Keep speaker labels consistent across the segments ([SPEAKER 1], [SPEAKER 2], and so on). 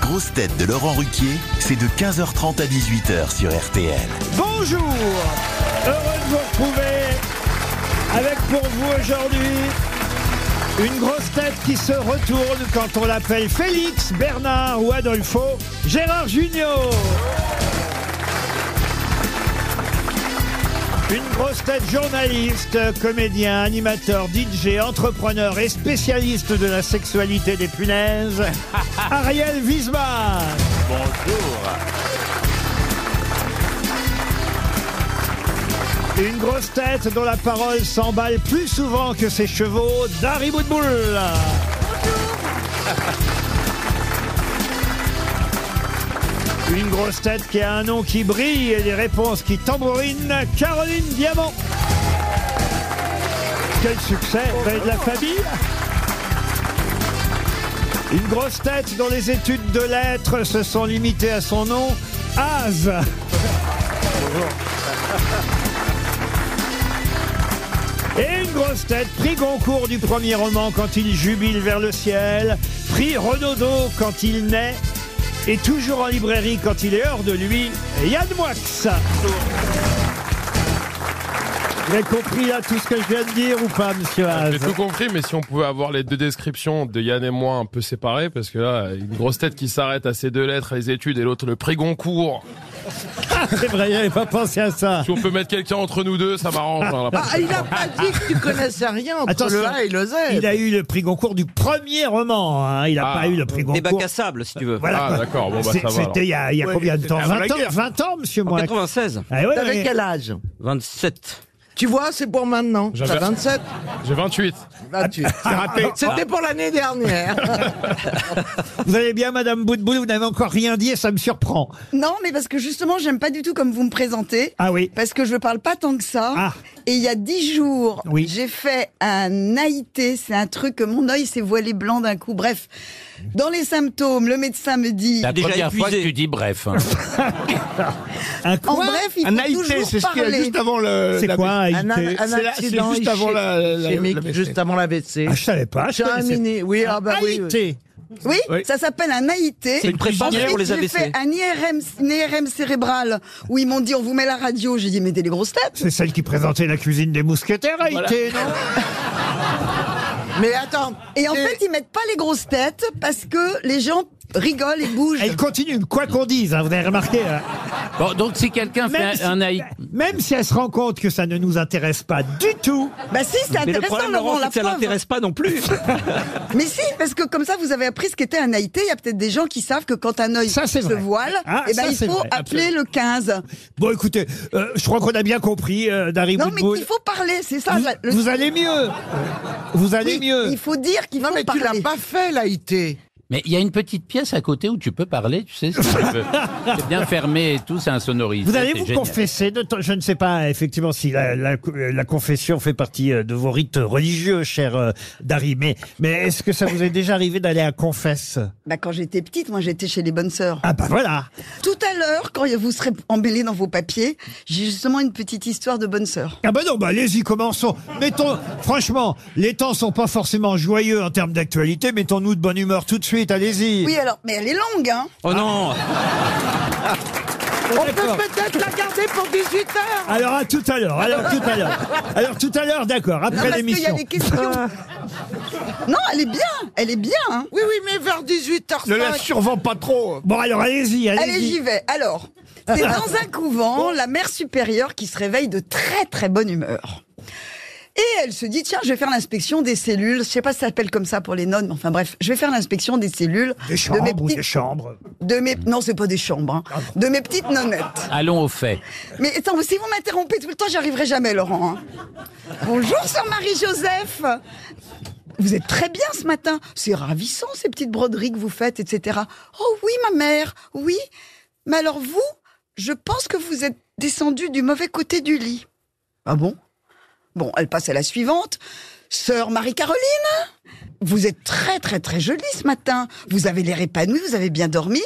[SPEAKER 1] grosses têtes de Laurent Ruquier, c'est de 15h30 à 18h sur RTL.
[SPEAKER 2] Bonjour Heureux de vous retrouver avec pour vous aujourd'hui une grosse tête qui se retourne quand on l'appelle Félix, Bernard ou Adolfo, Gérard Junior. Une grosse tête journaliste, comédien, animateur, DJ, entrepreneur et spécialiste de la sexualité des punaises, Ariel Wiesmann. Une grosse tête dont la parole s'emballe plus souvent que ses chevaux, Dari Boudboul. Une grosse tête qui a un nom qui brille et des réponses qui tambourinent, Caroline Diamant. Quel succès, vous avez de la famille Une grosse tête dont les études de lettres se sont limitées à son nom, Az. Et une grosse tête, prix Goncourt du premier roman quand il jubile vers le ciel, prix Renaudot quand il naît, et toujours en librairie quand il est hors de lui, Yann Moix. Vous avez compris là tout ce que je viens de dire ou pas, monsieur Haas
[SPEAKER 3] J'ai tout compris, mais si on pouvait avoir les deux descriptions de Yann et moi un peu séparées, parce que là, une grosse tête qui s'arrête à ces deux lettres, les études, et l'autre le prix Goncourt.
[SPEAKER 2] Ah, C'est vrai, j'avais pas pensé à ça.
[SPEAKER 3] Si on peut mettre quelqu'un entre nous deux, ça m'arrange. hein, la
[SPEAKER 4] Ah, il n'a pas dit que tu connaissais rien Ah, entre
[SPEAKER 2] Attention.
[SPEAKER 4] le A et le Z.
[SPEAKER 2] Il a eu le prix Goncourt du premier roman. hein. Il n'a
[SPEAKER 3] Ah.
[SPEAKER 2] pas eu le prix
[SPEAKER 5] Des bacs
[SPEAKER 2] Goncourt.
[SPEAKER 5] à sable, si tu
[SPEAKER 4] E.
[SPEAKER 5] veux.
[SPEAKER 2] Voilà.
[SPEAKER 3] Ah, d'accord, bon, bah,
[SPEAKER 2] C'est-
[SPEAKER 3] ça va, alors.
[SPEAKER 2] C'était il y a, il y a combien de temps
[SPEAKER 6] avant
[SPEAKER 2] 20
[SPEAKER 6] la
[SPEAKER 2] ans,
[SPEAKER 6] guerre.
[SPEAKER 2] 20 ans, monsieur Moix.
[SPEAKER 5] 96,
[SPEAKER 2] Ah, ouais,
[SPEAKER 4] T'avais
[SPEAKER 2] mais-
[SPEAKER 4] quel âge
[SPEAKER 5] 27.
[SPEAKER 4] Tu vois, c'est pour maintenant. T'as
[SPEAKER 3] J'avais-
[SPEAKER 4] 27
[SPEAKER 3] J'ai 28.
[SPEAKER 4] Là, tu- Ah,
[SPEAKER 3] Ah.
[SPEAKER 4] C'était pour l'année dernière.
[SPEAKER 2] Vous allez bien, madame Boudboul, vous n'avez encore rien dit et ça me surprend.
[SPEAKER 7] Non, mais parce que justement, j'aime pas du tout comme vous me présentez.
[SPEAKER 2] Ah oui.
[SPEAKER 7] Parce que je parle pas tant que ça.
[SPEAKER 2] Ah.
[SPEAKER 7] Et il y a dix jours,
[SPEAKER 2] Oui.
[SPEAKER 7] j'ai fait un AIT. C'est un truc que mon œil s'est voilé blanc d'un coup. Bref, dans les symptômes, le médecin me dit.
[SPEAKER 8] La
[SPEAKER 5] Déjà
[SPEAKER 8] première fois que
[SPEAKER 5] épuisé.
[SPEAKER 8] tu dis bref. hein.
[SPEAKER 2] Un
[SPEAKER 7] En
[SPEAKER 2] quoi
[SPEAKER 7] bref, il
[SPEAKER 6] Un
[SPEAKER 7] faut
[SPEAKER 6] AIT,
[SPEAKER 7] toujours
[SPEAKER 6] c'est ce qu'il y a
[SPEAKER 7] parler.
[SPEAKER 6] juste avant le.
[SPEAKER 2] C'est
[SPEAKER 6] la-
[SPEAKER 2] quoi un
[SPEAKER 4] Un,
[SPEAKER 2] AIT
[SPEAKER 6] C'est
[SPEAKER 4] un
[SPEAKER 6] la- c'est
[SPEAKER 4] accident
[SPEAKER 6] juste avant la- la- la-
[SPEAKER 4] chimique,
[SPEAKER 6] la baissée.
[SPEAKER 4] juste avant la WC.
[SPEAKER 2] Ah, je savais pas. je
[SPEAKER 4] C'est un
[SPEAKER 2] connaissais-
[SPEAKER 4] mini. Oui, ah bah oui. oui.
[SPEAKER 2] AIT.
[SPEAKER 7] Oui,
[SPEAKER 6] Oui.
[SPEAKER 7] ça s'appelle un AIT.
[SPEAKER 5] C'est une prépa
[SPEAKER 7] Ensuite,
[SPEAKER 5] pour les
[SPEAKER 7] j'ai
[SPEAKER 5] ABC.
[SPEAKER 7] fait un IRM, une IRM cérébrale où ils m'ont dit on vous met la radio. J'ai dit mettez les grosses têtes.
[SPEAKER 2] C'est celle qui présentait la cuisine des mousquetaires, AIT, non
[SPEAKER 4] Mais attends.
[SPEAKER 7] Et en
[SPEAKER 4] c'est-
[SPEAKER 7] fait, ils mettent pas les grosses têtes parce que les gens rigolent et bougent.
[SPEAKER 2] Elle continue, quoi qu'on dise, hein, vous avez remarqué. hein.
[SPEAKER 8] Bon, donc si quelqu'un fait
[SPEAKER 2] Même,
[SPEAKER 8] un,
[SPEAKER 2] si,
[SPEAKER 8] un haï-
[SPEAKER 2] même si elle se rend compte que ça ne nous intéresse pas du tout,
[SPEAKER 7] Bah si, c'est
[SPEAKER 5] Mais le
[SPEAKER 7] intéressant,
[SPEAKER 5] problème, Laurent,
[SPEAKER 7] Laurent,
[SPEAKER 5] c'est
[SPEAKER 7] la
[SPEAKER 5] que ça
[SPEAKER 7] preuve.
[SPEAKER 5] l'intéresse pas non plus.
[SPEAKER 7] Mais si, parce que comme ça, vous avez appris ce qu'était un AIT. Il y a peut-être des gens qui savent que quand un œil
[SPEAKER 2] Ça,
[SPEAKER 7] se
[SPEAKER 2] c'est vrai.
[SPEAKER 7] voile,
[SPEAKER 2] Ah,
[SPEAKER 7] eh ben,
[SPEAKER 2] ça,
[SPEAKER 7] il
[SPEAKER 2] c'est
[SPEAKER 7] faut
[SPEAKER 2] vrai,
[SPEAKER 7] appeler le 15.
[SPEAKER 2] bon écoutez, euh, je crois qu'on a bien compris, euh, Dari
[SPEAKER 7] Non, mais
[SPEAKER 2] Boudboul.
[SPEAKER 7] qu'il faut parler, c'est ça.
[SPEAKER 2] vous,
[SPEAKER 7] la- le-
[SPEAKER 2] vous allez mieux. Vous allez
[SPEAKER 7] Oui,
[SPEAKER 2] mieux.
[SPEAKER 7] Il faut dire qu'il
[SPEAKER 4] Non,
[SPEAKER 7] faut
[SPEAKER 4] mais tu
[SPEAKER 7] parler.
[SPEAKER 4] l'as pas fait, l'AIT.
[SPEAKER 8] Mais il y a une petite pièce à côté où tu peux parler, tu sais, si tu veux. C'est bien fermé et tout, c'est insonorisé.
[SPEAKER 2] Vous allez
[SPEAKER 8] c'est
[SPEAKER 2] vous
[SPEAKER 8] génial.
[SPEAKER 2] confesser, de temps- je ne sais pas effectivement si la, la- la confession fait partie euh, de vos rites religieux, cher euh, Dari, mais, mais est-ce que ça vous est déjà arrivé d'aller à confesse
[SPEAKER 7] Bah, quand j'étais petite, moi, j'étais chez les bonnes sœurs.
[SPEAKER 2] Ah bah voilà
[SPEAKER 7] Tout à l'heure, quand vous serez embellé dans vos papiers, j'ai justement une petite histoire de bonnes sœurs.
[SPEAKER 2] Ah bah non, bah allez-y, commençons. Mettons, franchement, les temps sont pas forcément joyeux en termes d'actualité, mettons-nous de bonne humeur tout de suite, allez-y.
[SPEAKER 7] Oui, alors, mais elle est longue, hein.
[SPEAKER 5] Oh non
[SPEAKER 4] On peut peut-être la garder pour 18 heures.
[SPEAKER 2] Alors à tout à l'heure, alors tout à l'heure. Alors tout à l'heure, d'accord,
[SPEAKER 7] Non,
[SPEAKER 2] après
[SPEAKER 7] parce qu'il y a
[SPEAKER 2] l'émission. Ah.
[SPEAKER 7] des questions. non, elle est bien, elle est bien, hein.
[SPEAKER 4] Oui, oui, mais vers 18 h
[SPEAKER 6] Ne la survends pas trop.
[SPEAKER 2] Bon alors allez-y,
[SPEAKER 7] Allez, j'y
[SPEAKER 2] allez-y.
[SPEAKER 7] vais. Alors, c'est dans un couvent, la mère supérieure qui se réveille de très très bonne humeur. Et elle se dit, tiens, je vais faire l'inspection des cellules. Je sais pas si ça s'appelle comme ça pour les nonnes, mais enfin bref, je vais faire l'inspection des cellules
[SPEAKER 2] Des
[SPEAKER 7] de mes
[SPEAKER 2] chambres ou des
[SPEAKER 7] petites,
[SPEAKER 2] chambres. Ah
[SPEAKER 7] de mes, non, c'est pas des chambres, hein, de mes petites nonnettes.
[SPEAKER 8] Allons au fait.
[SPEAKER 7] Mais attends, si vous m'interrompez tout le temps, j'y arriverai jamais, Laurent. hein. Bonjour, sœur Marie-Joseph. Vous êtes très bien ce matin. C'est ravissant, ces petites broderies que vous faites, etc. Oh oui, ma mère, oui. Mais alors vous, je pense que vous êtes descendu du mauvais côté du lit. Ah bon Bon, elle passe à la suivante. Sœur Marie-Caroline, vous êtes très très très jolie ce matin. Vous avez l'air épanouie, vous avez bien dormi.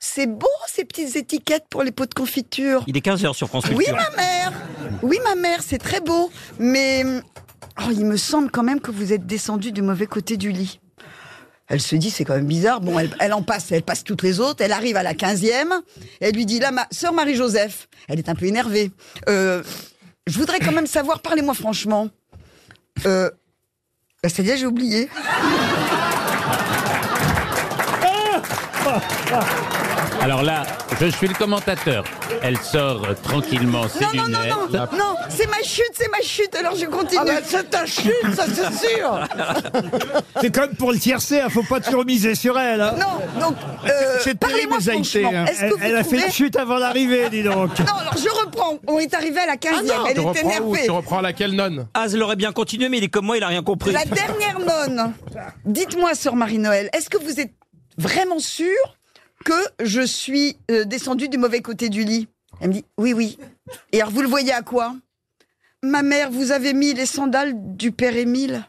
[SPEAKER 7] C'est beau ces petites étiquettes pour les pots de confiture.
[SPEAKER 5] Il est 15h sur France
[SPEAKER 7] Oui,
[SPEAKER 5] Culture.
[SPEAKER 7] ma mère. Oui, ma mère, c'est très beau. Mais oh, il me semble quand même que vous êtes descendu du mauvais côté du lit. Elle se dit, c'est quand même bizarre. Bon, elle, elle en passe, elle passe toutes les autres. Elle arrive à la 15e. Elle lui dit, là, ma sœur Marie-Joseph, elle est un peu énervée. Euh, je voudrais quand même savoir, parlez-moi franchement. Euh, bah, c'est-à-dire, j'ai oublié.
[SPEAKER 8] Alors là, je suis le commentateur. Elle sort euh, tranquillement ses
[SPEAKER 7] Non, non, non,
[SPEAKER 8] lunettes.
[SPEAKER 7] non, non, c'est ma chute, c'est ma chute, alors je continue. c'est ta chute, ça c'est sûr.
[SPEAKER 2] C'est comme pour le tiercé, il faut pas toujours miser sur elle. hein.
[SPEAKER 7] Non, donc, euh,
[SPEAKER 6] C'est terrible,
[SPEAKER 7] parlez-moi
[SPEAKER 6] les Haïtiens,
[SPEAKER 7] franchement.
[SPEAKER 6] hein.
[SPEAKER 7] Est-ce
[SPEAKER 2] Elle,
[SPEAKER 7] que vous
[SPEAKER 2] elle a fait
[SPEAKER 7] trouvez-
[SPEAKER 2] une chute avant l'arrivée, dis donc.
[SPEAKER 7] Non, alors je reprends. On est arrivé à la 15e,
[SPEAKER 5] Ah
[SPEAKER 7] elle
[SPEAKER 3] Tu
[SPEAKER 7] est
[SPEAKER 3] reprends ou
[SPEAKER 7] énervée.
[SPEAKER 3] tu reprends laquelle nonne
[SPEAKER 5] Az l'aurait Ah, bien continué, mais il est comme moi, il a rien compris.
[SPEAKER 7] La dernière nonne. Dites-moi, sœur Marie-Noël, est-ce que vous êtes vraiment sûre que je suis euh, descendue du mauvais côté du lit Elle me dit oui, oui. Et alors, vous le voyez à quoi Ma mère, vous avez mis les sandales du père Émile.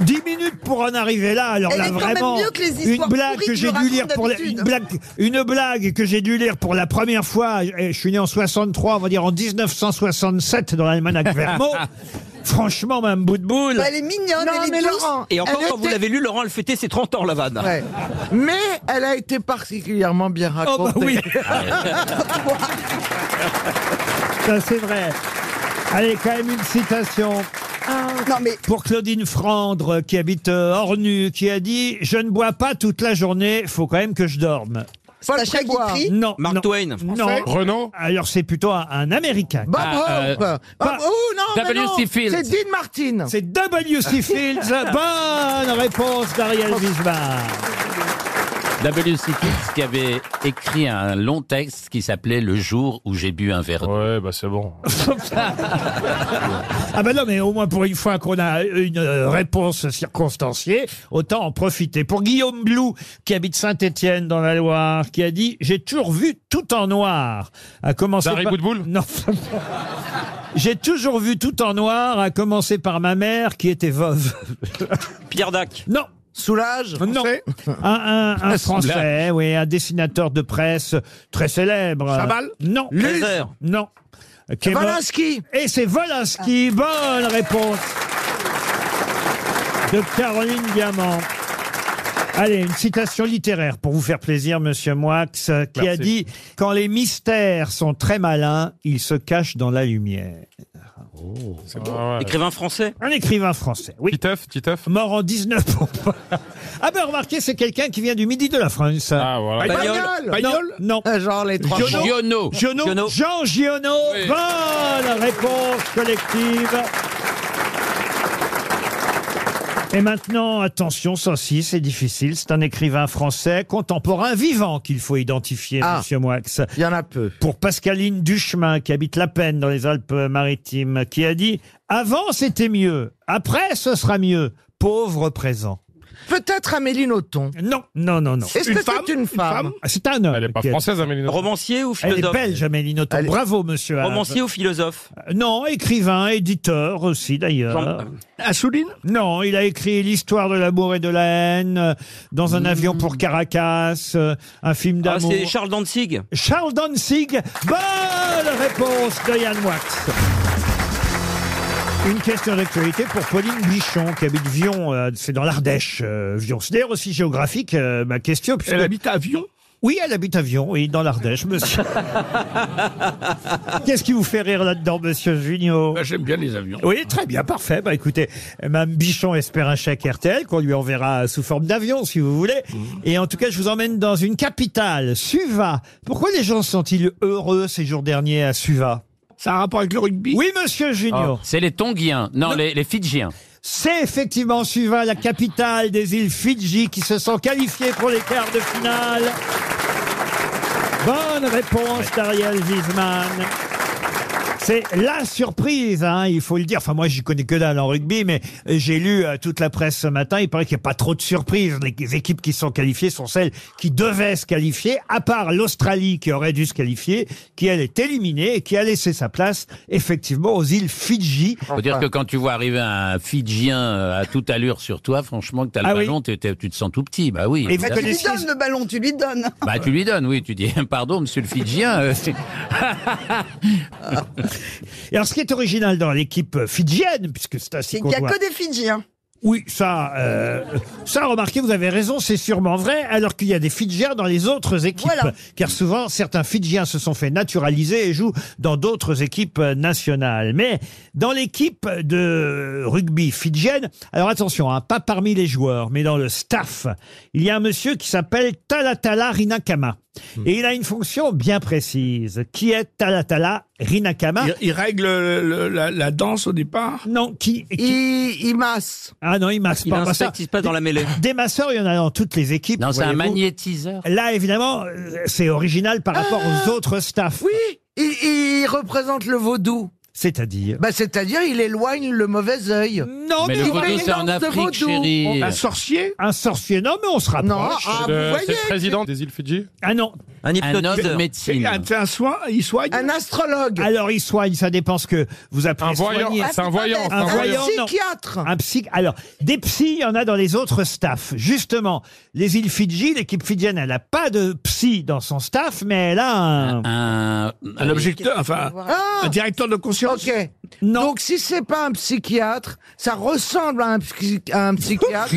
[SPEAKER 2] Dix minutes pour en arriver là, alors
[SPEAKER 7] Elle
[SPEAKER 2] là
[SPEAKER 7] est quand même
[SPEAKER 2] vraiment
[SPEAKER 7] mieux que les histoires
[SPEAKER 2] une blague
[SPEAKER 7] pourries
[SPEAKER 2] que
[SPEAKER 7] que
[SPEAKER 2] j'ai
[SPEAKER 7] je
[SPEAKER 2] dû lire
[SPEAKER 7] raconte
[SPEAKER 2] pour la,
[SPEAKER 7] d'habitude.
[SPEAKER 2] une blague une blague que j'ai dû lire pour la première fois. Je je suis né en 63, on va dire en 1967 dans l'almanach Vermont. Franchement, même bout de boule.
[SPEAKER 7] Bah, Elle est mignonne,
[SPEAKER 4] Non,
[SPEAKER 7] elle est
[SPEAKER 4] mais
[SPEAKER 7] douce.
[SPEAKER 4] Laurent,
[SPEAKER 5] Et encore,
[SPEAKER 4] elle
[SPEAKER 5] quand vous
[SPEAKER 4] était-
[SPEAKER 5] l'avez lu, Laurent, elle fêtait ses 30 ans, la vanne.
[SPEAKER 4] Ouais. Mais elle a été particulièrement bien
[SPEAKER 2] Oh
[SPEAKER 4] racontée.
[SPEAKER 2] bah oui,
[SPEAKER 4] Ah.
[SPEAKER 2] ça c'est vrai. Allez, quand même une citation.
[SPEAKER 7] Non, mais
[SPEAKER 2] pour Claudine Frandre, qui habite euh, Ornu, qui a dit Je ne bois pas toute la journée, faut quand même que je dorme.
[SPEAKER 4] Paul
[SPEAKER 7] Sacha
[SPEAKER 4] Grégoire.
[SPEAKER 7] Guitry,
[SPEAKER 2] Non.
[SPEAKER 5] Mark
[SPEAKER 2] non,
[SPEAKER 5] Twain.
[SPEAKER 2] Non.
[SPEAKER 3] Renaud
[SPEAKER 2] Alors c'est plutôt un, un américain.
[SPEAKER 4] Bob
[SPEAKER 8] Ah, euh,
[SPEAKER 4] Hope. Ah,
[SPEAKER 2] pas-
[SPEAKER 4] oh, non, mais
[SPEAKER 8] W.
[SPEAKER 4] non,
[SPEAKER 8] C. Fields.
[SPEAKER 4] C'est Dean Martin.
[SPEAKER 2] C'est W.C. Fields. Bonne réponse d'Ariel Wiesbach.
[SPEAKER 8] W.C. Fields qui avait écrit un long texte qui s'appelait Le jour où j'ai bu un verre d'eau.
[SPEAKER 3] Ouais, bah c'est bon.
[SPEAKER 2] Ah ben non, mais au moins pour une fois qu'on a une euh, réponse circonstanciée, autant en profiter. Pour Guillaume Blou, qui habite Saint-Étienne dans la Loire, qui a dit « J'ai toujours vu tout en noir ». À commencer
[SPEAKER 3] Dari
[SPEAKER 2] par...
[SPEAKER 3] Boudboul
[SPEAKER 2] Non. J'ai toujours vu tout en noir, à commencer par ma mère qui était veuve.
[SPEAKER 5] Pierre Dac.
[SPEAKER 2] Non,
[SPEAKER 4] Soulage.
[SPEAKER 2] non. Un, un- un français, oui, un dessinateur de presse très célèbre.
[SPEAKER 6] Chaval
[SPEAKER 2] Non.
[SPEAKER 4] Luz.
[SPEAKER 5] Heures.
[SPEAKER 2] Non. Qui est mort-
[SPEAKER 4] Valinsky.
[SPEAKER 2] et c'est Volinsky. Bonne réponse de Caroline Diamant. Allez, une citation littéraire pour vous faire plaisir, monsieur Moix, euh, qui a
[SPEAKER 3] Merci.
[SPEAKER 2] dit Quand les mystères sont très malins, ils se cachent dans la lumière.
[SPEAKER 3] C'est bon.
[SPEAKER 5] Écrivain français.
[SPEAKER 2] Un écrivain français, oui.
[SPEAKER 3] Ah, Titeuf, Titeuf.
[SPEAKER 2] Mort en 19. ah ben remarquez, c'est quelqu'un qui vient du midi de la France.
[SPEAKER 3] Ah voilà.
[SPEAKER 5] Pagnol.
[SPEAKER 2] Non, non.
[SPEAKER 4] Euh, Genre les trois.
[SPEAKER 2] Giono.
[SPEAKER 8] Giono.
[SPEAKER 2] Giono.
[SPEAKER 5] Giono.
[SPEAKER 2] Jean Giono.
[SPEAKER 3] Oui.
[SPEAKER 2] Bonne réponse collective. Et maintenant, attention, ça aussi, c'est difficile. C'est un écrivain français contemporain vivant qu'il faut identifier,
[SPEAKER 4] Ah.
[SPEAKER 2] monsieur Moix.
[SPEAKER 4] Il y en a peu.
[SPEAKER 2] Pour Pascaline Duchemin, qui habite La Peine dans les Alpes-Maritimes, qui a dit « Avant, c'était mieux. Après, ce sera mieux. Pauvre présent.
[SPEAKER 4] Peut-être Amélie Nothomb. »
[SPEAKER 2] Non, non, non, non.
[SPEAKER 4] Est-ce que c'est une femme,
[SPEAKER 2] Ah, C'est un homme.
[SPEAKER 3] Elle est pas
[SPEAKER 2] qui a-
[SPEAKER 3] française, Amélie. Nothomb.
[SPEAKER 5] Romancier ou
[SPEAKER 2] Elle est
[SPEAKER 5] philosophe
[SPEAKER 2] belge, Amélie Nothomb.
[SPEAKER 4] Elle est-
[SPEAKER 2] Bravo, monsieur. Euh, Haas.
[SPEAKER 5] Romancier ou philosophe
[SPEAKER 2] Non, écrivain, éditeur aussi d'ailleurs.
[SPEAKER 5] Jean-
[SPEAKER 6] Assouline
[SPEAKER 2] Non, il a écrit l'histoire de l'amour et de la haine, euh, dans un avion pour Caracas, euh, un film
[SPEAKER 5] Hmm. Ah,
[SPEAKER 2] d'amour.
[SPEAKER 5] C'est Charles Danzig.
[SPEAKER 2] Charles Danzig. Bonne réponse de Yann Wax. Une question d'actualité pour Pauline Bichon, qui habite Vion, euh, c'est dans l'Ardèche, euh, Vion. C'est d'ailleurs aussi géographique, euh, ma question. puisque-
[SPEAKER 6] Elle habite à Avion
[SPEAKER 2] Oui, elle habite à Vion, oui, dans l'Ardèche, monsieur. Qu'est-ce qui vous fait rire là-dedans, monsieur Junio
[SPEAKER 6] Bah, J'aime bien les avions.
[SPEAKER 2] Oui, très bien, parfait. Bah écoutez, Mme Bichon espère un chèque RTL qu'on lui enverra sous forme d'avion, si vous voulez. Et en tout cas, je vous emmène dans une capitale, Suva. Pourquoi les gens sont-ils heureux ces jours derniers à Suva
[SPEAKER 6] Ça a un rapport avec le rugby
[SPEAKER 2] Oui, monsieur Junior.
[SPEAKER 8] Ah, C'est les Tongiens, non, Les, les Fidjiens.
[SPEAKER 2] C'est effectivement Suva, la capitale des îles Fidji, qui se sont qualifiées pour les quarts de finale. Bonne réponse d'Ariel Wiesman. C'est la surprise, hein, il faut le dire. Enfin, moi, j'y connais que dalle en rugby, mais j'ai lu euh, toute la presse ce matin. Il paraît qu'il n'y a pas trop de surprises. Les équipes qui sont qualifiées sont celles qui devaient se qualifier, à part l'Australie qui aurait dû se qualifier, qui elle est éliminée et qui a laissé sa place effectivement aux îles Fidji.
[SPEAKER 8] Faut dire que quand tu vois arriver un Fidjien euh, à toute allure sur toi, franchement, que t'as le
[SPEAKER 2] Ah oui.
[SPEAKER 8] ballon, t'es- t'es- tu te sens tout petit. Bah oui.
[SPEAKER 2] Et vous
[SPEAKER 8] évidemment.
[SPEAKER 7] tu lui
[SPEAKER 2] connaissez-
[SPEAKER 7] donnes le ballon, tu lui donnes.
[SPEAKER 8] Bah tu lui donnes, oui. Tu dis, pardon, monsieur le Fidjien. euh, c'est-
[SPEAKER 2] Et alors, ce qui est original dans l'équipe fidjienne, puisque c'est ainsi
[SPEAKER 7] Il
[SPEAKER 2] qu'on
[SPEAKER 7] n'y a
[SPEAKER 2] doit-
[SPEAKER 7] que des Fidjiens.
[SPEAKER 2] Oui, ça, euh, ça, remarquez, vous avez raison, c'est sûrement vrai, alors qu'il y a des Fidjiens dans les autres équipes.
[SPEAKER 7] Voilà.
[SPEAKER 2] Car souvent, certains Fidjiens se sont fait naturaliser et jouent dans d'autres équipes euh, nationales. Mais dans l'équipe de rugby fidjienne, alors attention, hein, pas parmi les joueurs, mais dans le staff, il y a un monsieur qui s'appelle Talatala Rinakama.
[SPEAKER 6] Hmm.
[SPEAKER 2] Et il a une fonction bien précise, qui est Talatala Rinakama.
[SPEAKER 6] Il, il règle le- la, la danse au départ.
[SPEAKER 2] Non, qui, qui-
[SPEAKER 4] Il, il masse.
[SPEAKER 2] Ah non, il masse
[SPEAKER 5] Il
[SPEAKER 2] pas, pas ça.
[SPEAKER 5] inspecte ce qui se passe dans la mêlée.
[SPEAKER 2] Des masseurs, il y en a dans toutes les équipes.
[SPEAKER 8] Non, c'est un
[SPEAKER 2] voyez-vous.
[SPEAKER 8] magnétiseur.
[SPEAKER 2] Là, évidemment, euh, c'est original par rapport aux autres staffs.
[SPEAKER 4] Ah Oui, il, il représente le vaudou.
[SPEAKER 2] C'est-à-dire.
[SPEAKER 4] Bah, c'est-à-dire, il éloigne le mauvais œil.
[SPEAKER 2] Non,
[SPEAKER 8] Mais
[SPEAKER 2] mais
[SPEAKER 8] le
[SPEAKER 4] il fait
[SPEAKER 8] vaudou,
[SPEAKER 4] une
[SPEAKER 8] c'est en
[SPEAKER 4] danse de
[SPEAKER 8] Afrique,
[SPEAKER 4] vaudou.
[SPEAKER 2] ben,
[SPEAKER 8] chérie.
[SPEAKER 6] Un sorcier
[SPEAKER 2] un sorcier, non, mais on se rapproche.
[SPEAKER 4] Non, ah,
[SPEAKER 3] C'est le-
[SPEAKER 4] vous
[SPEAKER 3] Euh, c'est le
[SPEAKER 4] voyez.
[SPEAKER 3] président des îles Fidji
[SPEAKER 2] Ah non.
[SPEAKER 5] Un
[SPEAKER 8] Un homme de
[SPEAKER 5] hypnotiseur.
[SPEAKER 6] C'est
[SPEAKER 8] médecine.
[SPEAKER 6] un, c'est un soin, il soigne.
[SPEAKER 4] Un astrologue.
[SPEAKER 2] Alors, il soigne, ça dépend ce que vous appelez
[SPEAKER 3] Un voyant,
[SPEAKER 2] soigner.
[SPEAKER 3] c'est un
[SPEAKER 7] Ah,
[SPEAKER 3] voyant,
[SPEAKER 7] c'est
[SPEAKER 3] c'est
[SPEAKER 7] pas
[SPEAKER 3] un
[SPEAKER 4] Un,
[SPEAKER 3] voyant.
[SPEAKER 2] voyant, non.
[SPEAKER 4] psychiatre.
[SPEAKER 2] Un psy. Alors, des psys, il y en a dans les autres staffs. Justement, les îles Fidji, l'équipe fidjienne, elle n'a pas de psy dans son staff, mais elle a un.
[SPEAKER 8] Un,
[SPEAKER 6] Un objecteur, enfin,
[SPEAKER 4] Ah,
[SPEAKER 6] un directeur de conscience.
[SPEAKER 4] ok.
[SPEAKER 2] Non.
[SPEAKER 4] Donc, si c'est pas un psychiatre, ça ressemble à un, psy- à un psychiatre.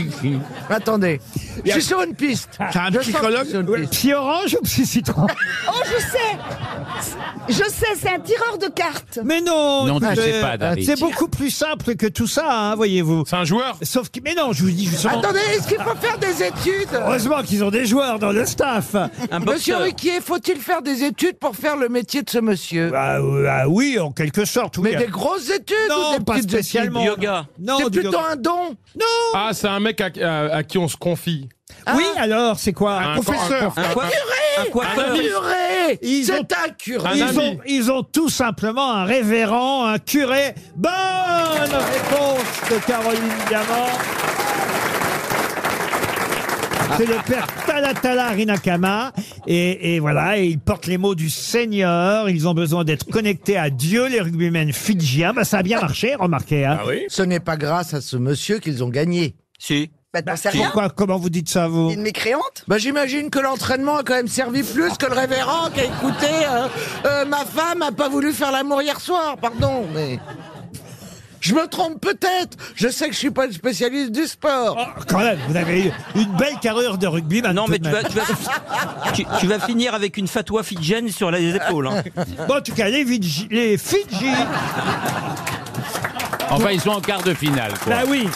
[SPEAKER 4] Attendez. Je suis sur une piste.
[SPEAKER 6] C'est un
[SPEAKER 4] Je sens que je suis
[SPEAKER 6] psychologue.
[SPEAKER 4] sur une piste.
[SPEAKER 2] Psy orange ou psy citron
[SPEAKER 7] Oh, je sais Je sais, c'est un tireur de cartes.
[SPEAKER 2] Mais non
[SPEAKER 8] Ah, Non, tu
[SPEAKER 2] écoutez,
[SPEAKER 8] sais pas, Dari.
[SPEAKER 2] C'est beaucoup plus simple que tout ça, hein, voyez-vous.
[SPEAKER 3] C'est un joueur
[SPEAKER 2] Sauf que. Mais non, je vous dis justement.
[SPEAKER 4] Attendez, est-ce qu'il faut faire des études
[SPEAKER 2] Heureusement qu'ils ont des joueurs dans le staff.
[SPEAKER 5] Un
[SPEAKER 4] Monsieur
[SPEAKER 5] boxeur.
[SPEAKER 4] Riquier, faut-il faire des études pour faire le métier de ce monsieur
[SPEAKER 2] Bah, euh, ah oui, en quelque sorte. oui.
[SPEAKER 4] Mais des grosses études
[SPEAKER 2] non,
[SPEAKER 4] ou des
[SPEAKER 2] pas
[SPEAKER 4] petites
[SPEAKER 2] spécialement.
[SPEAKER 5] études. Yoga.
[SPEAKER 2] Non,
[SPEAKER 4] études C'est
[SPEAKER 2] du
[SPEAKER 4] plutôt
[SPEAKER 2] yoga.
[SPEAKER 4] un don.
[SPEAKER 2] Non. Ah.
[SPEAKER 3] Ah, c'est un mec à, à- à qui on se confie.
[SPEAKER 2] Oui, alors, c'est quoi
[SPEAKER 3] Un
[SPEAKER 6] professeur.
[SPEAKER 5] Un quoi Un coiffeur.
[SPEAKER 4] Curé
[SPEAKER 2] Ils ont-
[SPEAKER 4] C'est un curé
[SPEAKER 2] ils,
[SPEAKER 3] ami.
[SPEAKER 2] ont, ils ont tout simplement un révérend, un curé. Bonne réponse de Caroline Diamant. C'est le père Talatala Rinakama. Et, et voilà, et ils portent les mots du Seigneur. Ils ont besoin d'être connectés à Dieu, les rugbymen fidjiens. Bah, ça a bien marché, remarquez. Hein.
[SPEAKER 6] Ah oui
[SPEAKER 4] Ce n'est pas grâce à ce monsieur qu'ils ont gagné.
[SPEAKER 5] Si.
[SPEAKER 7] Bah, t'en sais rien.
[SPEAKER 2] Pourquoi, comment vous dites ça, vous
[SPEAKER 7] Une mécréante
[SPEAKER 4] Bah, J'imagine que l'entraînement a quand même servi plus que le révérend qui a écouté euh, euh, Ma femme a pas voulu faire l'amour hier soir, pardon, mais... Je me trompe peut-être Je sais que je suis pas le spécialiste du sport
[SPEAKER 2] Oh, quand même, vous avez eu une belle carrure de rugby.
[SPEAKER 5] Non,
[SPEAKER 2] tout
[SPEAKER 5] mais
[SPEAKER 2] de
[SPEAKER 5] tu
[SPEAKER 2] même.
[SPEAKER 5] vas, tu, vas, tu, tu vas finir avec une fatwa fidjienne sur les épaules. hein.
[SPEAKER 2] Bon, en tout cas, les, Fidji- les Fidji,
[SPEAKER 8] Enfin, ils sont en quart de finale, quoi.
[SPEAKER 2] bah oui,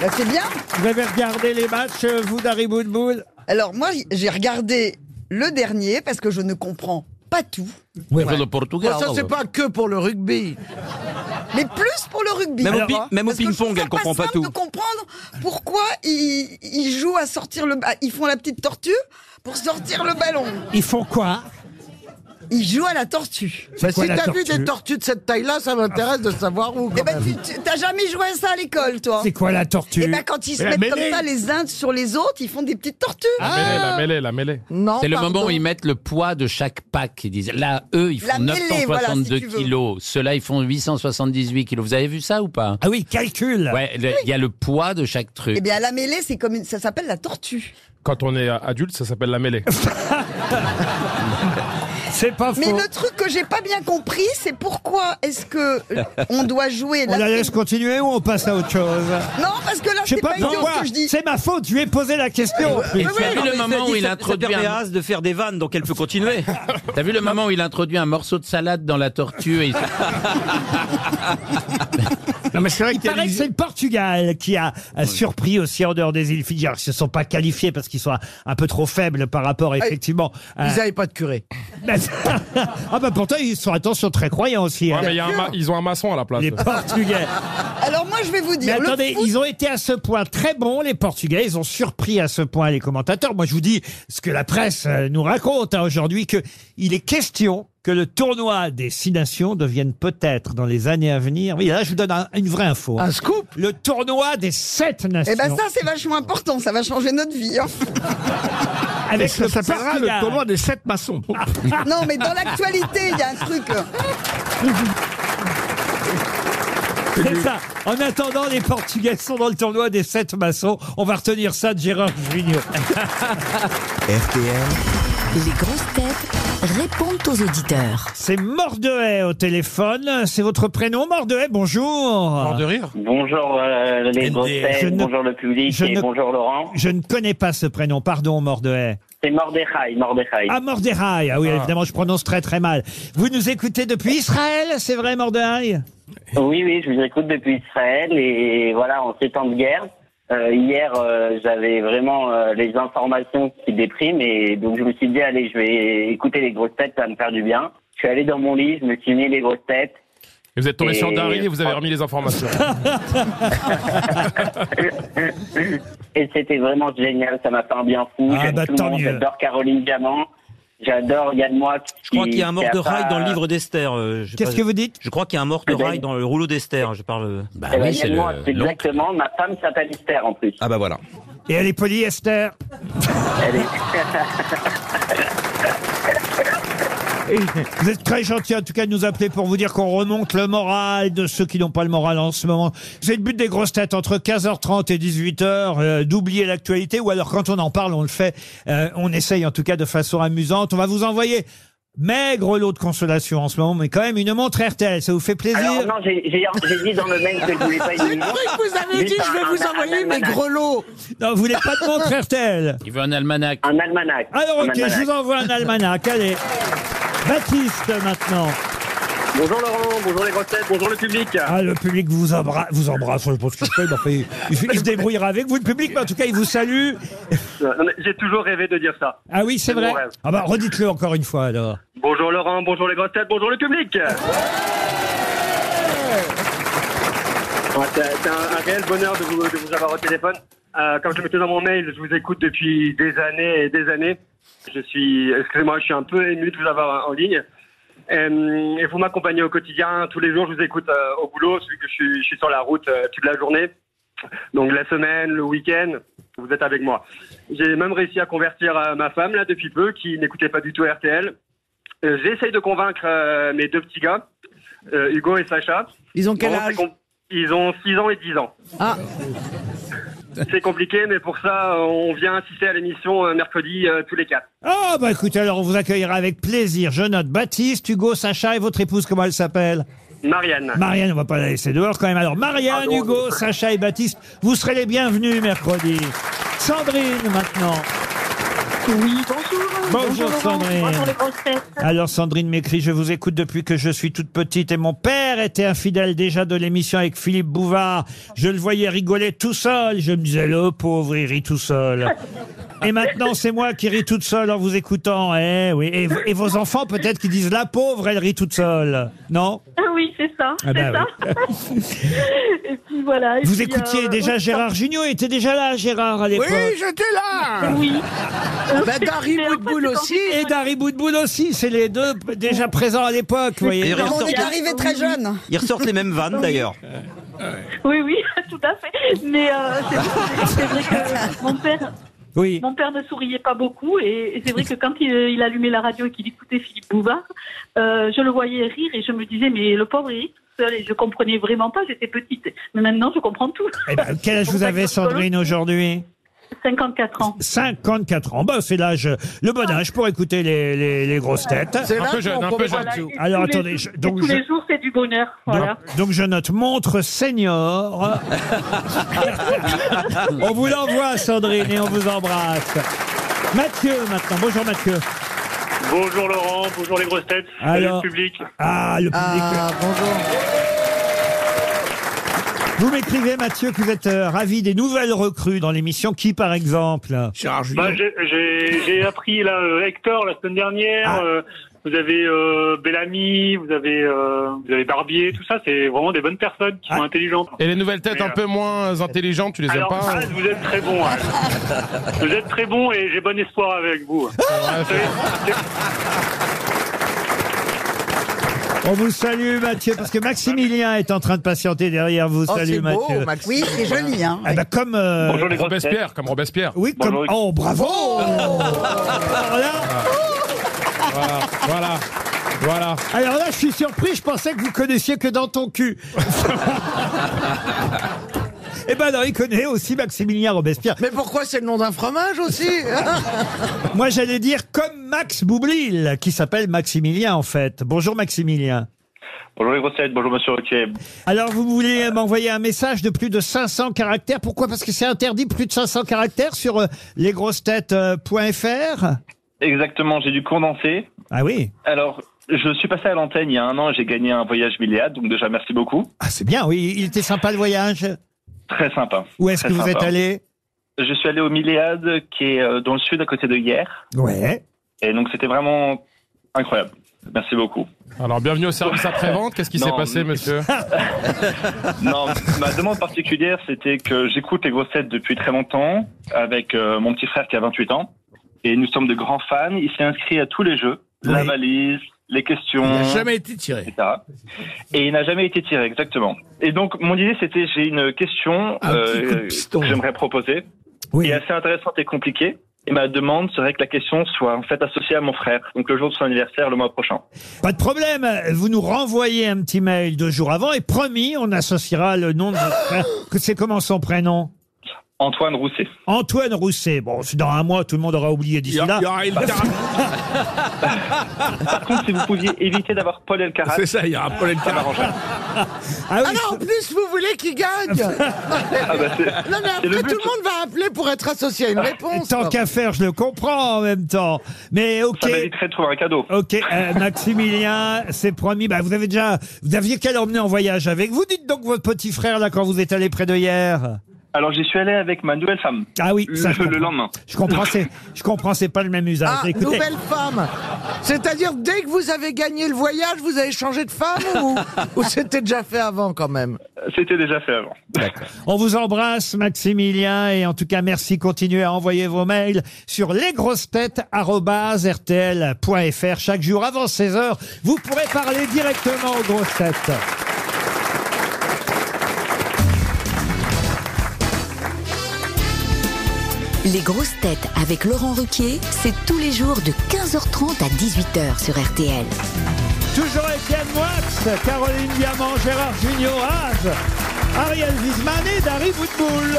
[SPEAKER 7] Bah, C'est bien.
[SPEAKER 2] vous avez regardé les matchs, euh, vous, Dari Boudboul
[SPEAKER 7] Alors, moi, j'ai regardé le dernier parce que je ne comprends pas tout,
[SPEAKER 8] Contre le Portugal.
[SPEAKER 4] Bah, Ça,
[SPEAKER 7] Oh,
[SPEAKER 4] c'est pas que pour le rugby
[SPEAKER 7] mais plus pour le rugby.
[SPEAKER 5] Même au
[SPEAKER 7] Alors,
[SPEAKER 5] pi-
[SPEAKER 7] hein,
[SPEAKER 5] même au
[SPEAKER 7] parce que je
[SPEAKER 5] ping-pong,
[SPEAKER 7] trouve ça
[SPEAKER 5] elle comprend pas
[SPEAKER 7] simple
[SPEAKER 5] tout.
[SPEAKER 7] de comprendre pourquoi ils, ils jouent à sortir le ba- Ils font la petite tortue pour sortir le ballon.
[SPEAKER 2] Ils font quoi
[SPEAKER 7] Ils jouent à la tortue.
[SPEAKER 2] C'est
[SPEAKER 4] Bah,
[SPEAKER 2] quoi
[SPEAKER 4] Si
[SPEAKER 2] la
[SPEAKER 4] t'as vu
[SPEAKER 2] tortue
[SPEAKER 4] des tortues de cette taille-là, ça m'intéresse de savoir où,
[SPEAKER 7] Eh
[SPEAKER 4] quand
[SPEAKER 7] ben,
[SPEAKER 4] même.
[SPEAKER 7] tu tu- t'as jamais joué à ça à l'école, toi
[SPEAKER 2] C'est quoi la tortue
[SPEAKER 7] Eh ben, quand ils se
[SPEAKER 6] la
[SPEAKER 7] mettent
[SPEAKER 6] mêlée.
[SPEAKER 7] comme ça les uns sur les autres, ils font des petites tortues.
[SPEAKER 3] La mêlée, la mêlée, la mêlée.
[SPEAKER 4] Non,
[SPEAKER 8] C'est le
[SPEAKER 4] pardon.
[SPEAKER 8] moment où ils mettent le poids de chaque pack. Ils disent, là, eux, ils
[SPEAKER 7] La
[SPEAKER 8] font
[SPEAKER 7] mêlée,
[SPEAKER 8] 962
[SPEAKER 7] voilà, si tu veux.
[SPEAKER 8] kilos. Ceux-là, ils font 878 kilos. Vous avez vu ça ou pas
[SPEAKER 2] Ah oui, calcul
[SPEAKER 8] Ouais, le- il y a le poids de chaque truc.
[SPEAKER 7] Eh bien, à la mêlée, c'est comme une- ça s'appelle la tortue.
[SPEAKER 3] Quand on est adulte, ça s'appelle la mêlée.
[SPEAKER 2] C'est pas faux.
[SPEAKER 7] Mais le truc que j'ai pas bien compris, c'est pourquoi est-ce que on doit jouer
[SPEAKER 2] On
[SPEAKER 7] la...
[SPEAKER 2] la laisse continuer ou on passe à autre chose
[SPEAKER 7] Non, parce que là,
[SPEAKER 2] Je
[SPEAKER 7] c'est
[SPEAKER 2] sais pas
[SPEAKER 7] pas, idiot
[SPEAKER 2] pourquoi.
[SPEAKER 7] ce que je dis.
[SPEAKER 2] C'est ma faute, je lui ai posé la question.
[SPEAKER 8] Et tu as
[SPEAKER 5] Non,
[SPEAKER 8] vu
[SPEAKER 5] mais
[SPEAKER 8] le
[SPEAKER 5] ça
[SPEAKER 8] moment
[SPEAKER 5] dit,
[SPEAKER 8] où il
[SPEAKER 5] ça- ça
[SPEAKER 8] introduit
[SPEAKER 5] permet
[SPEAKER 8] un-
[SPEAKER 5] à As de faire des vannes, donc elle peut continuer.
[SPEAKER 8] T'as vu le moment où il introduit un morceau de salade dans la tortue et il-
[SPEAKER 6] Non, mais c'est vrai
[SPEAKER 2] Il
[SPEAKER 6] qu'il y a
[SPEAKER 2] paraît que
[SPEAKER 6] des-
[SPEAKER 2] c'est le Portugal qui a a surpris aussi en dehors des îles Fidji. Alors, ils se sont pas qualifiés parce qu'ils sont un- un peu trop faibles par rapport,
[SPEAKER 7] Ah,
[SPEAKER 2] effectivement. à-
[SPEAKER 4] Ils n'avaient pas de curé.
[SPEAKER 2] ah bah pourtant, ils sont, attention, très croyants aussi. hein,
[SPEAKER 3] Ouais, mais il y a un ma- ils ont un maçon à la place.
[SPEAKER 2] Les Portugais.
[SPEAKER 7] Alors moi, je vais vous
[SPEAKER 2] Mais
[SPEAKER 7] dire. le
[SPEAKER 2] attendez,
[SPEAKER 7] foot-
[SPEAKER 2] ils ont été à ce point très bons, les Portugais. Ils ont surpris à ce point les commentateurs. Moi, je vous dis ce que la presse euh, nous raconte hein, aujourd'hui, que il est question que le tournoi des six nations devienne peut-être dans les années à venir. Oui, là, je vous donne un- une vraie info. hein.
[SPEAKER 4] Un scoop
[SPEAKER 2] Le tournoi des sept nations.
[SPEAKER 7] Eh ben ça, c'est vachement important. Ça va changer notre vie. hein.
[SPEAKER 2] avec
[SPEAKER 6] Ça
[SPEAKER 2] le Ah
[SPEAKER 6] s'appellera
[SPEAKER 2] Portugal.
[SPEAKER 6] le tournoi des sept maçons.
[SPEAKER 7] Non, mais dans l'actualité, il y a un truc. euh,
[SPEAKER 2] C'est ça. En attendant, les Portugais sont dans le tournoi des sept maçons. On va retenir ça de Gérard Junior.
[SPEAKER 1] RTL,
[SPEAKER 9] Les grosses têtes répondent aux auditeurs.
[SPEAKER 2] C'est Mordehay au téléphone. C'est votre prénom, Mordehay. Bonjour.
[SPEAKER 3] Mort de rire
[SPEAKER 10] Bonjour euh, les grosses têtes,
[SPEAKER 2] Je ne-
[SPEAKER 10] bonjour le public
[SPEAKER 2] je
[SPEAKER 10] et
[SPEAKER 2] ne-
[SPEAKER 10] bonjour Laurent.
[SPEAKER 2] Je ne connais pas ce prénom. Pardon, Mordehay.
[SPEAKER 10] C'est Mordechai, Mordechai.
[SPEAKER 2] Ah, Mordehay. Ah oui,
[SPEAKER 3] Ah.
[SPEAKER 2] évidemment, je prononce très très mal. Vous nous écoutez depuis Israël, c'est vrai, Mordehay
[SPEAKER 10] Oui, oui, je vous écoute depuis Israël et voilà, en ces temps de guerre. euh, hier, euh, j'avais vraiment euh, les informations qui dépriment et donc je me suis dit, allez, je vais écouter les grosses têtes, ça va me faire du bien. Je suis allé dans mon lit, je me suis mis les grosses têtes.
[SPEAKER 3] Et vous êtes tombé
[SPEAKER 10] Et-
[SPEAKER 3] sur Darry et vous
[SPEAKER 11] oh.
[SPEAKER 3] avez remis les informations.
[SPEAKER 10] et c'était vraiment génial, ça m'a fait un bien fou.
[SPEAKER 2] Ah,
[SPEAKER 10] J'aime
[SPEAKER 2] bah,
[SPEAKER 10] tout le
[SPEAKER 2] tant
[SPEAKER 10] monde,
[SPEAKER 2] mieux.
[SPEAKER 10] j'adore Caroline Diamant, j'adore Yann Moix.
[SPEAKER 5] Je crois qu'il y a un mort de rail dans le livre
[SPEAKER 10] de
[SPEAKER 5] d'Esther. euh, je sais
[SPEAKER 2] Qu'est-ce
[SPEAKER 5] pas-
[SPEAKER 2] que vous dites
[SPEAKER 5] Je crois qu'il y a un mort de
[SPEAKER 10] Eh ben-
[SPEAKER 5] rail dans le rouleau d'Esther. Je parle. euh,
[SPEAKER 8] Bah
[SPEAKER 10] Eh ben,
[SPEAKER 8] oui, c'est
[SPEAKER 10] Yann Moix,
[SPEAKER 8] le- l'oncle.
[SPEAKER 10] exactement. Ma femme s'appelle Esther en plus.
[SPEAKER 11] Ah bah voilà.
[SPEAKER 2] Et elle est polyester.
[SPEAKER 10] Elle est-
[SPEAKER 2] Vous êtes très gentil en tout cas de nous appeler pour vous dire qu'on remonte le moral de ceux qui n'ont pas le moral en ce moment. C'est le but des grosses têtes entre 15h30 et 18h euh, d'oublier l'actualité ou alors quand on en parle on le fait. Euh, on essaye en tout cas de façon amusante. On va vous envoyer maigre lot de consolation en ce moment mais quand même une montre RTL. Ça vous fait plaisir
[SPEAKER 10] Alors non, j'ai j'ai- j'ai dit dans le mail que je voulais pas
[SPEAKER 4] J'ai
[SPEAKER 10] une
[SPEAKER 4] cru
[SPEAKER 10] montre.
[SPEAKER 4] que vous avez dit, je vais vous envoyer mes grelots.
[SPEAKER 2] Non, vous voulez pas de montre RTL
[SPEAKER 8] Il veut un almanach.
[SPEAKER 10] Un almanach.
[SPEAKER 2] Alors
[SPEAKER 10] Un
[SPEAKER 2] ok, je
[SPEAKER 10] almanach.
[SPEAKER 2] vous envoie un almanach. Allez. Baptiste maintenant.
[SPEAKER 11] Bonjour Laurent, bonjour les grosses têtes, bonjour le public.
[SPEAKER 2] Ah, le public vous embrasse, vous embrasse, je pense que je peux, il, en fait- il- il se débrouillera avec vous, le public, mais en tout cas, il vous salue.
[SPEAKER 11] Euh, non, mais J'ai toujours rêvé de dire ça.
[SPEAKER 2] Ah oui, c'est
[SPEAKER 11] C'est
[SPEAKER 2] vrai.
[SPEAKER 11] mon rêve.
[SPEAKER 2] Ah bah, redites-le encore une fois, alors.
[SPEAKER 11] Bonjour Laurent, bonjour les grosses têtes, bonjour le public. Ouais, C'est c'est un, un réel bonheur de vous, de vous avoir au téléphone. Euh, comme je le mettais dans mon mail, je vous écoute depuis des années et des années. Je suis, excusez-moi, je suis un peu ému de vous avoir en ligne. Euh, Et, vous m'accompagnez au quotidien. Tous les jours, je vous écoute euh, au boulot, celui que je suis, je suis sur la route euh, toute la journée. Donc la semaine, le week-end, vous êtes avec moi. J'ai même réussi à convertir euh, ma femme là depuis peu, qui n'écoutait pas du tout RTL. Euh, J'essaye de convaincre euh, mes deux petits gars, euh, Hugo et Sacha.
[SPEAKER 4] Ils ont quel
[SPEAKER 11] Bon,
[SPEAKER 4] âge
[SPEAKER 11] c'est com- Ils ont 6 ans et 10 ans.
[SPEAKER 4] Ah.
[SPEAKER 11] C'est compliqué, mais pour ça, euh, on vient assister à l'émission euh, mercredi euh, tous les quatre.
[SPEAKER 2] Ah bah, écoutez, alors, on vous accueillera avec plaisir. Je note Baptiste, Hugo, Sacha et votre épouse, comment elle s'appelle
[SPEAKER 11] Marianne.
[SPEAKER 2] Marianne, on va pas la laisser dehors quand même. Alors, Marianne, Hugo, Sacha et Baptiste, vous serez les bienvenus mercredi. Sandrine, maintenant.
[SPEAKER 12] Oui, bonjour.
[SPEAKER 2] Bonjour,
[SPEAKER 12] Laurent.
[SPEAKER 2] Sandrine.
[SPEAKER 12] Bonjour les grosses têtes.
[SPEAKER 2] Alors Sandrine m'écrit, je vous écoute depuis que je suis toute petite et mon père était infidèle déjà de l'émission avec Philippe Bouvard. Je le voyais rigoler tout seul. Je me disais, le pauvre, il rit tout seul. Et maintenant, c'est moi qui ris toute seule en vous écoutant. Eh oui. Et, v- et vos enfants, peut-être, qui disent, la pauvre, elle rit toute seule. Non
[SPEAKER 12] Ah oui, c'est ça.
[SPEAKER 2] Ah
[SPEAKER 12] c'est
[SPEAKER 2] bah
[SPEAKER 12] ça. et puis voilà. et
[SPEAKER 2] Vous
[SPEAKER 12] puis,
[SPEAKER 2] écoutiez
[SPEAKER 12] euh,
[SPEAKER 2] déjà
[SPEAKER 12] on-
[SPEAKER 2] Gérard Junior était déjà là, Gérard, à l'époque.
[SPEAKER 4] j'étais là.
[SPEAKER 12] Oui.
[SPEAKER 4] Bah, Dari
[SPEAKER 12] Mais en fait,
[SPEAKER 4] Boudboul
[SPEAKER 12] c'est quand-
[SPEAKER 4] aussi.
[SPEAKER 2] Et Dari Boudboul aussi, c'est les deux p- déjà présents à l'époque, vous voyez.
[SPEAKER 5] D'ailleurs,
[SPEAKER 7] On
[SPEAKER 5] ils,
[SPEAKER 7] est
[SPEAKER 5] ressortent,
[SPEAKER 7] arrivé très jeune.
[SPEAKER 5] ils ressortent les mêmes vannes d'ailleurs.
[SPEAKER 2] Euh,
[SPEAKER 12] Oui, oui, tout à fait. Mais euh, c'est vrai- c'est vrai que mon père,
[SPEAKER 2] Oui.
[SPEAKER 12] mon père ne souriait pas beaucoup. Et, et c'est vrai que quand il, il allumait la radio et qu'il écoutait Philippe Bouvard, euh, je le voyais rire et je me disais, mais le pauvre, il rit tout seul. Et je comprenais vraiment pas, j'étais petite. Mais maintenant, je comprends tout.
[SPEAKER 2] Eh ben, quel âge vous avez, Sandrine, aujourd'hui
[SPEAKER 12] 54 ans.
[SPEAKER 2] 54 ans. Bah, c'est l'âge, le bon âge pour écouter les, les, les grosses têtes.
[SPEAKER 4] C'est là
[SPEAKER 3] peu
[SPEAKER 4] qu'on
[SPEAKER 3] jeune, un peu
[SPEAKER 4] comprend
[SPEAKER 3] jeune.
[SPEAKER 4] tout.
[SPEAKER 12] Et
[SPEAKER 2] Alors,
[SPEAKER 12] tous les
[SPEAKER 2] attendez,
[SPEAKER 12] jours-
[SPEAKER 2] je- donc
[SPEAKER 12] et tous
[SPEAKER 2] je-
[SPEAKER 12] les jours, c'est du bonheur. Voilà.
[SPEAKER 2] Donc, donc je note montre senior. on vous l'envoie, Sandrine, et on vous embrasse. Mathieu, maintenant. Bonjour, Mathieu.
[SPEAKER 11] Bonjour Laurent, bonjour les grosses têtes,
[SPEAKER 2] Alors-
[SPEAKER 11] le public.
[SPEAKER 2] Ah, le public.
[SPEAKER 4] Ah, bonjour.
[SPEAKER 2] Vous m'écrivez, Mathieu, que vous êtes euh, ravi des nouvelles recrues dans l'émission. Qui, par exemple
[SPEAKER 6] Gérard Junior.
[SPEAKER 11] Bah, j'ai- J'ai j'ai appris là, euh, Hector la semaine dernière.
[SPEAKER 2] Ah.
[SPEAKER 11] euh, vous avez euh, Bellamy, vous avez, euh, vous avez Barbier, tout ça, c'est vraiment des bonnes personnes qui
[SPEAKER 2] Ah.
[SPEAKER 11] sont intelligentes.
[SPEAKER 3] Et les nouvelles têtes un peu moins intelligentes, tu les aimes
[SPEAKER 11] Alors,
[SPEAKER 3] pas hein
[SPEAKER 11] Az, vous êtes très bon. Az. vous êtes très bon et j'ai bon espoir avec vous.
[SPEAKER 3] Ouais,
[SPEAKER 11] Vous savez,
[SPEAKER 3] c'est-
[SPEAKER 2] On vous salue, Mathieu, parce que Maximilien est en train de patienter derrière vous.
[SPEAKER 4] Oh,
[SPEAKER 2] Salut,
[SPEAKER 4] c'est beau,
[SPEAKER 2] Mathieu.
[SPEAKER 4] Max.
[SPEAKER 7] Oui, c'est joli, hein.
[SPEAKER 2] Ah bah, comme... euh,
[SPEAKER 11] Bonjour les grosses têtes.
[SPEAKER 3] Robespierre, comme Robespierre.
[SPEAKER 2] Oui, comme...
[SPEAKER 11] Bonjour.
[SPEAKER 2] Oh, bravo Alors là...
[SPEAKER 3] Voilà, voilà, voilà.
[SPEAKER 2] Alors là, je suis surpris, je pensais que vous connaissiez que dans ton cul. Eh ben non, il connaît aussi Maximilien Robespierre. Mais pourquoi c'est le nom d'un fromage aussi hein Moi, j'allais dire comme Max Boublil, qui s'appelle Maximilien en fait. Bonjour Maximilien.
[SPEAKER 13] Bonjour les grosses têtes, bonjour monsieur Ruquier.
[SPEAKER 2] Alors, vous voulez m'envoyer un message de plus de 500 caractères. Pourquoi Parce que c'est interdit plus de 500 caractères sur euh, lesgrossetêtes.fr
[SPEAKER 13] Exactement, j'ai dû condenser.
[SPEAKER 2] Ah oui
[SPEAKER 13] Alors, je suis passé à l'antenne il y a un an, j'ai gagné un voyage Milléade, donc déjà merci beaucoup.
[SPEAKER 2] Ah, c'est bien, oui. Il était sympa le voyage.
[SPEAKER 13] Très sympa.
[SPEAKER 2] Où est-ce
[SPEAKER 13] Très
[SPEAKER 2] que vous
[SPEAKER 13] sympa.
[SPEAKER 2] êtes allé
[SPEAKER 13] Je suis allé au Milléade, qui est euh, dans le sud à côté de Hier.
[SPEAKER 2] Ouais.
[SPEAKER 13] Et donc c'était vraiment incroyable. Merci beaucoup.
[SPEAKER 3] Alors, bienvenue au service après-vente. Qu'est-ce qui s'est
[SPEAKER 13] Non,
[SPEAKER 3] passé,
[SPEAKER 13] mais-
[SPEAKER 3] monsieur
[SPEAKER 13] Non, ma demande particulière, c'était que j'écoute les grosses têtes depuis très longtemps, avec euh, mon petit frère qui a 28 ans. Et nous sommes de grands fans. Il s'est inscrit à tous les jeux. La valise, les questions.
[SPEAKER 6] Il n'a jamais été tiré.
[SPEAKER 13] etc. Et il n'a jamais été tiré, exactement. Et donc, mon idée, c'était, j'ai une question euh,
[SPEAKER 6] Un petit coup de piston.
[SPEAKER 13] que j'aimerais proposer, qui est assez intéressante et compliquée. Et ma demande serait que la question soit en fait associée à mon frère, donc le jour de son anniversaire, le mois prochain.
[SPEAKER 2] Pas de problème, vous nous renvoyez un petit mail deux jours avant et promis, on associera le nom de votre frère. Que c'est comment son prénom
[SPEAKER 13] Antoine Rousset.
[SPEAKER 2] Antoine Rousset. Bon, c'est dans un mois, tout le monde aura oublié d'ici là.
[SPEAKER 13] Par contre, si vous pouviez éviter d'avoir Paul Elkarat.
[SPEAKER 2] C'est ça, il y aura Paul
[SPEAKER 13] Elkarat.
[SPEAKER 2] Ah,
[SPEAKER 4] non, en plus, vous voulez qu'il gagne
[SPEAKER 13] bah, c'est- Ah,
[SPEAKER 4] Non, mais après, tout le monde va appeler pour être associé à une réponse.
[SPEAKER 2] Tant qu'à faire, je le comprends en même temps. Mais ok.
[SPEAKER 13] Ça mériterait de trouver un cadeau.
[SPEAKER 2] Ok, euh, Maximilien, c'est promis. Bah, vous avez déjà, vous aviez qu'à l'emmener en voyage avec vous. Dites donc votre petit frère là quand vous êtes allé près de hier.
[SPEAKER 13] Alors, j'y suis allé avec ma nouvelle femme.
[SPEAKER 2] Ah oui,
[SPEAKER 13] le,
[SPEAKER 2] ça, je
[SPEAKER 13] le
[SPEAKER 2] comprends.
[SPEAKER 13] lendemain.
[SPEAKER 2] Je comprends, c'est, je comprends, c'est pas le même usage.
[SPEAKER 4] Ah,
[SPEAKER 2] Écoutez,
[SPEAKER 4] nouvelle femme C'est-à-dire, dès que vous avez gagné le voyage, vous avez changé de femme ou, ou c'était déjà fait avant quand même
[SPEAKER 13] C'était déjà fait avant.
[SPEAKER 2] On vous embrasse, Maximilien, et en tout cas, merci. Continuez à envoyer vos mails sur lesgrossetêtes.rtl.fr. Chaque jour, avant 16h, vous pourrez parler directement aux grosses têtes.
[SPEAKER 12] Les grosses têtes avec Laurent Ruquier, c'est tous les jours de 15h30 à 18h sur RTL.
[SPEAKER 2] Toujours Étienne Moix, Caroline Diamant, Gérard Junior, Az, Ariel Wiesman et Dari Boutboul.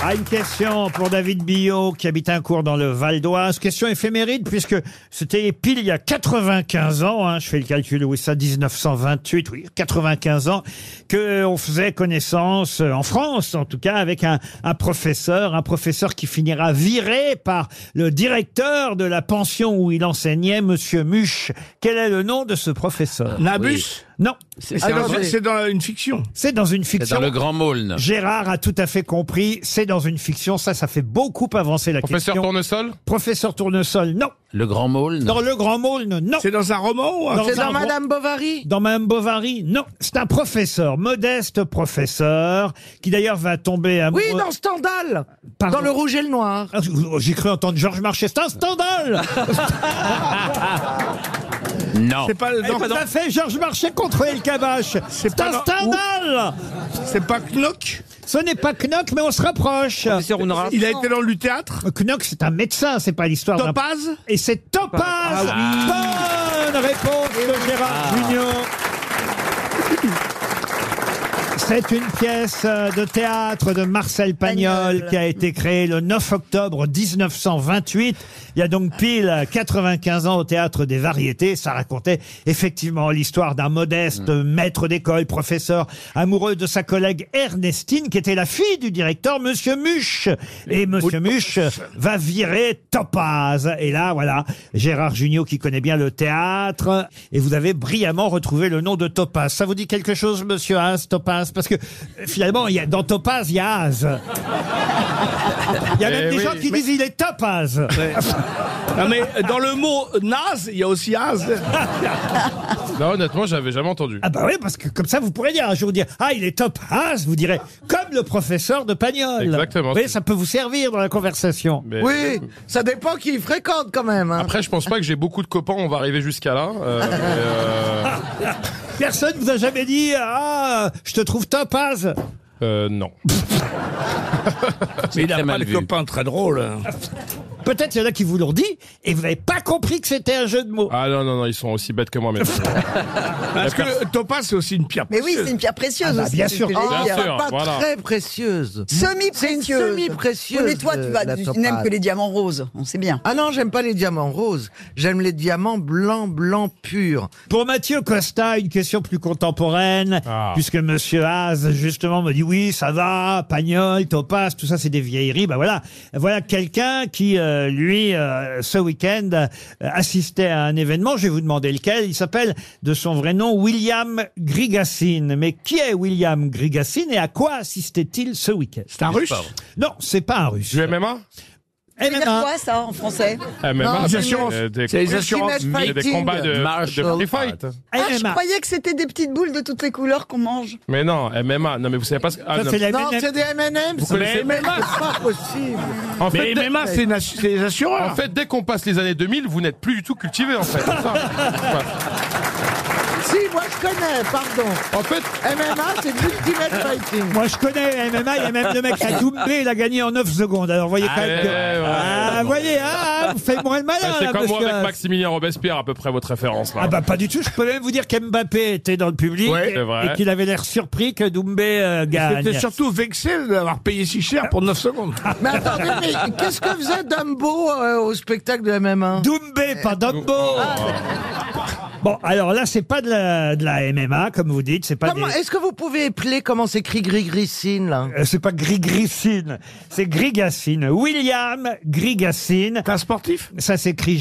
[SPEAKER 2] Ah, une question pour David Billot qui habite un cours dans le Val d'Oise. Question éphéméride puisque c'était pile il y a 95 ans, hein, je fais le calcul, oui, ça 1928, oui, 95 ans, que on faisait connaissance euh, en France, en tout cas, avec un, un professeur, un professeur qui finira viré par le directeur de la pension où il enseignait, Monsieur Muche. Quel est le nom de ce professeur
[SPEAKER 8] Nabus
[SPEAKER 2] Non.
[SPEAKER 8] C'est c'est dans, c'est dans
[SPEAKER 2] Euh,
[SPEAKER 8] une fiction.
[SPEAKER 2] C'est dans une fiction.
[SPEAKER 8] dans le Grand Maulne.
[SPEAKER 2] Gérard a tout à fait compris. C'est dans une fiction. Ça, ça fait beaucoup avancer la
[SPEAKER 3] Professeur
[SPEAKER 2] question.
[SPEAKER 3] Tournesol
[SPEAKER 2] Professeur Tournesol, non.
[SPEAKER 14] Le Grand Maulne
[SPEAKER 2] Dans Le Grand Maulne, non.
[SPEAKER 8] C'est dans un roman ou un-
[SPEAKER 4] C'est dans
[SPEAKER 2] un ro-
[SPEAKER 4] Madame Bovary
[SPEAKER 2] Dans Madame Bovary, non. C'est un professeur, modeste professeur, qui d'ailleurs va tomber
[SPEAKER 4] Oui,
[SPEAKER 2] amoureux.
[SPEAKER 4] dans Stendhal
[SPEAKER 2] Pardon.
[SPEAKER 4] Dans Le Rouge et le Noir.
[SPEAKER 2] Ah, J'ai cru entendre Georges Marchais. C'est un Stendhal
[SPEAKER 14] Non.
[SPEAKER 8] C'est pas le-
[SPEAKER 2] Et
[SPEAKER 8] dans-
[SPEAKER 2] tout à fait Georges Marchais contre El Kabache. C'est
[SPEAKER 8] pas
[SPEAKER 2] un
[SPEAKER 8] dans-
[SPEAKER 2] Stendhal
[SPEAKER 8] C'est pas Knock
[SPEAKER 2] Ce n'est pas Knock, mais on se rapproche.
[SPEAKER 8] Il a été dans le théâtre
[SPEAKER 2] Knock, c'est un médecin, c'est pas l'histoire d'un...
[SPEAKER 8] Topaz
[SPEAKER 2] Et c'est Topaz
[SPEAKER 8] Ah
[SPEAKER 2] Bonne réponse de Gérard Junior c'est une pièce euh, de théâtre de Marcel Pagnol qui a été créée le 9 octobre 1928. Il y a donc pile euh, 95 ans au théâtre des variétés. Ça racontait effectivement l'histoire d'un modeste maître d'école, professeur, amoureux de sa collègue Ernestine, qui était la fille du directeur, Monsieur Muche. Et Monsieur Muche va virer Topaz. Et là, voilà, Gérard Jugnot qui connaît bien le théâtre. Et vous avez brillamment retrouvé le nom de Topaz. Ça vous dit quelque chose, monsieur Haas, Topaz Parce que euh, finalement, il y a, dans Topaz, il y a Haas. Il y a
[SPEAKER 8] Eh
[SPEAKER 2] même des
[SPEAKER 8] oui,
[SPEAKER 2] gens qui
[SPEAKER 8] mais-
[SPEAKER 2] disent il est Topaz.
[SPEAKER 8] Non mais dans le mot naze, il y a aussi az.
[SPEAKER 3] Là, honnêtement, j'avais jamais entendu.
[SPEAKER 2] Ah bah oui, parce que comme ça, vous pourrez dire un jour, dire « Ah, il est top as », vous direz « Comme le professeur de Pagnol ».
[SPEAKER 3] Exactement.
[SPEAKER 2] Vous voyez, ça peut vous servir dans la conversation.
[SPEAKER 3] Mais-
[SPEAKER 4] Oui, ça dépend qui il fréquente quand même.
[SPEAKER 7] Ah,
[SPEAKER 4] hein.
[SPEAKER 3] Après, je pense pas que j'ai beaucoup de copains. On va arriver jusqu'à là. Euh, mais, euh,
[SPEAKER 2] Personne vous a jamais dit « Ah, je te trouve top as
[SPEAKER 3] euh, non.
[SPEAKER 8] Mais il
[SPEAKER 14] très
[SPEAKER 8] a pas
[SPEAKER 14] mal
[SPEAKER 8] de
[SPEAKER 14] vu.
[SPEAKER 6] hein.
[SPEAKER 8] copain très drôle.
[SPEAKER 2] Peut-être il y en a qui vous l'ont dit et vous n'avez pas compris que c'était un jeu de mots.
[SPEAKER 3] Ah non, non, non, ils sont aussi bêtes que moi, mais.
[SPEAKER 6] Parce que Topaz, c'est aussi une pierre
[SPEAKER 7] Mais oui, c'est une pierre précieuse
[SPEAKER 3] Ah bah,
[SPEAKER 7] aussi.
[SPEAKER 3] bien
[SPEAKER 7] c'est
[SPEAKER 3] sûr.
[SPEAKER 7] ce
[SPEAKER 4] Oh,
[SPEAKER 7] que j'allais
[SPEAKER 3] Bien
[SPEAKER 7] dire.
[SPEAKER 3] sûr,
[SPEAKER 7] Pas
[SPEAKER 3] voilà.
[SPEAKER 7] très-
[SPEAKER 4] précieuse.
[SPEAKER 7] Semi-précieuse.
[SPEAKER 4] semi-précieuse,
[SPEAKER 7] Oui, mais toi, tu, vas-
[SPEAKER 4] la
[SPEAKER 7] tu
[SPEAKER 4] topaz.
[SPEAKER 7] n'aimes que les diamants roses, on sait bien.
[SPEAKER 4] Ah non, j'aime pas les diamants roses. J'aime les diamants blancs, blancs purs.
[SPEAKER 2] Pour Mathieu Costa, une question plus contemporaine, puisque Monsieur Haas, justement, me dit oui, ça va, Pagnol, Topaz, tout ça, c'est des vieilleries. Ben voilà, voilà quelqu'un qui, euh, lui, euh, ce week-end, euh, assistait à un événement. Je vais vous demander lequel. Il s'appelle, de son vrai nom, William Grigassine. Mais qui est William Grigassine et à quoi assistait-il ce week-end C'est
[SPEAKER 6] un Russe
[SPEAKER 2] Non, c'est pas un Russe. Du
[SPEAKER 3] MMA
[SPEAKER 2] Eh ben,
[SPEAKER 7] Ça veut dire
[SPEAKER 2] euh,
[SPEAKER 7] quoi, ça, en français
[SPEAKER 3] MMA,
[SPEAKER 6] les
[SPEAKER 3] c'est
[SPEAKER 6] assurances.
[SPEAKER 3] des- des-
[SPEAKER 6] C'est les
[SPEAKER 3] des
[SPEAKER 6] assurances.
[SPEAKER 3] assurances, mais des combats de, de free fight.
[SPEAKER 4] Eh ben,
[SPEAKER 7] Ah, je
[SPEAKER 2] MMA.
[SPEAKER 7] croyais que c'était des petites boules de toutes les couleurs qu'on mange.
[SPEAKER 3] Mais non, MMA, non mais vous savez pas ce que. ah, non.
[SPEAKER 4] non, c'est des M&M. M&M's.
[SPEAKER 3] Vous connaissez
[SPEAKER 4] Mais
[SPEAKER 3] MMA?
[SPEAKER 4] C'est pas possible.
[SPEAKER 3] En
[SPEAKER 6] Mais
[SPEAKER 3] dès-
[SPEAKER 6] MMA, c'est une assu- c'est les assureurs.
[SPEAKER 3] En fait, dès qu'on passe les années 2000, vous n'êtes plus du tout cultivé en fait. C'est ça. Ouais.
[SPEAKER 4] Si, moi je connais, pardon.
[SPEAKER 3] En fait,
[SPEAKER 4] MMA, c'est de l'ultimate fighting.
[SPEAKER 2] Moi, je connais MMA, il y a même le mec à Doumbé, il a gagné en 9 secondes. Alors, vous voyez quand
[SPEAKER 3] Ah,
[SPEAKER 2] même
[SPEAKER 3] ouais,
[SPEAKER 2] que...
[SPEAKER 3] ouais,
[SPEAKER 2] Ah,
[SPEAKER 3] ouais.
[SPEAKER 2] vous voyez, ah, vous faites moins le malin,
[SPEAKER 3] Bah, c'est
[SPEAKER 2] là,
[SPEAKER 3] comme moi
[SPEAKER 2] monsieur.
[SPEAKER 3] avec Maximilien Robespierre, à peu près votre référence là.
[SPEAKER 2] Ah bah pas du tout, je peux même vous dire qu'Mbappé était dans le public
[SPEAKER 3] Ouais,
[SPEAKER 2] et-
[SPEAKER 3] c'est vrai.
[SPEAKER 2] et qu'il avait l'air surpris que Doumbé euh, gagne.
[SPEAKER 6] J'étais surtout vexé d'avoir payé si cher pour 9 secondes.
[SPEAKER 4] Mais attendez, mais qu'est-ce que faisait Dumbo euh, au spectacle de MMA
[SPEAKER 2] Doumbé,
[SPEAKER 4] Euh,
[SPEAKER 2] pas Dumbo
[SPEAKER 4] Ah,
[SPEAKER 2] Oh, Bon, alors là, c'est pas de la, de la MMA, comme vous dites, c'est pas
[SPEAKER 4] Comment-
[SPEAKER 2] des-
[SPEAKER 4] Est-ce que vous pouvez épeler comment s'écrit Gris-Grissine, là
[SPEAKER 2] Euh, C'est pas Grigrissine, c'est Grigassine. William Grigassine.
[SPEAKER 6] T'es un sportif
[SPEAKER 2] Ça s'écrit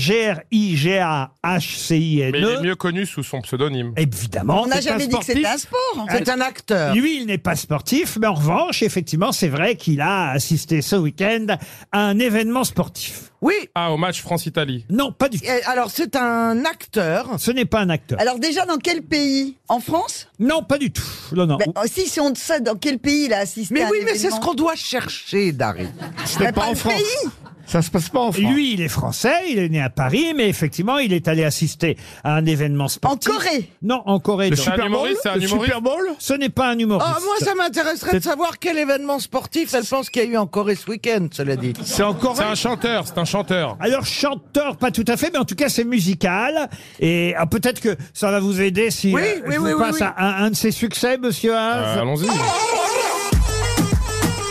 [SPEAKER 2] G-R-I-G-A-H-C-I-N-E.
[SPEAKER 3] Mais il est mieux connu sous son pseudonyme.
[SPEAKER 2] Évidemment.
[SPEAKER 7] On n'a
[SPEAKER 2] c'est un
[SPEAKER 7] jamais dit que
[SPEAKER 2] sportif.
[SPEAKER 7] c'était un sport.
[SPEAKER 4] C'est un acteur.
[SPEAKER 2] Lui, il n'est pas sportif, mais en revanche, effectivement, c'est vrai qu'il a assisté ce week-end à un événement sportif.
[SPEAKER 4] Oui,
[SPEAKER 3] Ah, au match France-Italie.
[SPEAKER 2] Non, pas du tout.
[SPEAKER 4] et alors c'est un acteur.
[SPEAKER 2] Ce n'est pas un acteur.
[SPEAKER 7] Alors déjà, dans quel pays En France
[SPEAKER 2] Non, pas du tout. Non, non.
[SPEAKER 7] Ben, Si, si on sait dans quel pays il a assisté
[SPEAKER 4] Mais
[SPEAKER 7] à un
[SPEAKER 4] oui, mais c'est ce
[SPEAKER 7] événement.
[SPEAKER 4] qu'on doit chercher, Dari.
[SPEAKER 6] C'était
[SPEAKER 7] Mais
[SPEAKER 6] pas
[SPEAKER 7] pas
[SPEAKER 6] en
[SPEAKER 7] le
[SPEAKER 6] France.
[SPEAKER 7] pays.
[SPEAKER 6] Ça se passe pas en France.
[SPEAKER 2] Lui, il est français, il est né à Paris, mais effectivement, il est allé assister à un événement sportif.
[SPEAKER 7] En Corée
[SPEAKER 2] Non, en Corée.
[SPEAKER 6] Le
[SPEAKER 2] non.
[SPEAKER 3] un
[SPEAKER 6] Super Bowl
[SPEAKER 3] humoriste, c'est un
[SPEAKER 6] Le
[SPEAKER 3] humoriste.
[SPEAKER 6] Super Bowl
[SPEAKER 2] Ce n'est pas un humoriste.
[SPEAKER 7] Oh,
[SPEAKER 4] Ah, moi, ça m'intéresserait de savoir quel événement sportif elle pense qu'il y a eu en Corée ce week-end, cela dit.
[SPEAKER 6] C'est encore
[SPEAKER 3] C'est un chanteur, c'est un chanteur.
[SPEAKER 2] Alors chanteur, pas tout à fait, mais en tout cas c'est musical. Et ah, peut-être que ça va vous aider si
[SPEAKER 4] Oui,
[SPEAKER 2] euh,
[SPEAKER 4] oui,
[SPEAKER 2] je
[SPEAKER 4] oui, oui,
[SPEAKER 2] vous passe
[SPEAKER 4] oui.
[SPEAKER 2] à un, un de ses succès, Monsieur Haas.
[SPEAKER 3] Euh, Allons-y.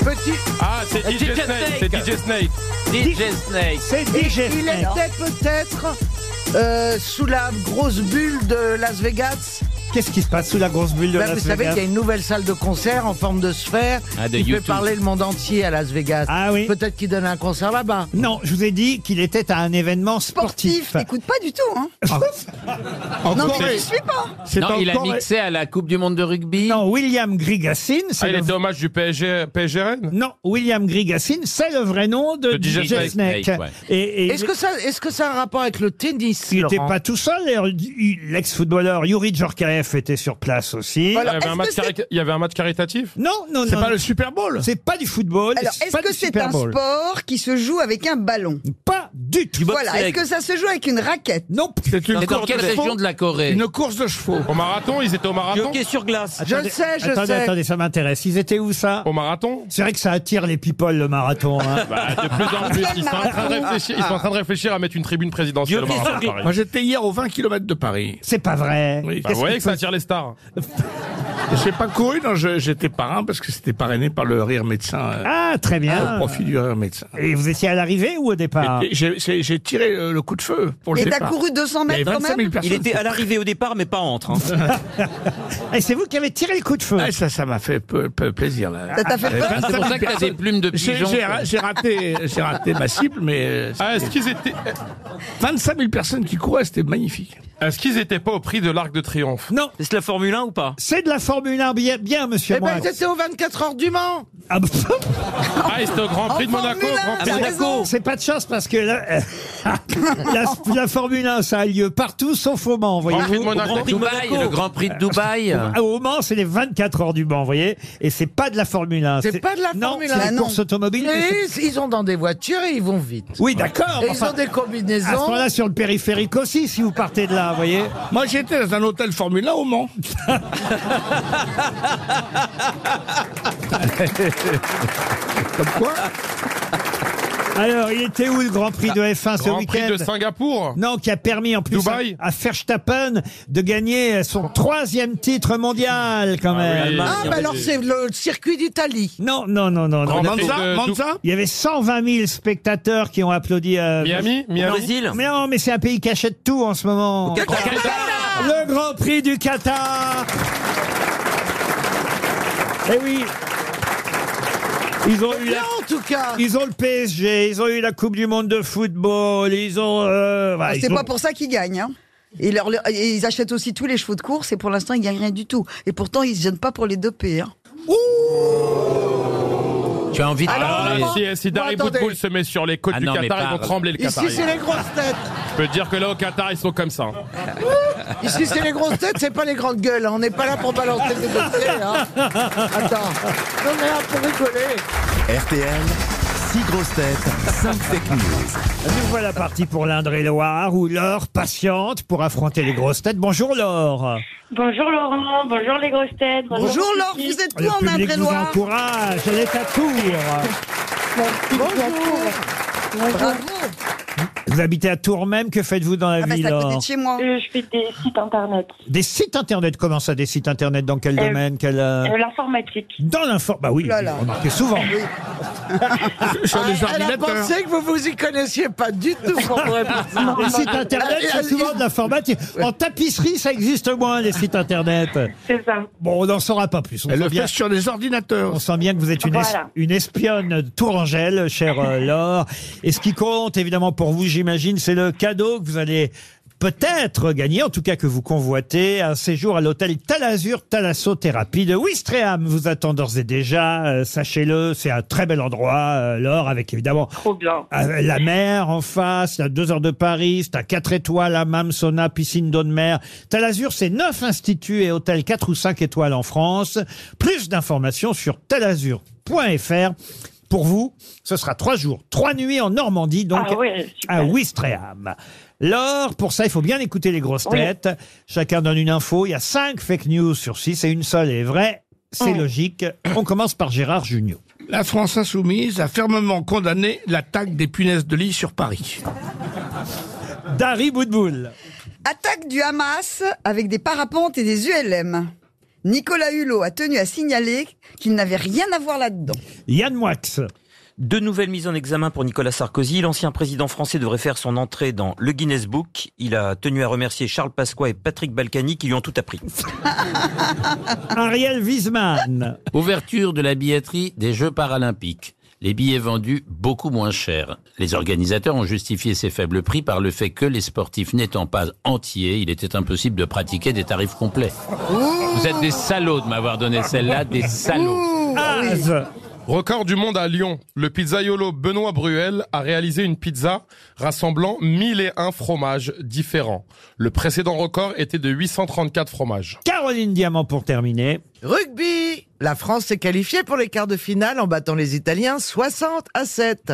[SPEAKER 4] Petit.
[SPEAKER 3] Ah, c'est DJ
[SPEAKER 8] DJ Snake.
[SPEAKER 3] Snake. C'est DJ Snake.
[SPEAKER 8] DJ Snake.
[SPEAKER 2] c'est DJ.
[SPEAKER 4] Il était peut-être euh, sous la grosse bulle de Las Vegas.
[SPEAKER 2] Qu'est-ce qui se passe sous la grosse bulle de
[SPEAKER 4] Là,
[SPEAKER 2] Las
[SPEAKER 4] vous savez
[SPEAKER 2] Vegas
[SPEAKER 4] qu'il y a une nouvelle salle de concert en forme de sphère
[SPEAKER 8] Ah, de
[SPEAKER 4] qui fait
[SPEAKER 8] YouTube.
[SPEAKER 4] parler le monde entier à Las Vegas.
[SPEAKER 2] Ah oui.
[SPEAKER 4] Peut-être qu'il donne un concert là-bas.
[SPEAKER 2] Non, je vous ai dit qu'il était à un événement
[SPEAKER 7] Sportif.
[SPEAKER 2] sportif.
[SPEAKER 7] T'écoutes pas du tout, hein
[SPEAKER 3] Ah.
[SPEAKER 6] en
[SPEAKER 7] Non, mais
[SPEAKER 6] Corée.
[SPEAKER 7] je suis pas.
[SPEAKER 6] C'est
[SPEAKER 8] Non,
[SPEAKER 6] en
[SPEAKER 8] il a
[SPEAKER 6] Corée.
[SPEAKER 8] mixé à la Coupe du Monde de rugby.
[SPEAKER 2] Non, William Grigassine,
[SPEAKER 3] Ah,
[SPEAKER 2] c'est
[SPEAKER 3] il
[SPEAKER 2] le...
[SPEAKER 3] était au match du PSG, PSG Rennes
[SPEAKER 2] non, William Grigassine, c'est le vrai nom de
[SPEAKER 3] Le DJ
[SPEAKER 2] DJ Snake.
[SPEAKER 8] Snake, ouais.
[SPEAKER 2] Et, et
[SPEAKER 4] Est-ce que ça, est-ce que ça a un rapport avec le tennis
[SPEAKER 2] il n'était
[SPEAKER 4] Laurent
[SPEAKER 2] pas tout seul. d'ailleurs, il- L'ex-footballeur Yuri Djorkaeff était sur place aussi.
[SPEAKER 3] il y,
[SPEAKER 7] Voilà.
[SPEAKER 3] avait
[SPEAKER 7] est-ce
[SPEAKER 3] un
[SPEAKER 7] que
[SPEAKER 3] match
[SPEAKER 7] c'est-
[SPEAKER 3] cari- il y avait un match caritatif
[SPEAKER 2] Non, non, non.
[SPEAKER 6] C'est pas le Super Bowl
[SPEAKER 2] C'est pas du football.
[SPEAKER 7] Alors,
[SPEAKER 2] c'est
[SPEAKER 7] est-ce
[SPEAKER 2] pas
[SPEAKER 7] que
[SPEAKER 2] du
[SPEAKER 7] c'est
[SPEAKER 2] Super
[SPEAKER 7] un
[SPEAKER 2] Bowl.
[SPEAKER 7] sport qui se joue avec un ballon
[SPEAKER 2] Pas du tout.
[SPEAKER 7] Voilà, est-ce que ça se joue avec une raquette
[SPEAKER 2] Non.
[SPEAKER 6] C'est une
[SPEAKER 8] C'est dans
[SPEAKER 6] course
[SPEAKER 8] quelle
[SPEAKER 6] de
[SPEAKER 8] région
[SPEAKER 6] chevaux.
[SPEAKER 8] de la Corée
[SPEAKER 6] Une course de chevaux.
[SPEAKER 3] Au marathon, ils étaient au
[SPEAKER 5] Du
[SPEAKER 3] marathon
[SPEAKER 5] hockey sur glace.
[SPEAKER 4] Je sais, je
[SPEAKER 2] attendez,
[SPEAKER 4] sais.
[SPEAKER 2] attendez, ça m'intéresse. Ils étaient où ça
[SPEAKER 3] Au marathon
[SPEAKER 2] C'est vrai que ça attire les people le marathon. hein.
[SPEAKER 3] Bah, de plus en plus, ils sont, en train de réfléchir, ils sont en train de réfléchir à mettre une tribune présidentielle au
[SPEAKER 5] Dieu
[SPEAKER 3] marathon
[SPEAKER 5] qui
[SPEAKER 3] à Paris.
[SPEAKER 6] Moi, j'étais hier aux 20 km de Paris.
[SPEAKER 2] C'est pas vrai.
[SPEAKER 6] Oui.
[SPEAKER 3] Bah, vous voyez que ça attire les stars.
[SPEAKER 6] J'ai pas couru, non, je- j'étais parrain parce que c'était parrainé par le rire médecin. euh,
[SPEAKER 2] Ah, très
[SPEAKER 6] au
[SPEAKER 2] bien.
[SPEAKER 6] profit du rire médecin.
[SPEAKER 2] Et vous étiez à l'arrivée ou au départ
[SPEAKER 6] Et J'ai c'est- j'ai tiré euh, le coup de feu pour le
[SPEAKER 7] Et t'as
[SPEAKER 6] départ.
[SPEAKER 7] couru 200
[SPEAKER 6] Il y avait
[SPEAKER 7] mètres quand
[SPEAKER 6] 25 000
[SPEAKER 7] même
[SPEAKER 6] personnes.
[SPEAKER 5] Il était à l'arrivée au départ, mais pas entre. hein.
[SPEAKER 2] Et c'est vous qui avez tiré le coup de feu.
[SPEAKER 6] Ah, ça, ça m'a fait peu- peu plaisir. Là.
[SPEAKER 7] Ça t'a fait
[SPEAKER 6] Il y avait
[SPEAKER 7] peur
[SPEAKER 6] 25
[SPEAKER 8] Ah, C'est pour ça
[SPEAKER 6] 000
[SPEAKER 8] que t'as des
[SPEAKER 6] personnes.
[SPEAKER 8] plumes de
[SPEAKER 6] J'ai-
[SPEAKER 8] pigeon.
[SPEAKER 6] J'ai ra- j'ai raté, j'ai raté ma cible, mais euh,
[SPEAKER 3] Ah, est-ce qu'ils étaient,
[SPEAKER 6] 25 000 personnes qui couraient, c'était magnifique.
[SPEAKER 3] est-ce qu'ils étaient pas au prix de l'Arc de Triomphe
[SPEAKER 2] Non,
[SPEAKER 5] C'est la Formule 1 ou pas
[SPEAKER 2] c'est de la Formule 1 bien, bien monsieur
[SPEAKER 4] Eh ben,
[SPEAKER 2] Moix.
[SPEAKER 4] ils étaient aux 24 heures du Mans.
[SPEAKER 2] Ah, bah,
[SPEAKER 3] Ah, ils étaient au Grand Prix de
[SPEAKER 7] En
[SPEAKER 3] Monaco,
[SPEAKER 7] Formule
[SPEAKER 3] au Grand
[SPEAKER 7] un,
[SPEAKER 3] Prix de
[SPEAKER 7] t'as raison.
[SPEAKER 2] C'est pas de chance parce que la, la, la Formule 1, ça a lieu partout sauf au
[SPEAKER 3] Grand
[SPEAKER 2] Mans,
[SPEAKER 3] Prix
[SPEAKER 2] voyez-vous.
[SPEAKER 3] de Monaco.
[SPEAKER 5] Grand Prix de
[SPEAKER 8] Dubaï,
[SPEAKER 5] Monaco.
[SPEAKER 8] le Grand Prix de Dubaï.
[SPEAKER 2] Ah, Au Mans, c'est les 24 heures du Mans, vous voyez Et c'est pas de la Formule 1.
[SPEAKER 4] C'est pas de la Formule
[SPEAKER 2] Ah, Non,
[SPEAKER 4] un,
[SPEAKER 2] c'est des
[SPEAKER 4] non.
[SPEAKER 7] Ah
[SPEAKER 2] courses automobiles. mais c'est-
[SPEAKER 4] Et ils, ils ont dans des voitures et ils vont vite.
[SPEAKER 2] Oui, d'accord.
[SPEAKER 4] Et
[SPEAKER 2] mais
[SPEAKER 4] ils
[SPEAKER 2] enfin,
[SPEAKER 4] ont des
[SPEAKER 2] à ce
[SPEAKER 4] combinaisons.
[SPEAKER 2] moment-là, sur le périphérique aussi, si vous partez de là, vous voyez
[SPEAKER 6] Moi, j'étais dans un hôtel Formule 1 au Mans. Comme quoi
[SPEAKER 2] Alors, il était où le Grand Prix de F1 ce
[SPEAKER 3] Grand
[SPEAKER 2] week-end
[SPEAKER 3] Prix de Singapour
[SPEAKER 2] Non, qui a permis en plus
[SPEAKER 3] Dubaï
[SPEAKER 2] à, à Verstappen de gagner son troisième titre mondial quand même.
[SPEAKER 4] Ah, bah alors c'est le circuit d'Italie.
[SPEAKER 2] Non, non, non, non.
[SPEAKER 4] Grand
[SPEAKER 2] non.
[SPEAKER 4] Prix Monza, de- Monza
[SPEAKER 2] Il y avait 120 000 spectateurs qui ont applaudi. euh,
[SPEAKER 3] Miami, Miami. Brésil
[SPEAKER 2] Mais non, mais c'est un pays qui achète tout en ce moment.
[SPEAKER 3] Au Qatar.
[SPEAKER 2] Le Grand Prix du Qatar. Eh oui. Ils ont eu la- Ils ont le PSG, ils ont eu la Coupe du Monde de football, ils ont. euh, bah,
[SPEAKER 7] Ah,
[SPEAKER 2] ils
[SPEAKER 7] c'est
[SPEAKER 2] ont-
[SPEAKER 7] pas pour ça qu'ils gagnent. hein. Et leur- leur- et ils achètent aussi tous les chevaux de course et pour l'instant ils gagnent rien du tout. Et pourtant ils se gênent pas pour les doper. hein.
[SPEAKER 8] Tu as envie de
[SPEAKER 3] Alors,
[SPEAKER 8] parler.
[SPEAKER 3] là, Ah, si, si Dari
[SPEAKER 8] attendez.
[SPEAKER 3] Boutboul se met sur les côtes
[SPEAKER 8] Ah
[SPEAKER 3] du
[SPEAKER 8] non, mais
[SPEAKER 3] Qatar, ils vont
[SPEAKER 8] pas-
[SPEAKER 3] trembler le Qatar.
[SPEAKER 4] grosses têtes.
[SPEAKER 3] Je peux te dire que là, au Qatar, ils sont comme ça. hein.
[SPEAKER 4] Ici, c'est les grosses têtes, c'est pas les grandes gueules. hein. On n'est pas là pour balancer des dossiers. hein. Attends, on est là pour rigoler.
[SPEAKER 1] RTL, 6 grosses têtes, 5 fake news.
[SPEAKER 2] Nous voilà partis pour l'Indre-et-Loire où Laure patiente pour affronter les grosses têtes. Bonjour Laure.
[SPEAKER 15] Bonjour Laurent, bonjour les grosses têtes.
[SPEAKER 7] Bonjour, Laure,
[SPEAKER 15] Kiki.
[SPEAKER 7] vous êtes
[SPEAKER 2] Le Ah, public vous encourage. Elle est à Tours.
[SPEAKER 7] Bonjour.
[SPEAKER 2] Vous habitez à Tours même. Que faites-vous
[SPEAKER 7] Ah,
[SPEAKER 2] dans la
[SPEAKER 15] bah,
[SPEAKER 2] vie,
[SPEAKER 15] c'est à côté
[SPEAKER 2] Laure
[SPEAKER 15] de chez Euh, je fais des sites internet,
[SPEAKER 2] Des sites internet. Comment ça, des sites internet Dans quel
[SPEAKER 15] Euh,
[SPEAKER 2] domaine quel, euh,
[SPEAKER 15] Euh, l'informatique.
[SPEAKER 2] Dans l'info. Bah oui,
[SPEAKER 15] Ouh Oh là là.
[SPEAKER 2] remarquez souvent. Sur les
[SPEAKER 4] elle a
[SPEAKER 2] ordinateurs.
[SPEAKER 4] pensé que vous vous y connaissiez pas du tout. pour vous répondre.
[SPEAKER 2] Les sites internet,
[SPEAKER 4] Elle-
[SPEAKER 2] c'est
[SPEAKER 4] elle-
[SPEAKER 2] souvent de l'informatique. En tapisserie, ça existe moins, les sites internet.
[SPEAKER 15] C'est ça.
[SPEAKER 2] Bon, on n'en saura pas plus. On
[SPEAKER 6] Elle
[SPEAKER 2] sent
[SPEAKER 6] le fait sur
[SPEAKER 2] les ordinateurs. On sent bien que vous êtes une, es-
[SPEAKER 15] Voilà.
[SPEAKER 2] une espionne tourangelle, chère euh, Laure. Et ce qui compte, évidemment, pour vous, j'imagine, c'est le cadeau que vous allez peut-être gagner, en tout cas que vous convoitez, un séjour à l'hôtel Talazur Thalassothérapie de Wistreham. Vous attend d'ores et déjà, euh, sachez-le, c'est un très bel endroit, euh, Laure, avec évidemment euh, la mer en face, à deux heures de Paris, c'est à 4 étoiles, hammam, sauna, piscine d'eau de mer. Talazur, c'est neuf instituts et hôtels 4 ou 5 étoiles en France. Plus d'informations sur talazur.fr. Pour vous, ce sera trois jours, trois nuits en Normandie, donc
[SPEAKER 15] Ah ouais, super.
[SPEAKER 2] à Ouistreham. L'or, pour ça, il faut bien écouter les grosses
[SPEAKER 15] Oui.
[SPEAKER 2] têtes. Chacun donne une info. Il y a cinq fake news sur six et une seule est vraie. C'est
[SPEAKER 6] Mm.
[SPEAKER 2] logique. On commence par Gérard Junior.
[SPEAKER 6] La France insoumise a fermement condamné l'attaque des punaises de lit sur Paris.
[SPEAKER 2] Dari Boudboul.
[SPEAKER 7] Attaque du Hamas avec des parapentes et des ULM. Nicolas Hulot a tenu à signaler qu'il n'avait rien à voir là-dedans.
[SPEAKER 2] Yann Moix.
[SPEAKER 5] Deux nouvelles mises en examen pour Nicolas Sarkozy. L'ancien président français devrait faire son entrée dans le Guinness Book. Il a tenu à remercier Charles Pasqua et Patrick Balkany qui lui ont tout appris.
[SPEAKER 2] Ariel Wiesmann.
[SPEAKER 8] Ouverture de la billetterie des Jeux paralympiques. Les billets vendus beaucoup moins chers. Les organisateurs ont justifié ces faibles prix par le fait que les sportifs n'étant pas entiers, il était impossible de pratiquer des tarifs complets. Vous êtes des salauds de m'avoir donné celle-là, des salauds.
[SPEAKER 7] Ah,
[SPEAKER 3] Ah, Record du monde à Lyon. Le pizzaiolo Benoît Bruel a réalisé une pizza rassemblant 1001 fromages différents. Le précédent record était de 834 fromages.
[SPEAKER 2] Caroline Diamant pour terminer.
[SPEAKER 4] Rugby La France s'est qualifiée pour les quarts de finale en battant les Italiens 60 à 7.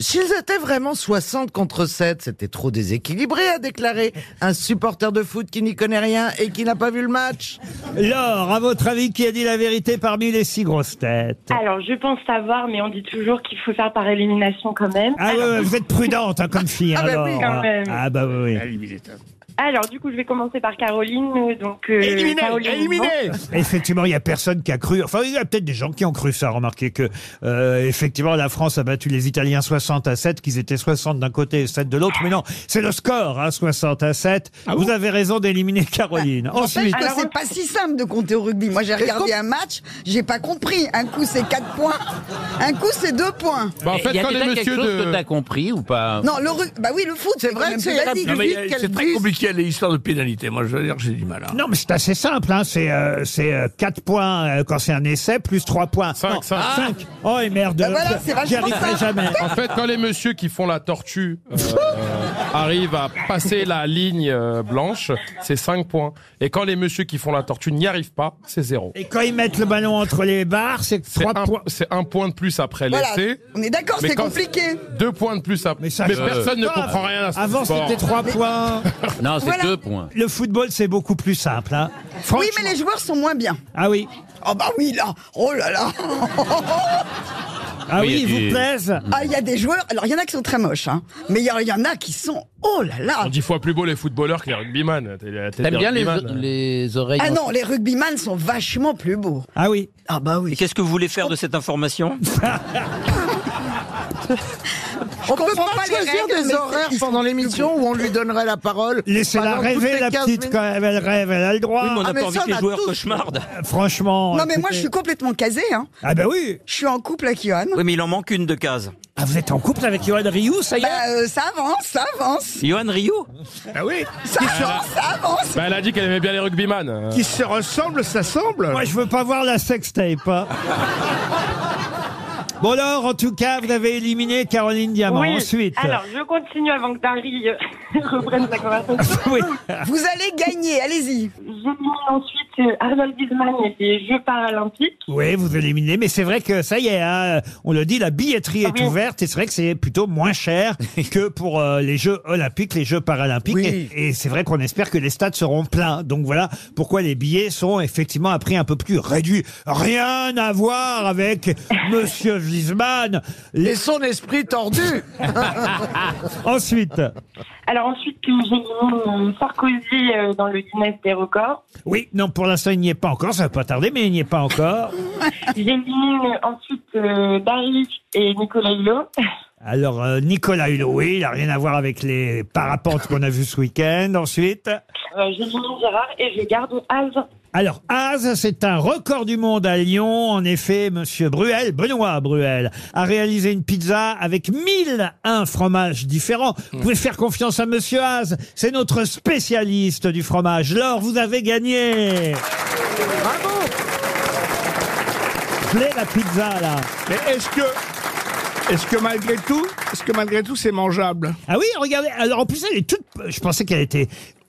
[SPEAKER 4] S'ils étaient vraiment 60 contre 7, c'était trop déséquilibré, a déclaré un supporter de foot qui n'y connaît rien et qui n'a pas vu le match.
[SPEAKER 2] Laure, à votre avis, qui a dit la vérité parmi les six grosses têtes
[SPEAKER 15] Alors, je pense savoir, mais on dit toujours qu'il faut faire par élimination quand même.
[SPEAKER 2] Ah ouais, ouais, vous êtes prudente hein, comme fille,
[SPEAKER 15] Ah
[SPEAKER 2] hein,
[SPEAKER 15] bah oui,
[SPEAKER 2] Laure.
[SPEAKER 15] quand même.
[SPEAKER 2] Ah bah oui.
[SPEAKER 15] Alors, du coup, je vais commencer par Caroline. euh, Donc, euh,
[SPEAKER 2] Éliminée,
[SPEAKER 15] Caroline,
[SPEAKER 2] éliminée.
[SPEAKER 15] non
[SPEAKER 2] Effectivement, il n'y a personne qui a cru. Enfin, il y a peut-être des gens qui ont cru ça. Remarquez que, euh, effectivement, la France a battu les Italiens 60 à 7, qu'ils étaient 60 d'un côté et 7 de l'autre. Mais non, c'est le score, hein, 60 à 7. vous avez raison d'éliminer Caroline. Ensuite,
[SPEAKER 7] Ensuite, que c'est pas si simple de compter au rugby. Moi, j'ai regardé un match, j'ai pas compris. Un coup, c'est 4 points. Un coup, c'est 2 points.
[SPEAKER 8] Bah, en fait, y a déjà quelque chose que t'as compris ou pas
[SPEAKER 7] Non, le rugby, bah oui, le foot, c'est vrai que c'est la
[SPEAKER 6] Non, mais, euh, C'est très compliqué les histoires de pénalité. Moi, je veux dire, que j'ai du mal. hein.
[SPEAKER 2] non, mais c'est assez simple. Hein. C'est euh, c'est 4 points euh, quand c'est un essai, plus 3 points. 5, 5.
[SPEAKER 3] Ah.
[SPEAKER 2] Oh, et merde. J'y arriverai jamais.
[SPEAKER 3] En fait, quand les messieurs qui font la tortue euh, euh, arrivent à passer la ligne euh, blanche, c'est 5 points. Et quand les messieurs qui font la tortue n'y arrivent pas, c'est 0.
[SPEAKER 2] Et quand ils mettent le ballon entre les barres, c'est 3 points.
[SPEAKER 3] C'est un point de plus après
[SPEAKER 2] Voilà,
[SPEAKER 3] l'essai.
[SPEAKER 2] on est d'accord,
[SPEAKER 3] Mais
[SPEAKER 2] c'est
[SPEAKER 3] quand-
[SPEAKER 2] compliqué.
[SPEAKER 3] Deux points de plus après. Mais,
[SPEAKER 2] ça, je-
[SPEAKER 3] personne ne
[SPEAKER 2] Ah,
[SPEAKER 3] comprend rien à ce
[SPEAKER 2] Avant,
[SPEAKER 3] sport.
[SPEAKER 2] c'était 3 points.
[SPEAKER 8] Non, c'est
[SPEAKER 7] Voilà.
[SPEAKER 8] deux points.
[SPEAKER 2] Le football, c'est beaucoup plus simple. Hein. Franchement.
[SPEAKER 7] Oui, mais les Oh, joueurs sont moins bien.
[SPEAKER 2] Ah oui
[SPEAKER 7] Oh bah oui, là. Oh là là.
[SPEAKER 2] Ah oui, ils vous plaisent
[SPEAKER 7] Ah, il y a des joueurs. Alors, il y en a qui sont très moches, hein. mais il y, en- il y en a qui sont. Oh là là
[SPEAKER 3] On dix fois plus beau les footballeurs que les rugbyman.
[SPEAKER 8] T'aimes bien les, les oreilles
[SPEAKER 7] Ah non, les rugbyman sont vachement plus beaux.
[SPEAKER 2] Ah oui.
[SPEAKER 7] Ah bah oui.
[SPEAKER 5] Et qu'est-ce que vous voulez faire de cette information
[SPEAKER 4] On peut
[SPEAKER 7] comprend
[SPEAKER 4] pas
[SPEAKER 7] pas les
[SPEAKER 4] choisir
[SPEAKER 7] règles, mais
[SPEAKER 4] des horaires pendant l'émission où on lui donnerait la parole.
[SPEAKER 2] Laissez-la
[SPEAKER 4] pendant toutes
[SPEAKER 2] rêver,
[SPEAKER 4] les
[SPEAKER 2] la
[SPEAKER 4] 15
[SPEAKER 2] petite,
[SPEAKER 4] minutes.
[SPEAKER 2] quand même. Elle rêve, elle a le droit.
[SPEAKER 5] Oui, mais on n'a
[SPEAKER 4] Ah, mais
[SPEAKER 5] pas envie
[SPEAKER 4] ça,
[SPEAKER 5] que les
[SPEAKER 4] on a
[SPEAKER 5] joueurs
[SPEAKER 4] tous-
[SPEAKER 5] cauchemardent.
[SPEAKER 2] Franchement.
[SPEAKER 7] non, mais moi,
[SPEAKER 2] Oh, écoutez.
[SPEAKER 7] je suis complètement casée. Hein.
[SPEAKER 2] Ah bah oui.
[SPEAKER 7] Je suis en couple avec Johan.
[SPEAKER 5] Oui, mais il en manque une de case.
[SPEAKER 2] Ah, vous êtes en couple avec Yoann Rioux, ça y est
[SPEAKER 7] Bah, euh, ça avance, ça avance.
[SPEAKER 5] Johan Rio
[SPEAKER 6] Ah oui
[SPEAKER 7] Ça avance, ça avance.
[SPEAKER 3] Bah, elle a dit qu'elle aimait bien les rugbyman. Euh,
[SPEAKER 6] Qui se ressemblent, s'assemblent
[SPEAKER 2] Moi, je veux pas voir la sextape. hein. bon, alors, en tout cas, vous avez éliminé Caroline Diamant
[SPEAKER 15] Oui.
[SPEAKER 2] ensuite.
[SPEAKER 15] Alors, je continue avant que Dari euh, reprenne sa conversation.
[SPEAKER 2] Oui.
[SPEAKER 7] Vous allez gagner, allez-y.
[SPEAKER 15] J'élimine ensuite euh, Arnold Wiesmann et les Jeux paralympiques.
[SPEAKER 2] Oui, vous éliminez, mais c'est vrai que ça y est, hein, on le dit, la billetterie est ouverte et c'est vrai que c'est plutôt moins cher que pour euh, les Jeux olympiques, les Jeux paralympiques.
[SPEAKER 4] Oui.
[SPEAKER 2] Et, et c'est vrai qu'on espère que les stades seront pleins. Donc voilà pourquoi les billets sont effectivement à prix un peu plus réduit. Rien à voir avec Monsieur Wiesmann.
[SPEAKER 4] Et
[SPEAKER 2] Les-
[SPEAKER 4] son esprit tordu.
[SPEAKER 2] Ensuite,
[SPEAKER 15] Alors ensuite, euh, j'élimine euh, Sarkozy euh, dans le Guinness des records.
[SPEAKER 2] oui, non, pour l'instant, il n'y est pas encore, ça va pas tarder, mais il n'y est pas encore.
[SPEAKER 15] J'élimine ensuite euh, Dari et Nicolas Hulot.
[SPEAKER 2] Alors, euh, Nicolas Hulot, oui, il n'a rien à voir avec les parapentes qu'on a vus ce week-end. Ensuite...
[SPEAKER 15] Euh, j'élimine Gérard et je garde Az.
[SPEAKER 2] Alors, Az, c'est un record du monde à Lyon. En effet, Monsieur Bruel, Benoît Bruel, a réalisé une pizza avec 1001 fromages différents. Vous pouvez faire confiance à Monsieur Az. C'est notre spécialiste du fromage. Laure, vous avez gagné.
[SPEAKER 4] Bravo.
[SPEAKER 2] Plaît la pizza, là.
[SPEAKER 6] Mais est-ce que, est-ce que malgré tout, est-ce que malgré tout, c'est mangeable
[SPEAKER 2] Ah oui, regardez. Alors, en plus, elle est toute, je pensais qu'elle était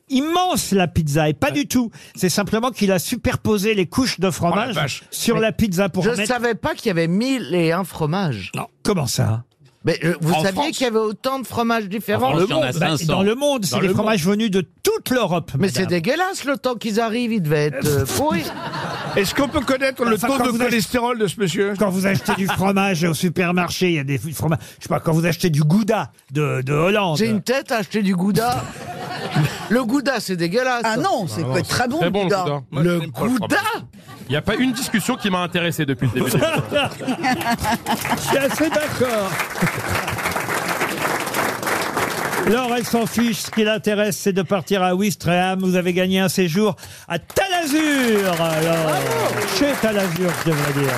[SPEAKER 2] immense, la pizza. Et
[SPEAKER 6] Ah.
[SPEAKER 2] pas du tout. C'est simplement qu'il a superposé les couches de
[SPEAKER 4] Oh,
[SPEAKER 2] fromage
[SPEAKER 6] Oh, vache.
[SPEAKER 2] sur la pizza pour
[SPEAKER 4] Je
[SPEAKER 2] en mettre-
[SPEAKER 4] savais pas qu'il y avait mille et un fromages.
[SPEAKER 6] Non.
[SPEAKER 2] Comment ça?
[SPEAKER 4] Mais euh, vous
[SPEAKER 6] En
[SPEAKER 4] saviez
[SPEAKER 6] France.
[SPEAKER 4] qu'il y avait autant de fromages différents
[SPEAKER 8] En France, il y en a
[SPEAKER 2] Bah,
[SPEAKER 8] 500.
[SPEAKER 2] dans le monde, c'est
[SPEAKER 6] Dans
[SPEAKER 2] des
[SPEAKER 6] le
[SPEAKER 2] fromages venus de toute l'Europe.
[SPEAKER 4] Mais
[SPEAKER 2] madame.
[SPEAKER 4] c'est dégueulasse le temps qu'ils arrivent, il devait être euh, pourri.
[SPEAKER 6] Est-ce qu'on peut connaître le
[SPEAKER 2] Enfin,
[SPEAKER 6] taux
[SPEAKER 2] quand
[SPEAKER 6] de
[SPEAKER 2] vous achetez-
[SPEAKER 6] cholestérol de ce monsieur
[SPEAKER 2] Quand vous achetez du fromage au supermarché, il y a des fromages. Je sais pas, quand vous achetez du gouda de, de Hollande.
[SPEAKER 4] J'ai une tête à acheter du gouda. Le gouda, c'est dégueulasse.
[SPEAKER 7] Ah non, c'est peut-être très bon.
[SPEAKER 3] Très bon le
[SPEAKER 7] putain.
[SPEAKER 3] gouda.
[SPEAKER 6] Moi, je
[SPEAKER 4] Le
[SPEAKER 6] n'aime pas le
[SPEAKER 4] gouda
[SPEAKER 3] Il n'y a pas une discussion qui m'a intéressé depuis le début. de l'émission.
[SPEAKER 2] Je suis assez d'accord. Laure, elle s'en fiche. Ce qui l'intéresse, c'est de partir à Ouistreham. Vous avez gagné un séjour à Talazur. Alors, chez Talazur, je devrais dire.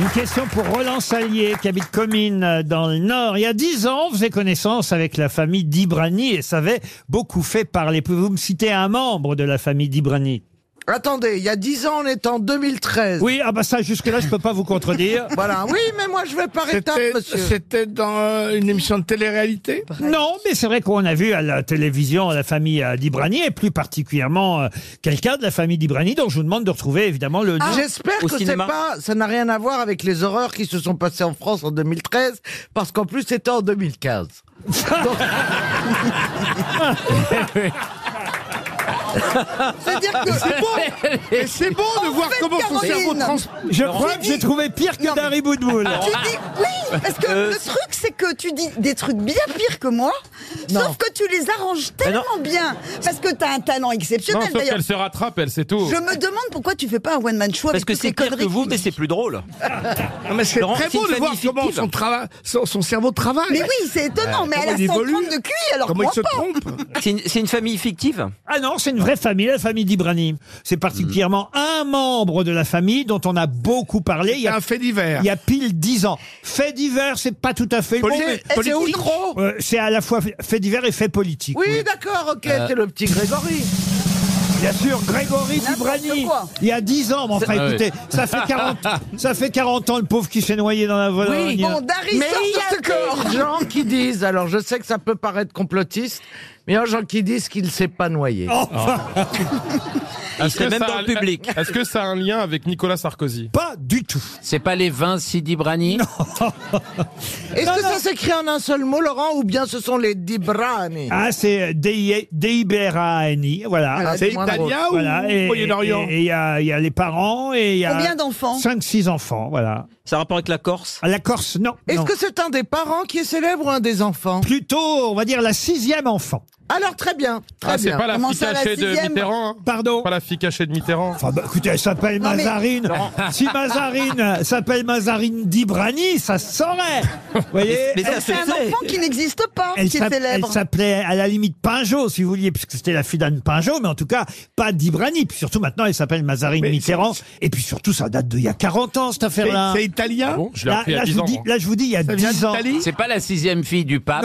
[SPEAKER 2] Une question pour Roland Salier, qui habite Comines, euh, dans le Nord. Il y a dix ans, on faisait connaissance avec la famille d'Ibrani et ça avait beaucoup fait parler. Pouvez-vous me citer un membre de la famille d'Ibrani
[SPEAKER 4] Attendez, il y a 10 ans, on est en 2013.
[SPEAKER 2] Oui, ah bah ça, jusque-là, je peux pas vous contredire.
[SPEAKER 4] Voilà. Oui, mais moi, je vais par étapes,
[SPEAKER 6] C'était-
[SPEAKER 4] monsieur.
[SPEAKER 6] C'était dans euh, une émission de télé-réalité
[SPEAKER 5] Euh,
[SPEAKER 2] Non, mais c'est vrai qu'on a vu à la télévision la famille euh, d'Ibrani et plus particulièrement euh, quelqu'un de la famille d'Ibrani dont je vous demande de retrouver évidemment le nom.
[SPEAKER 4] Ah, J'espère
[SPEAKER 5] Au
[SPEAKER 4] que c'est
[SPEAKER 5] cinéma.
[SPEAKER 4] pas, ça n'a rien à voir avec les horreurs qui se sont passées en France en 2013, parce qu'en plus c'était en 2015. Donc-
[SPEAKER 7] C'est-à-dire que.
[SPEAKER 6] Et c'est bon de voir
[SPEAKER 7] fait,
[SPEAKER 6] comment son
[SPEAKER 7] Caroline.
[SPEAKER 6] cerveau trans...
[SPEAKER 2] Je crois que j'ai trouvé pire que Dari Boudboul.
[SPEAKER 7] Ah, Tu dis oui, parce que le truc c'est que tu dis des trucs bien pires que moi, sauf que tu les arranges tellement bien, parce que t'as un talent
[SPEAKER 3] non,
[SPEAKER 7] exceptionnel
[SPEAKER 3] sauf
[SPEAKER 7] d'ailleurs.
[SPEAKER 3] qu'elle se rattrape, elle, c'est tout.
[SPEAKER 7] Je me demande pourquoi tu fais pas un one man show
[SPEAKER 5] Parce
[SPEAKER 7] avec
[SPEAKER 5] que
[SPEAKER 7] toutes les
[SPEAKER 5] c'est pire que
[SPEAKER 7] conneries.
[SPEAKER 5] vous, mais c'est plus drôle.
[SPEAKER 2] Ah,
[SPEAKER 6] Non, mais c'est
[SPEAKER 5] Laurent,
[SPEAKER 6] très
[SPEAKER 5] c'est
[SPEAKER 6] beau
[SPEAKER 5] une
[SPEAKER 6] de voir
[SPEAKER 5] famille
[SPEAKER 6] comment
[SPEAKER 5] fictive.
[SPEAKER 6] son, trava- son, son cerveau travaille.
[SPEAKER 7] Mais oui, c'est étonnant, mais elle a
[SPEAKER 6] Comment il
[SPEAKER 7] 130
[SPEAKER 6] évolue
[SPEAKER 7] de QI, alors
[SPEAKER 6] Comment
[SPEAKER 7] moi
[SPEAKER 6] il se
[SPEAKER 7] pas.
[SPEAKER 6] trompe
[SPEAKER 5] C'est une, c'est une famille fictive
[SPEAKER 2] Ah non, c'est une vraie famille, la famille d'Ibrani. C'est particulièrement un membre de la famille dont on a beaucoup parlé il y
[SPEAKER 6] C'est
[SPEAKER 2] a,
[SPEAKER 6] un fait divers.
[SPEAKER 2] il y a pile dix ans. Fait divers, c'est pas tout à fait le mot,
[SPEAKER 6] Poli-
[SPEAKER 2] mais-
[SPEAKER 4] C'est
[SPEAKER 6] politique.
[SPEAKER 4] Outreau
[SPEAKER 2] Euh, c'est à la fois fait divers et fait politique.
[SPEAKER 4] Oui, d'accord, ok,
[SPEAKER 5] Euh.
[SPEAKER 4] c'est le petit Grégory.
[SPEAKER 2] Bien sûr, Grégory
[SPEAKER 7] N'importe
[SPEAKER 2] Tibrani,
[SPEAKER 7] quoi.
[SPEAKER 2] il y a 10 ans, mais enfin
[SPEAKER 8] Ah oui.
[SPEAKER 2] écoutez, ça, fait 40, ça fait 40 ans le pauvre qui s'est noyé dans la Vologne.
[SPEAKER 7] Bon, Dari,
[SPEAKER 4] Mais
[SPEAKER 7] sort
[SPEAKER 4] il
[SPEAKER 7] de
[SPEAKER 4] y
[SPEAKER 7] ce
[SPEAKER 4] a
[SPEAKER 7] corps.
[SPEAKER 4] des gens qui disent, alors je sais que ça peut paraître complotiste, Mais il y a des gens qui disent qu'il ne s'est pas noyé.
[SPEAKER 2] Oh.
[SPEAKER 3] Ah. Est-ce
[SPEAKER 4] serait
[SPEAKER 3] que
[SPEAKER 4] même
[SPEAKER 3] ça
[SPEAKER 4] dans
[SPEAKER 3] a-
[SPEAKER 4] le public.
[SPEAKER 3] Est-ce que ça a un lien avec Nicolas Sarkozy
[SPEAKER 2] Pas du tout.
[SPEAKER 8] C'est pas les vins Sidi Brani
[SPEAKER 4] Est-ce que ça s'écrit en un seul mot, Laurent, ou bien ce sont les Dibrani
[SPEAKER 2] Ah, c'est Deiberani, voilà.
[SPEAKER 4] Ah, c'est italien ou Moyen-Orient
[SPEAKER 2] Et il y, a il y a les parents et il y a...
[SPEAKER 4] Combien d'enfants
[SPEAKER 2] 5-6 enfants, voilà. Ah,
[SPEAKER 5] Ça a rapport avec la Corse
[SPEAKER 2] La Corse, non.
[SPEAKER 4] Est-ce
[SPEAKER 2] non.
[SPEAKER 4] que c'est un des parents qui est célèbre ou un des enfants
[SPEAKER 2] Plutôt, on va dire, la sixième enfant.
[SPEAKER 4] Alors très bien, très
[SPEAKER 3] Ah,
[SPEAKER 4] bien.
[SPEAKER 3] c'est pas la fille cachée de Mitterrand. hein
[SPEAKER 2] Pardon
[SPEAKER 3] Pas la fille cachée de Mitterrand.
[SPEAKER 2] Enfin, bah, écoutez, elle s'appelle
[SPEAKER 3] Non, mais-
[SPEAKER 2] Mazarine.
[SPEAKER 3] Laurent.
[SPEAKER 2] Si Mazarine s'appelle Mazarine Dibrani, ça se saurait. Vous voyez
[SPEAKER 7] Donc c'est un enfant qui n'existe pas,
[SPEAKER 2] Elle
[SPEAKER 7] qui est
[SPEAKER 2] s'app-
[SPEAKER 7] célèbre.
[SPEAKER 2] elle s'appelait à la limite Pinjot, si vous vouliez, puisque c'était la fille d'Anne Pinjot, mais en tout cas, pas d'Ibrani. Puis surtout, maintenant, elle s'appelle Mazarine Mitterrand. Et puis surtout, ça date d'il y a 40 ans, cette affaire-là.
[SPEAKER 8] Mais c'est italien Ah bon Je l'ai
[SPEAKER 2] Là-
[SPEAKER 8] appris il y a
[SPEAKER 2] là, je
[SPEAKER 8] 10
[SPEAKER 2] vous
[SPEAKER 8] ans,
[SPEAKER 2] dis-
[SPEAKER 8] moi.
[SPEAKER 2] Là, je vous dis, il y a 10 ans.
[SPEAKER 8] C'est pas la sixième fille du pape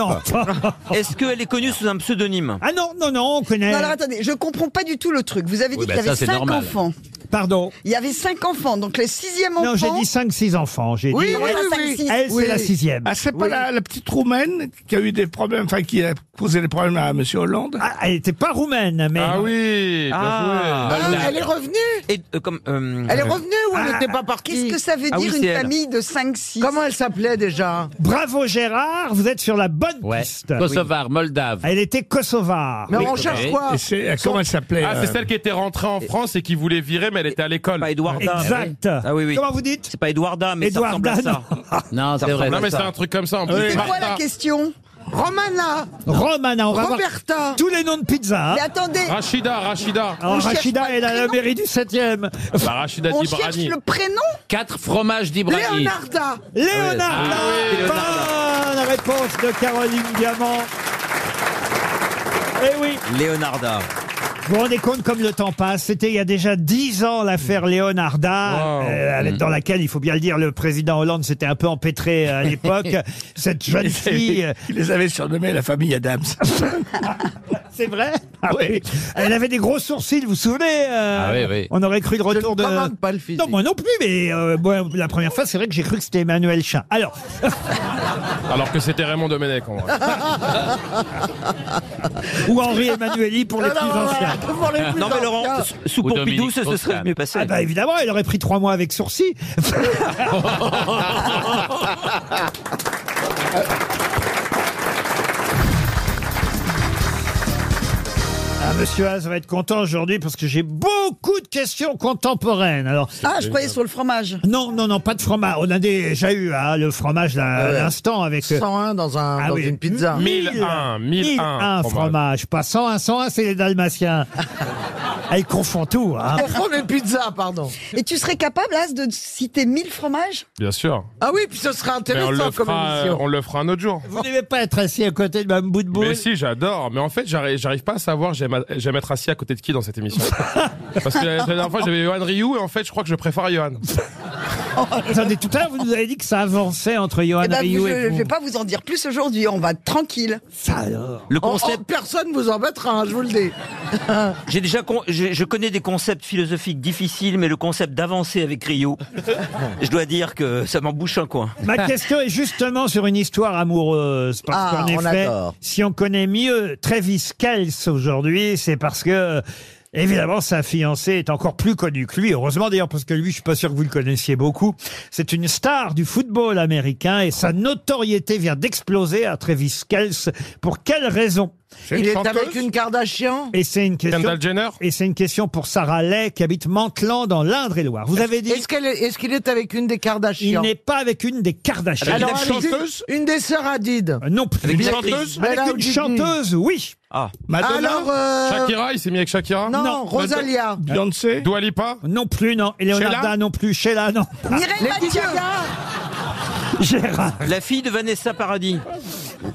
[SPEAKER 5] Est-ce qu'elle est connue sous un pseudonyme
[SPEAKER 2] Ah non, non, non, on connaît.
[SPEAKER 7] Non, alors attendez, je comprends pas du tout le truc. Vous avez dit
[SPEAKER 5] Oui, bah,
[SPEAKER 7] qu'il y
[SPEAKER 5] ça,
[SPEAKER 7] avait
[SPEAKER 5] c'est
[SPEAKER 7] cinq
[SPEAKER 5] normal.
[SPEAKER 7] enfants.
[SPEAKER 2] Pardon
[SPEAKER 7] Il y avait cinq enfants, donc les sixième enfant.
[SPEAKER 2] Non, j'ai dit 5-6 enfants. J'ai
[SPEAKER 7] Oui,
[SPEAKER 2] dit,
[SPEAKER 7] oui,
[SPEAKER 2] elle,
[SPEAKER 7] oui, oui.
[SPEAKER 2] elle, c'est
[SPEAKER 7] Oui.
[SPEAKER 2] la sixième.
[SPEAKER 6] Ah, c'est pas la, la petite roumaine qui a eu des problèmes, enfin qui a causé des problèmes à Monsieur Hollande
[SPEAKER 2] Ah, Elle n'était pas roumaine, mais.
[SPEAKER 3] Ah oui, bien
[SPEAKER 2] Ah.
[SPEAKER 3] joué. Bah, Mmh.
[SPEAKER 2] Ah,
[SPEAKER 3] Voilà.
[SPEAKER 4] Elle est revenue
[SPEAKER 5] Et, euh, comme, euh,
[SPEAKER 4] Elle est revenue ou elle
[SPEAKER 2] Ah.
[SPEAKER 4] n'était pas partie
[SPEAKER 7] Qu'est-ce que ça veut
[SPEAKER 2] Ah oui,
[SPEAKER 7] dire
[SPEAKER 2] c'est
[SPEAKER 7] une
[SPEAKER 2] elle.
[SPEAKER 7] famille de 5-6
[SPEAKER 4] Comment elle s'appelait déjà
[SPEAKER 2] Bravo Gérard, vous êtes sur la bonne
[SPEAKER 8] Ouais.
[SPEAKER 2] piste.
[SPEAKER 8] Kosovar, Moldave.
[SPEAKER 2] Elle était kosovare.
[SPEAKER 8] Mais on cherche quoi Et c'est- comment elle s'appelait,
[SPEAKER 3] Ah, c'est
[SPEAKER 8] euh,
[SPEAKER 3] celle qui était rentrée en France et qui voulait virer, mais elle était à l'école. Pas
[SPEAKER 5] Eduarda.
[SPEAKER 2] Exact.
[SPEAKER 5] Ah oui, oui.
[SPEAKER 2] Comment vous dites
[SPEAKER 5] C'est pas Eduarda, mais
[SPEAKER 2] Eduarda,
[SPEAKER 5] ça ressemble à ça.
[SPEAKER 8] Non,
[SPEAKER 5] Ça
[SPEAKER 8] c'est vrai.
[SPEAKER 5] ressemble à
[SPEAKER 3] Non, mais c'est
[SPEAKER 5] ça.
[SPEAKER 3] un truc comme ça. En plus.
[SPEAKER 7] C'est quoi
[SPEAKER 5] Ah.
[SPEAKER 3] Martha.
[SPEAKER 7] la question
[SPEAKER 4] Romana
[SPEAKER 2] Romana, on va voir
[SPEAKER 4] Roberta
[SPEAKER 2] tous les noms de pizza. hein.
[SPEAKER 7] Mais attendez,
[SPEAKER 3] Rachida, Rachida.
[SPEAKER 2] Alors,
[SPEAKER 7] on cherche
[SPEAKER 2] Rachida,
[SPEAKER 7] pas le
[SPEAKER 2] elle a la
[SPEAKER 7] prénom.
[SPEAKER 2] mairie du 7e.
[SPEAKER 3] Bah, Rachida
[SPEAKER 7] on cherche
[SPEAKER 3] Dibrani.
[SPEAKER 7] le prénom
[SPEAKER 8] Quatre fromages d'Ibrahim.
[SPEAKER 7] Leonarda
[SPEAKER 2] Léonard
[SPEAKER 8] Ah oui,
[SPEAKER 2] La réponse de Caroline Diamant. Eh oui
[SPEAKER 5] Leonarda.
[SPEAKER 2] Vous vous rendez compte comme le temps passe C'était il y a déjà dix ans l'affaire Leonarda, euh, avec- dans laquelle, il faut bien le dire, le président Hollande s'était un peu empêtré euh, à l'époque. Cette jeune fille... euh,
[SPEAKER 6] Il les avait surnommés la famille Adams.
[SPEAKER 2] C'est vrai
[SPEAKER 6] Ah oui.
[SPEAKER 2] Elle avait des gros sourcils, vous vous souvenez euh,
[SPEAKER 8] Ah oui, oui.
[SPEAKER 2] On aurait cru le retour de...
[SPEAKER 4] commande pas le physique.
[SPEAKER 2] Non, moi non plus, mais euh, moi, la première fois, c'est vrai que j'ai cru que c'était Emmanuel Chin. Alors,
[SPEAKER 3] Alors que c'était Raymond Domenech, en vrai.
[SPEAKER 2] ou Henri Emmanueli pour
[SPEAKER 4] Ah
[SPEAKER 2] les plus anciens.
[SPEAKER 4] Pour les plus
[SPEAKER 5] Non, mais Laurent,
[SPEAKER 4] anciens.
[SPEAKER 5] sous- sous
[SPEAKER 8] Ou
[SPEAKER 5] Pompidou,
[SPEAKER 8] Dominique
[SPEAKER 5] ça se serait
[SPEAKER 8] Strauss-Kahn.
[SPEAKER 5] mieux passé.
[SPEAKER 2] Ah bah évidemment, elle aurait pris trois mois avec sourcils. Ah, monsieur Haas va être content aujourd'hui parce que j'ai beaucoup de questions contemporaines. Alors,
[SPEAKER 7] Ah, je croyais sur le fromage.
[SPEAKER 2] non, non, non, pas de fromage. On a déjà eu hein, le fromage là, à
[SPEAKER 4] Ah Ouais.
[SPEAKER 2] l'instant avec. euh,
[SPEAKER 4] 101 dans, un,
[SPEAKER 2] ah
[SPEAKER 4] dans
[SPEAKER 2] oui,
[SPEAKER 4] une pizza.
[SPEAKER 3] 1001, 1001
[SPEAKER 2] fromage. Pas 101, 101, c'est les Dalmatiens. Elles confondent tout. Hein.
[SPEAKER 4] Oh, mais pizza, pardon.
[SPEAKER 7] Et tu serais capable, As, de citer 1000 fromages
[SPEAKER 3] Bien sûr.
[SPEAKER 4] Ah oui, puis ce serait
[SPEAKER 3] Mais on
[SPEAKER 4] intéressant
[SPEAKER 3] le,
[SPEAKER 4] comme
[SPEAKER 3] fera, euh,
[SPEAKER 4] émission.
[SPEAKER 3] on le fera un autre jour.
[SPEAKER 2] Vous n'aimez pas être assis à côté de Mme Boutboul
[SPEAKER 3] Mais si, j'adore. Mais en fait, j'arrive j'arrive pas à savoir j'aime à- j'aime être assis à côté de qui dans cette émission. Parce que la dernière fois, j'avais Johan Rioux et en fait, je crois que je préfère Johan.
[SPEAKER 2] Attendez, tout à l'heure, vous nous avez dit que ça avançait entre Johan
[SPEAKER 7] Eh ben,
[SPEAKER 2] Rioux
[SPEAKER 7] vous- je
[SPEAKER 2] et
[SPEAKER 7] ne
[SPEAKER 2] vous.
[SPEAKER 7] vais pas vous en dire plus aujourd'hui, on va être tranquille.
[SPEAKER 2] Ça alors
[SPEAKER 5] Le
[SPEAKER 4] Oh,
[SPEAKER 5] concept,
[SPEAKER 4] oh, personne vous embêtera, hein, je vous le dis.
[SPEAKER 5] j'ai déjà, con- je, je connais des concepts philosophiques difficiles, mais le concept d'avancer avec Rio, je dois dire que ça m'embouche un coin.
[SPEAKER 2] Ma question est justement sur une histoire amoureuse. Parce
[SPEAKER 4] Ah,
[SPEAKER 2] qu'en
[SPEAKER 4] on
[SPEAKER 2] effet,
[SPEAKER 4] adore.
[SPEAKER 2] si on connaît mieux Travis Kells aujourd'hui, c'est parce que, évidemment, sa fiancée est encore plus connue que lui. Heureusement d'ailleurs, parce que lui, je suis pas sûr que vous le connaissiez beaucoup. C'est une star du football américain et sa notoriété vient d'exploser à Travis Kells. Pour quelle raison
[SPEAKER 3] une
[SPEAKER 4] Il est
[SPEAKER 3] chanteuse
[SPEAKER 4] avec une Kardashian
[SPEAKER 2] Et c'est une question.
[SPEAKER 3] Kendall Jenner
[SPEAKER 2] Et c'est une question pour Sarah Lay qui habite Mantelan dans l'Indre-et-Loire. Vous avez dit,
[SPEAKER 4] Est-ce qu'elle est, est-ce qu'il est avec une des
[SPEAKER 2] il
[SPEAKER 4] Kardashian
[SPEAKER 2] n'est pas avec une des Kardashians.
[SPEAKER 3] Alors,
[SPEAKER 4] Alors,
[SPEAKER 3] une
[SPEAKER 4] allez-y,
[SPEAKER 3] chanteuse
[SPEAKER 4] Une des sœurs Hadid.
[SPEAKER 2] Euh, Non plus.
[SPEAKER 5] Avec une
[SPEAKER 2] Avec
[SPEAKER 5] chanteuse
[SPEAKER 4] Bella
[SPEAKER 2] une
[SPEAKER 4] Hadid.
[SPEAKER 2] chanteuse, oui.
[SPEAKER 5] Ah,
[SPEAKER 6] Madonna
[SPEAKER 4] Alors, euh,
[SPEAKER 3] Shakira, il s'est mis avec Shakira
[SPEAKER 4] non,
[SPEAKER 2] non, Euh,
[SPEAKER 4] Rosalia.
[SPEAKER 6] Beyoncé
[SPEAKER 3] Dua Lipa
[SPEAKER 2] Non plus, non. Leonarda non plus. Sheila, non.
[SPEAKER 7] Mireille
[SPEAKER 4] Lady
[SPEAKER 7] Mathieu
[SPEAKER 4] Gaga.
[SPEAKER 2] Gérard.
[SPEAKER 5] la fille de Vanessa Paradis.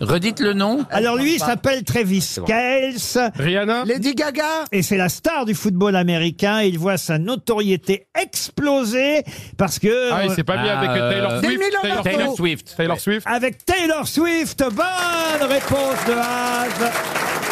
[SPEAKER 8] Redites le nom.
[SPEAKER 2] Alors lui, il s'appelle Travis Kales.
[SPEAKER 3] Rihanna
[SPEAKER 4] Lady Gaga.
[SPEAKER 2] Et c'est la star du football américain. Il voit sa notoriété exploser parce que...
[SPEAKER 3] Ah, il s'est pas mis
[SPEAKER 8] Ah,
[SPEAKER 3] avec
[SPEAKER 8] euh,
[SPEAKER 3] Taylor
[SPEAKER 4] Demi
[SPEAKER 3] Swift.
[SPEAKER 4] Lovato.
[SPEAKER 8] Taylor Swift.
[SPEAKER 3] Taylor Swift.
[SPEAKER 2] Avec Taylor Swift, bonne réponse de Haas.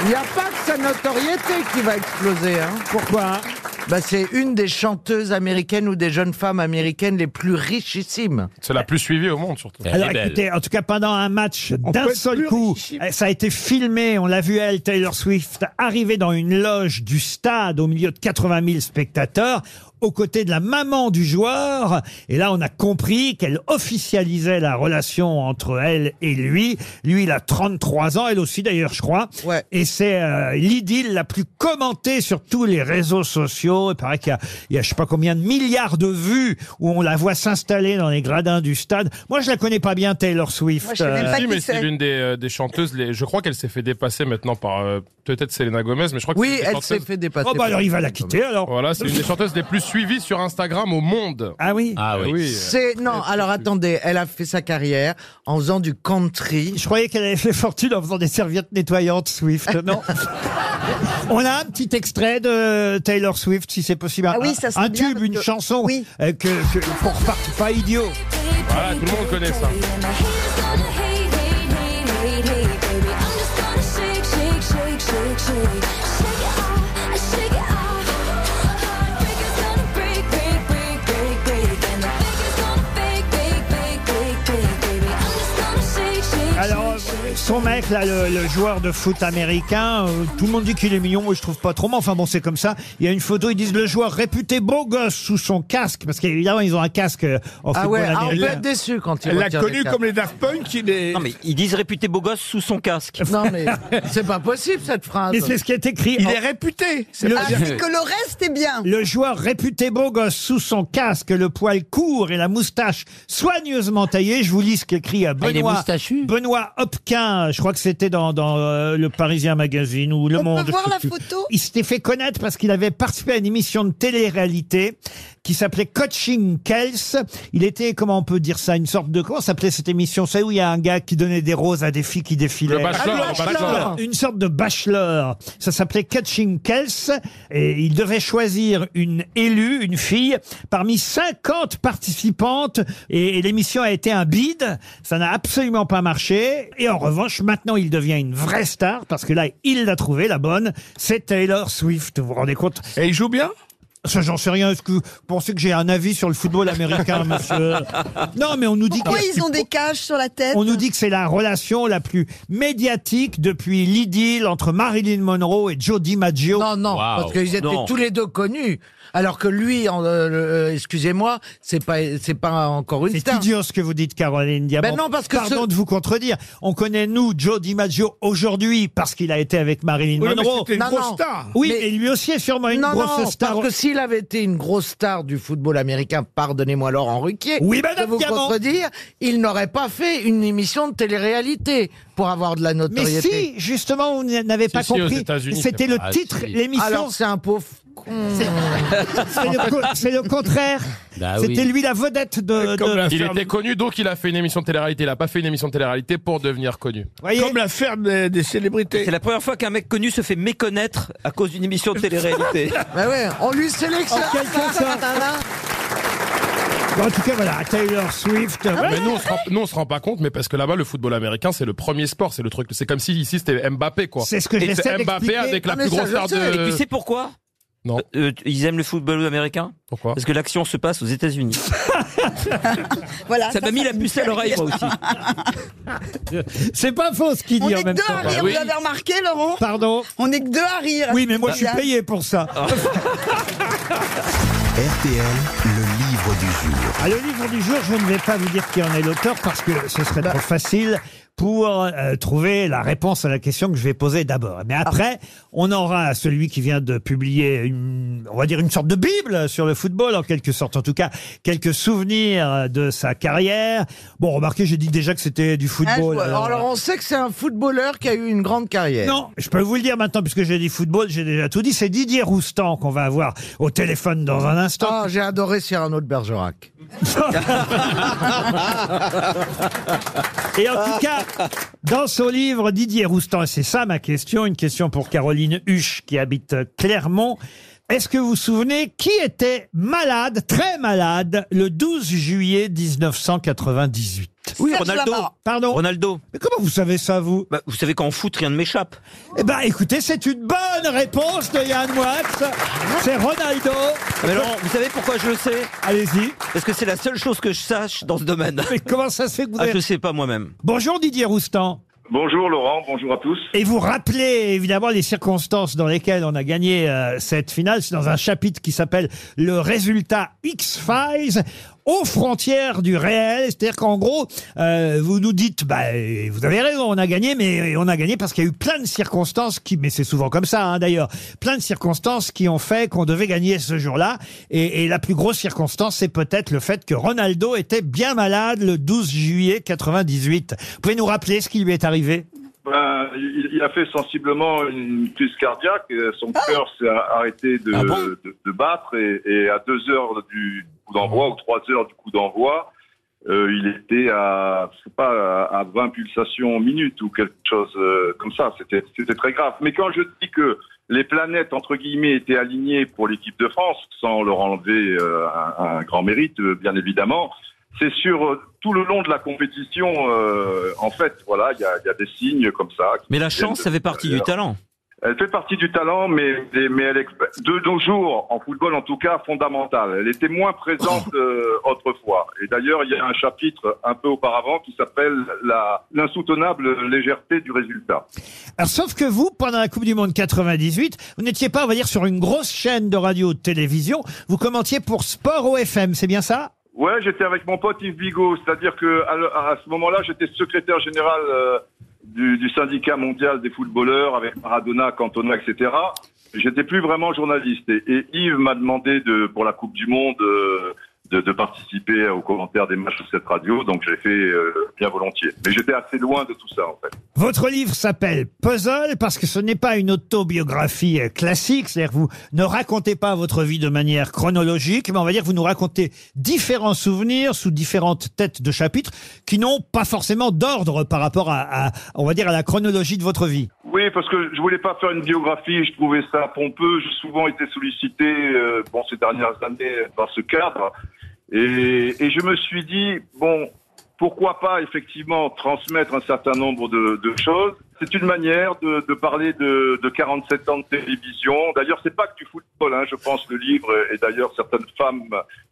[SPEAKER 4] Il n'y a pas que sa notoriété qui va exploser. Hein.
[SPEAKER 2] Pourquoi
[SPEAKER 4] Bah, c'est une des chanteuses américaines ou des jeunes femmes américaines les plus richissimes.
[SPEAKER 3] C'est la plus suivie au monde, surtout.
[SPEAKER 2] Alors écoutez, en tout cas pendant un match d'un seul coup, euh, ça a été filmé, on l'a vu elle, Taylor Swift, arriver dans une loge du stade au milieu de 80 000 spectateurs aux côtés de la maman du joueur. Et là, on a compris qu'elle officialisait la relation entre elle et lui. Lui, il a 33 ans, elle aussi d'ailleurs, je crois. Et c'est euh, l'idylle la plus commentée sur tous les réseaux sociaux. Il paraît qu'il y a, il y a je sais pas combien de milliards de vues où on la voit s'installer dans les gradins du stade. Moi, je la connais pas bien, Taylor Swift.
[SPEAKER 3] Euh, si, mais c'est l'une des, euh, des chanteuses. les- je crois qu'elle s'est fait dépasser maintenant par euh, peut-être Selena Gomez, mais je crois que
[SPEAKER 2] Oui,
[SPEAKER 3] c'est une des
[SPEAKER 2] elle
[SPEAKER 3] chanteuses-
[SPEAKER 2] s'est fait dépasser Oh, bah par alors, il va la Selena quitter, Gomez. alors.
[SPEAKER 3] Voilà, c'est une des chanteuses les plus suivies sur Instagram au monde.
[SPEAKER 2] Ah oui.
[SPEAKER 3] Ah oui.
[SPEAKER 4] C'est non. Alors attendez, elle a fait sa carrière en faisant du country.
[SPEAKER 2] Je croyais qu'elle avait fait fortune en faisant des serviettes nettoyantes Swift. Non. On a un petit extrait de Taylor Swift, si c'est possible. Un,
[SPEAKER 7] Ah oui, ça serait
[SPEAKER 2] un
[SPEAKER 7] bien,
[SPEAKER 2] tube,
[SPEAKER 7] parce
[SPEAKER 2] une
[SPEAKER 7] que-
[SPEAKER 2] chanson
[SPEAKER 7] Oui.
[SPEAKER 2] euh, que, que qu'on reparte pas idiot.
[SPEAKER 3] Voilà, tout le monde connaît ça.
[SPEAKER 2] Alors, euh, son mec, là, le, le joueur de foot américain, euh, tout le monde dit qu'il est mignon, moi je trouve pas trop, mais enfin bon, c'est comme ça. Il y a une photo, ils disent le joueur réputé beau gosse sous son casque, parce qu'évidemment, ils ont un casque euh, en
[SPEAKER 4] Ah
[SPEAKER 2] football
[SPEAKER 4] ouais, ah, on peut
[SPEAKER 2] américain.
[SPEAKER 4] être déçu quand il
[SPEAKER 2] Elle l'a
[SPEAKER 4] retire
[SPEAKER 2] connu
[SPEAKER 4] des cartes.
[SPEAKER 2] comme les
[SPEAKER 6] Daft Punk, il est.
[SPEAKER 5] Non, mais ils disent réputé beau gosse sous son casque.
[SPEAKER 4] Non mais c'est pas possible cette phrase.
[SPEAKER 2] Mais c'est ce qui est écrit. en-
[SPEAKER 7] Le... Ah, c'est que le reste est bien.
[SPEAKER 2] Le joueur réputé beau gosse sous son casque, le poil court et la moustache soigneusement taillée. Je vous lis ce qu'écrit
[SPEAKER 4] Ah,
[SPEAKER 2] à
[SPEAKER 8] il est
[SPEAKER 2] Benoît. Benoît Hopquin, je crois que c'était dans, dans, euh, le Parisien Magazine ou Le
[SPEAKER 7] On peut
[SPEAKER 2] Monde.
[SPEAKER 7] voir
[SPEAKER 2] je sais
[SPEAKER 7] la
[SPEAKER 2] plus.
[SPEAKER 7] photo
[SPEAKER 2] Il s'était fait connaître parce qu'il avait participé à une émission de télé-réalité qui s'appelait Coaching Kels. Il était, comment on peut dire ça, une sorte de, comment s'appelait cette émission? C'est où il y a un gars qui donnait des roses à des filles qui défilaient.
[SPEAKER 3] Le bachelor, Ah, le le bachelor. bachelor.
[SPEAKER 2] Une sorte de bachelor. Ça s'appelait Catching Kels et il devait choisir une élue, une fille, parmi 50 participantes et, et l'émission a été un bide. Ça n'a absolument pas marché. Et en revanche, maintenant, il devient une vraie star parce que là, il l'a trouvée, la bonne. C'est Taylor Swift. Vous vous rendez compte
[SPEAKER 6] Et il joue bien
[SPEAKER 2] ça, j'en sais rien. Est-ce que vous pensez que j'ai un avis sur le football américain, monsieur Non, mais on nous dit
[SPEAKER 7] Pourquoi
[SPEAKER 2] qu'il y a-
[SPEAKER 7] ils ont des cages sur la tête
[SPEAKER 2] on nous dit que c'est la relation la plus médiatique depuis l'idylle entre Marilyn Monroe et Joe DiMaggio.
[SPEAKER 4] Non, non, parce qu'ils étaient tous les deux connus. Alors que lui, en- euh, euh, excusez-moi, c'est pas c'est pas encore une
[SPEAKER 2] C'est
[SPEAKER 4] star.
[SPEAKER 2] idiot ce que vous dites, Caroline Diamant.
[SPEAKER 4] Ben non, parce que
[SPEAKER 2] Pardon
[SPEAKER 4] ce-
[SPEAKER 2] de vous contredire. On connaît, nous, Joe DiMaggio aujourd'hui parce qu'il a été avec Marilyn
[SPEAKER 4] Oui, mais
[SPEAKER 2] Monroe.
[SPEAKER 4] c'était une Non, grosse non. star.
[SPEAKER 2] Oui,
[SPEAKER 4] Mais-
[SPEAKER 2] mais lui aussi est sûrement une
[SPEAKER 4] non,
[SPEAKER 2] grosse
[SPEAKER 4] non,
[SPEAKER 2] star.
[SPEAKER 4] parce que s'il avait été une grosse star du football américain, pardonnez-moi Laurent Ruquier,
[SPEAKER 2] Oui, madame
[SPEAKER 4] de vous
[SPEAKER 2] Diamant.
[SPEAKER 4] contredire, il n'aurait pas fait une émission de télé-réalité pour avoir de la
[SPEAKER 2] Mais
[SPEAKER 4] notoriété.
[SPEAKER 2] si, justement, vous n'avez pas
[SPEAKER 4] si, aux
[SPEAKER 2] compris.
[SPEAKER 4] États-Unis,
[SPEAKER 2] C'était
[SPEAKER 4] c'est
[SPEAKER 2] le
[SPEAKER 4] pas-
[SPEAKER 2] titre,
[SPEAKER 4] Ah, si.
[SPEAKER 2] l'émission.
[SPEAKER 4] Alors, c'est un pauvre
[SPEAKER 2] C'est c'est le, co- c'est le contraire.
[SPEAKER 3] Bah oui.
[SPEAKER 2] C'était lui la vedette de. de-
[SPEAKER 3] Il était connu, donc il a fait une émission de télé-réalité. Il a pas fait une émission de télé-réalité pour devenir connu.
[SPEAKER 6] Comme l'affaire des, des célébrités.
[SPEAKER 5] C'est la première fois qu'un mec connu se fait méconnaître à cause d'une émission de télé-réalité.
[SPEAKER 4] Bah ouais, on lui sélectionne.
[SPEAKER 2] En quelque sorte. En tout cas, voilà, Taylor Swift. euh, voilà.
[SPEAKER 3] Mais nous, on se rend, nous, on se rend pas compte, mais parce que là-bas, le football américain, c'est le premier sport, c'est le truc. C'est comme si ici, c'était Mbappé, quoi.
[SPEAKER 2] C'est ce que
[SPEAKER 3] Et
[SPEAKER 2] j'essaie
[SPEAKER 3] c'est Mbappé
[SPEAKER 2] d'expliquer.
[SPEAKER 3] avec la
[SPEAKER 2] Ah, mais
[SPEAKER 3] plus
[SPEAKER 2] ça,
[SPEAKER 3] grosse
[SPEAKER 2] je
[SPEAKER 3] star
[SPEAKER 2] sais.
[SPEAKER 3] de.
[SPEAKER 5] Et tu sais pourquoi
[SPEAKER 3] Non.
[SPEAKER 5] Euh, ils aiment le football américain
[SPEAKER 3] Pourquoi
[SPEAKER 5] Parce que l'action se passe aux États-Unis.
[SPEAKER 7] oh, Voilà,
[SPEAKER 5] ça m'a mis la puce à l'oreille, moi aussi.
[SPEAKER 2] C'est pas faux ce qu'il
[SPEAKER 7] On
[SPEAKER 2] dit
[SPEAKER 7] est
[SPEAKER 2] en
[SPEAKER 7] que
[SPEAKER 2] même
[SPEAKER 7] deux
[SPEAKER 2] temps.
[SPEAKER 5] Ah
[SPEAKER 7] à rire, vous l'avez remarqué, Laurent
[SPEAKER 2] Pardon
[SPEAKER 7] On est que deux à rire.
[SPEAKER 2] Oui, mais moi, je suis
[SPEAKER 7] Voilà.
[SPEAKER 2] payé pour ça.
[SPEAKER 1] RTL, le livre du jour.
[SPEAKER 2] Ah, le livre du jour, je ne vais pas vous dire qui en est l'auteur parce que ce serait trop facile pour euh, trouver la réponse à la question que je vais poser d'abord. Mais après, on aura celui qui vient de publier, une, on va dire une sorte de bible sur le football en quelque sorte, en tout cas quelques souvenirs de sa carrière. Bon, remarquez, j'ai dit déjà que c'était du football.
[SPEAKER 4] Un joueur.
[SPEAKER 2] alors-
[SPEAKER 4] alors, on sait que c'est un footballeur qui a eu une grande carrière.
[SPEAKER 2] non, je peux vous le dire maintenant, puisque j'ai dit football, j'ai déjà tout dit. C'est Didier Roustan qu'on va avoir au téléphone dans un instant.
[SPEAKER 4] Ah, j'ai adoré Cyrano de Bergerac.
[SPEAKER 2] Et en tout cas, dans son livre, Didier Roustan, et c'est ça ma question, une question pour Caroline Huche qui habite Clermont. Est-ce que vous vous souvenez qui était malade, très malade, le 12 juillet 1998
[SPEAKER 5] foot.
[SPEAKER 2] Oui,
[SPEAKER 5] Serge Ronaldo.
[SPEAKER 2] Lamar. Pardon.
[SPEAKER 5] Ronaldo. Bah,
[SPEAKER 2] Mais comment vous savez ça, vous
[SPEAKER 5] Vous savez qu'en foot, rien ne m'échappe.
[SPEAKER 2] Eh ben, écoutez, c'est une bonne réponse de Yann Moix. C'est Ronaldo.
[SPEAKER 5] Mais Laurent, vous savez pourquoi je le sais
[SPEAKER 2] Allez-y.
[SPEAKER 5] Parce que c'est la seule chose que je sache dans ce domaine.
[SPEAKER 2] Mais comment ça se fait que vous
[SPEAKER 5] Ah,
[SPEAKER 2] avez-
[SPEAKER 5] je sais pas moi-même.
[SPEAKER 2] Bonjour Didier Roustan.
[SPEAKER 16] Bonjour Laurent, bonjour à tous.
[SPEAKER 2] Et vous rappelez évidemment les circonstances dans lesquelles on a gagné euh, cette finale. C'est dans un chapitre qui s'appelle Le résultat X-Files aux frontières du réel. C'est-à-dire qu'en gros, euh, vous nous dites, bah, euh, vous avez raison, on a gagné, mais on a gagné parce qu'il y a eu plein de circonstances qui, mais c'est souvent comme ça hein, d'ailleurs, plein de circonstances qui ont fait qu'on devait gagner ce jour-là. Et, et la plus grosse circonstance, c'est peut-être le fait que Ronaldo était bien malade le 12 juillet 98. Vous pouvez nous rappeler ce qui lui est arrivé
[SPEAKER 16] Ben, il il a fait sensiblement une crise cardiaque. euh, Son cœur s'est a- arrêté de, de- de battre et, et à deux heures du coup d'envoi ou trois heures du coup d'envoi, euh, il était à, je sais pas, à à 20 pulsations minute ou quelque chose euh, comme ça. C'était, c'était très grave. Mais quand je dis que les planètes entre guillemets étaient alignées pour l'équipe de France, sans leur enlever euh, un, un grand mérite, euh, bien évidemment. C'est sur euh, tout le long de la compétition, euh, en fait, voilà, il y a, il y a des signes comme ça. qui
[SPEAKER 5] Mais la
[SPEAKER 16] viennent
[SPEAKER 5] chance,
[SPEAKER 16] de
[SPEAKER 5] ça fait partie du
[SPEAKER 16] l'extérieur.
[SPEAKER 5] talent.
[SPEAKER 16] Elle fait partie du talent, mais, mais mais elle est de nos jours, en football en tout cas, fondamentale. Elle était moins présente euh, autrefois. Et d'ailleurs, il y a un chapitre un peu auparavant qui s'appelle la- l'insoutenable légèreté du résultat.
[SPEAKER 2] Alors, sauf que vous, pendant la Coupe du Monde 98, vous n'étiez pas, on va dire, sur une grosse chaîne de radio ou de télévision. Vous commentiez pour Sport OFM, c'est bien ça
[SPEAKER 16] Ouais, j'étais avec mon pote Yves Bigot, c'est-à-dire que à, le- à ce moment-là, j'étais secrétaire général euh, du, du syndicat mondial des footballeurs avec Maradona, Cantona, etc. J'étais plus vraiment journaliste et, et Yves m'a demandé de pour la Coupe du Monde euh, de, de participer aux commentaires des matchs de cette radio, donc j'ai fait euh, bien volontiers. Mais j'étais assez loin de tout ça en fait.
[SPEAKER 2] Votre livre s'appelle Puzzle parce que ce n'est pas une autobiographie euh, classique, c'est-à-dire que vous ne racontez pas votre vie de manière chronologique, mais on va dire que vous nous racontez différents souvenirs sous différentes têtes de chapitres qui n'ont pas forcément d'ordre par rapport à, à- on va dire, à la chronologie de votre vie.
[SPEAKER 16] Oui, parce que je voulais pas faire une biographie, je trouvais ça pompeux. J'ai souvent été sollicité, euh, bon, ces dernières années, dans ce cadre. Et, et je me suis dit, bon, pourquoi pas effectivement transmettre un certain nombre de, de choses. C'est une manière de, de parler de, de 47 ans de télévision. D'ailleurs, c'est pas que du football, hein, je pense, le livre. Et d'ailleurs, certaines femmes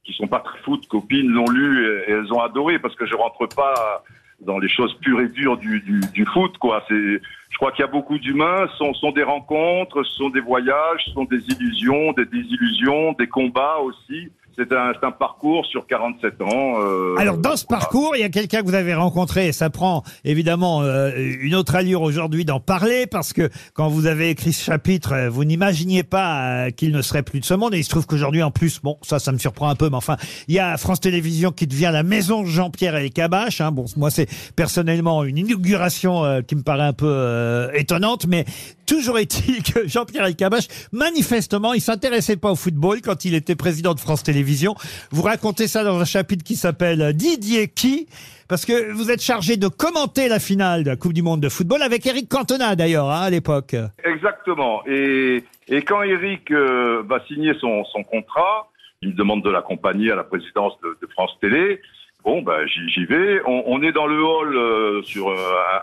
[SPEAKER 16] qui sont pas très foot, copines, l'ont lu et, et elles ont adoré parce que je rentre pas dans les choses pures et dures du, du, du foot, quoi. C'est, je crois qu'il y a beaucoup d'humains. Ce sont, sont des rencontres, ce sont des voyages, ce sont des illusions, des désillusions, des combats aussi. C'est un, c'est un parcours sur 47 ans. euh,
[SPEAKER 2] Alors dans ce
[SPEAKER 16] voilà.
[SPEAKER 2] parcours, il y a quelqu'un que vous avez rencontré et ça prend évidemment euh, une autre allure aujourd'hui d'en parler parce que quand vous avez écrit ce chapitre, euh, vous n'imaginiez pas euh, qu'il ne serait plus de ce monde et il se trouve qu'aujourd'hui en plus, bon ça ça me surprend un peu mais enfin, il y a France Télévisions qui devient la maison de Jean-Pierre Elkabbach hein. Bon moi c'est personnellement une inauguration euh, qui me paraît un peu euh, étonnante mais toujours est-il que Jean-Pierre Elkabbach manifestement, il s'intéressait pas au football quand il était président de France Télévisions. Vous racontez ça dans un chapitre qui s'appelle euh, Didier qui parce que vous êtes chargé de commenter la finale de la Coupe du Monde de football avec Eric Cantona d'ailleurs hein, à l'époque.
[SPEAKER 16] Exactement. Et, et quand Eric euh, va signer son, son contrat, il me demande de l'accompagner à la présidence de, de France Télé. Bon, ben, j'y j'y vais. On, on est dans le hall euh, sur euh,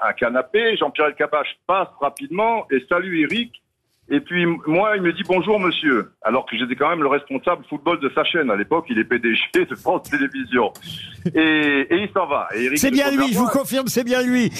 [SPEAKER 16] un, un canapé. Jean-Pierre Elkabach passe rapidement et salue Eric. Et puis m- moi, il me dit bonjour monsieur, alors que j'étais quand même le responsable football de sa chaîne à l'époque. Il est PDG de France Télévisions. Et, et il s'en va. Et Eric
[SPEAKER 2] C'est
[SPEAKER 16] se
[SPEAKER 2] bien
[SPEAKER 16] tourne
[SPEAKER 2] lui, je
[SPEAKER 16] vers
[SPEAKER 2] vous
[SPEAKER 16] moi.
[SPEAKER 2] confirme, c'est bien lui.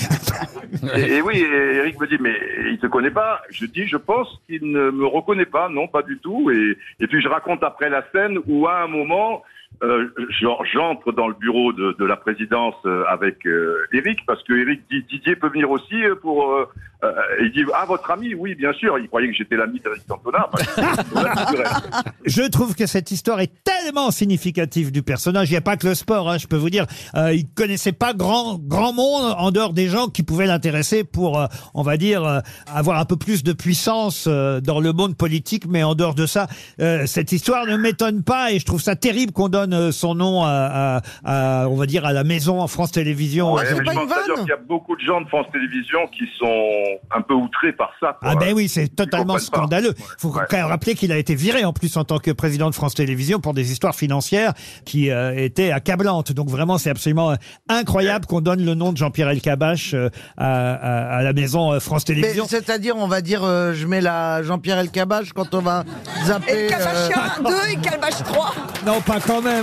[SPEAKER 16] Et, et oui, et Eric me dit, mais il te connaît pas. Je dis, je pense qu'il ne me reconnaît pas. Non, pas du tout. Et, et puis je raconte après la scène où à un moment, euh, j'en- j'entre dans le bureau de, de la présidence euh, avec euh, Eric parce que Eric dit, Didier peut venir aussi euh, pour. euh, euh, il dit, ah votre ami, oui, bien sûr. Il croyait que j'étais l'ami d'Eric Cantona. Enfin,
[SPEAKER 2] Je trouve que cette histoire est tellement significative du personnage. Il n'y a pas que le sport, hein, je peux vous dire. Euh, il connaissait pas grand grand monde en dehors des gens qui pouvaient l'intéresser pour, euh, on va dire, euh, avoir un peu plus de puissance euh, dans le monde politique. Mais en dehors de ça, euh, cette histoire ne m'étonne pas et je trouve ça terrible qu'on donne donne euh, son nom à, à- à, on va dire, à la maison en France Télévisions.
[SPEAKER 16] Ouais, mais je pense à dire qu'il y a beaucoup de gens de France Télévisions qui sont un peu outrés par ça. quoi.
[SPEAKER 2] Ah ben oui, c'est
[SPEAKER 16] Ils
[SPEAKER 2] totalement
[SPEAKER 16] comprennent pas.
[SPEAKER 2] scandaleux. Il faut
[SPEAKER 16] Ouais.
[SPEAKER 2] quand même rappeler qu'il a été viré en plus en tant que président de France Télévisions pour des histoires financières qui euh, étaient accablantes. Donc vraiment, c'est absolument euh, incroyable qu'on donne le nom de Jean-Pierre Elkabbach euh, à, à- à la maison euh, France
[SPEAKER 4] Mais
[SPEAKER 2] Télévisions.
[SPEAKER 4] C'est-à-dire, on va dire, euh, je mets la Jean-Pierre Elkabach quand on va zapper.
[SPEAKER 7] Elkabbach
[SPEAKER 4] euh,
[SPEAKER 7] 1, 2 et Calvache 3.
[SPEAKER 2] Non, pas quand même.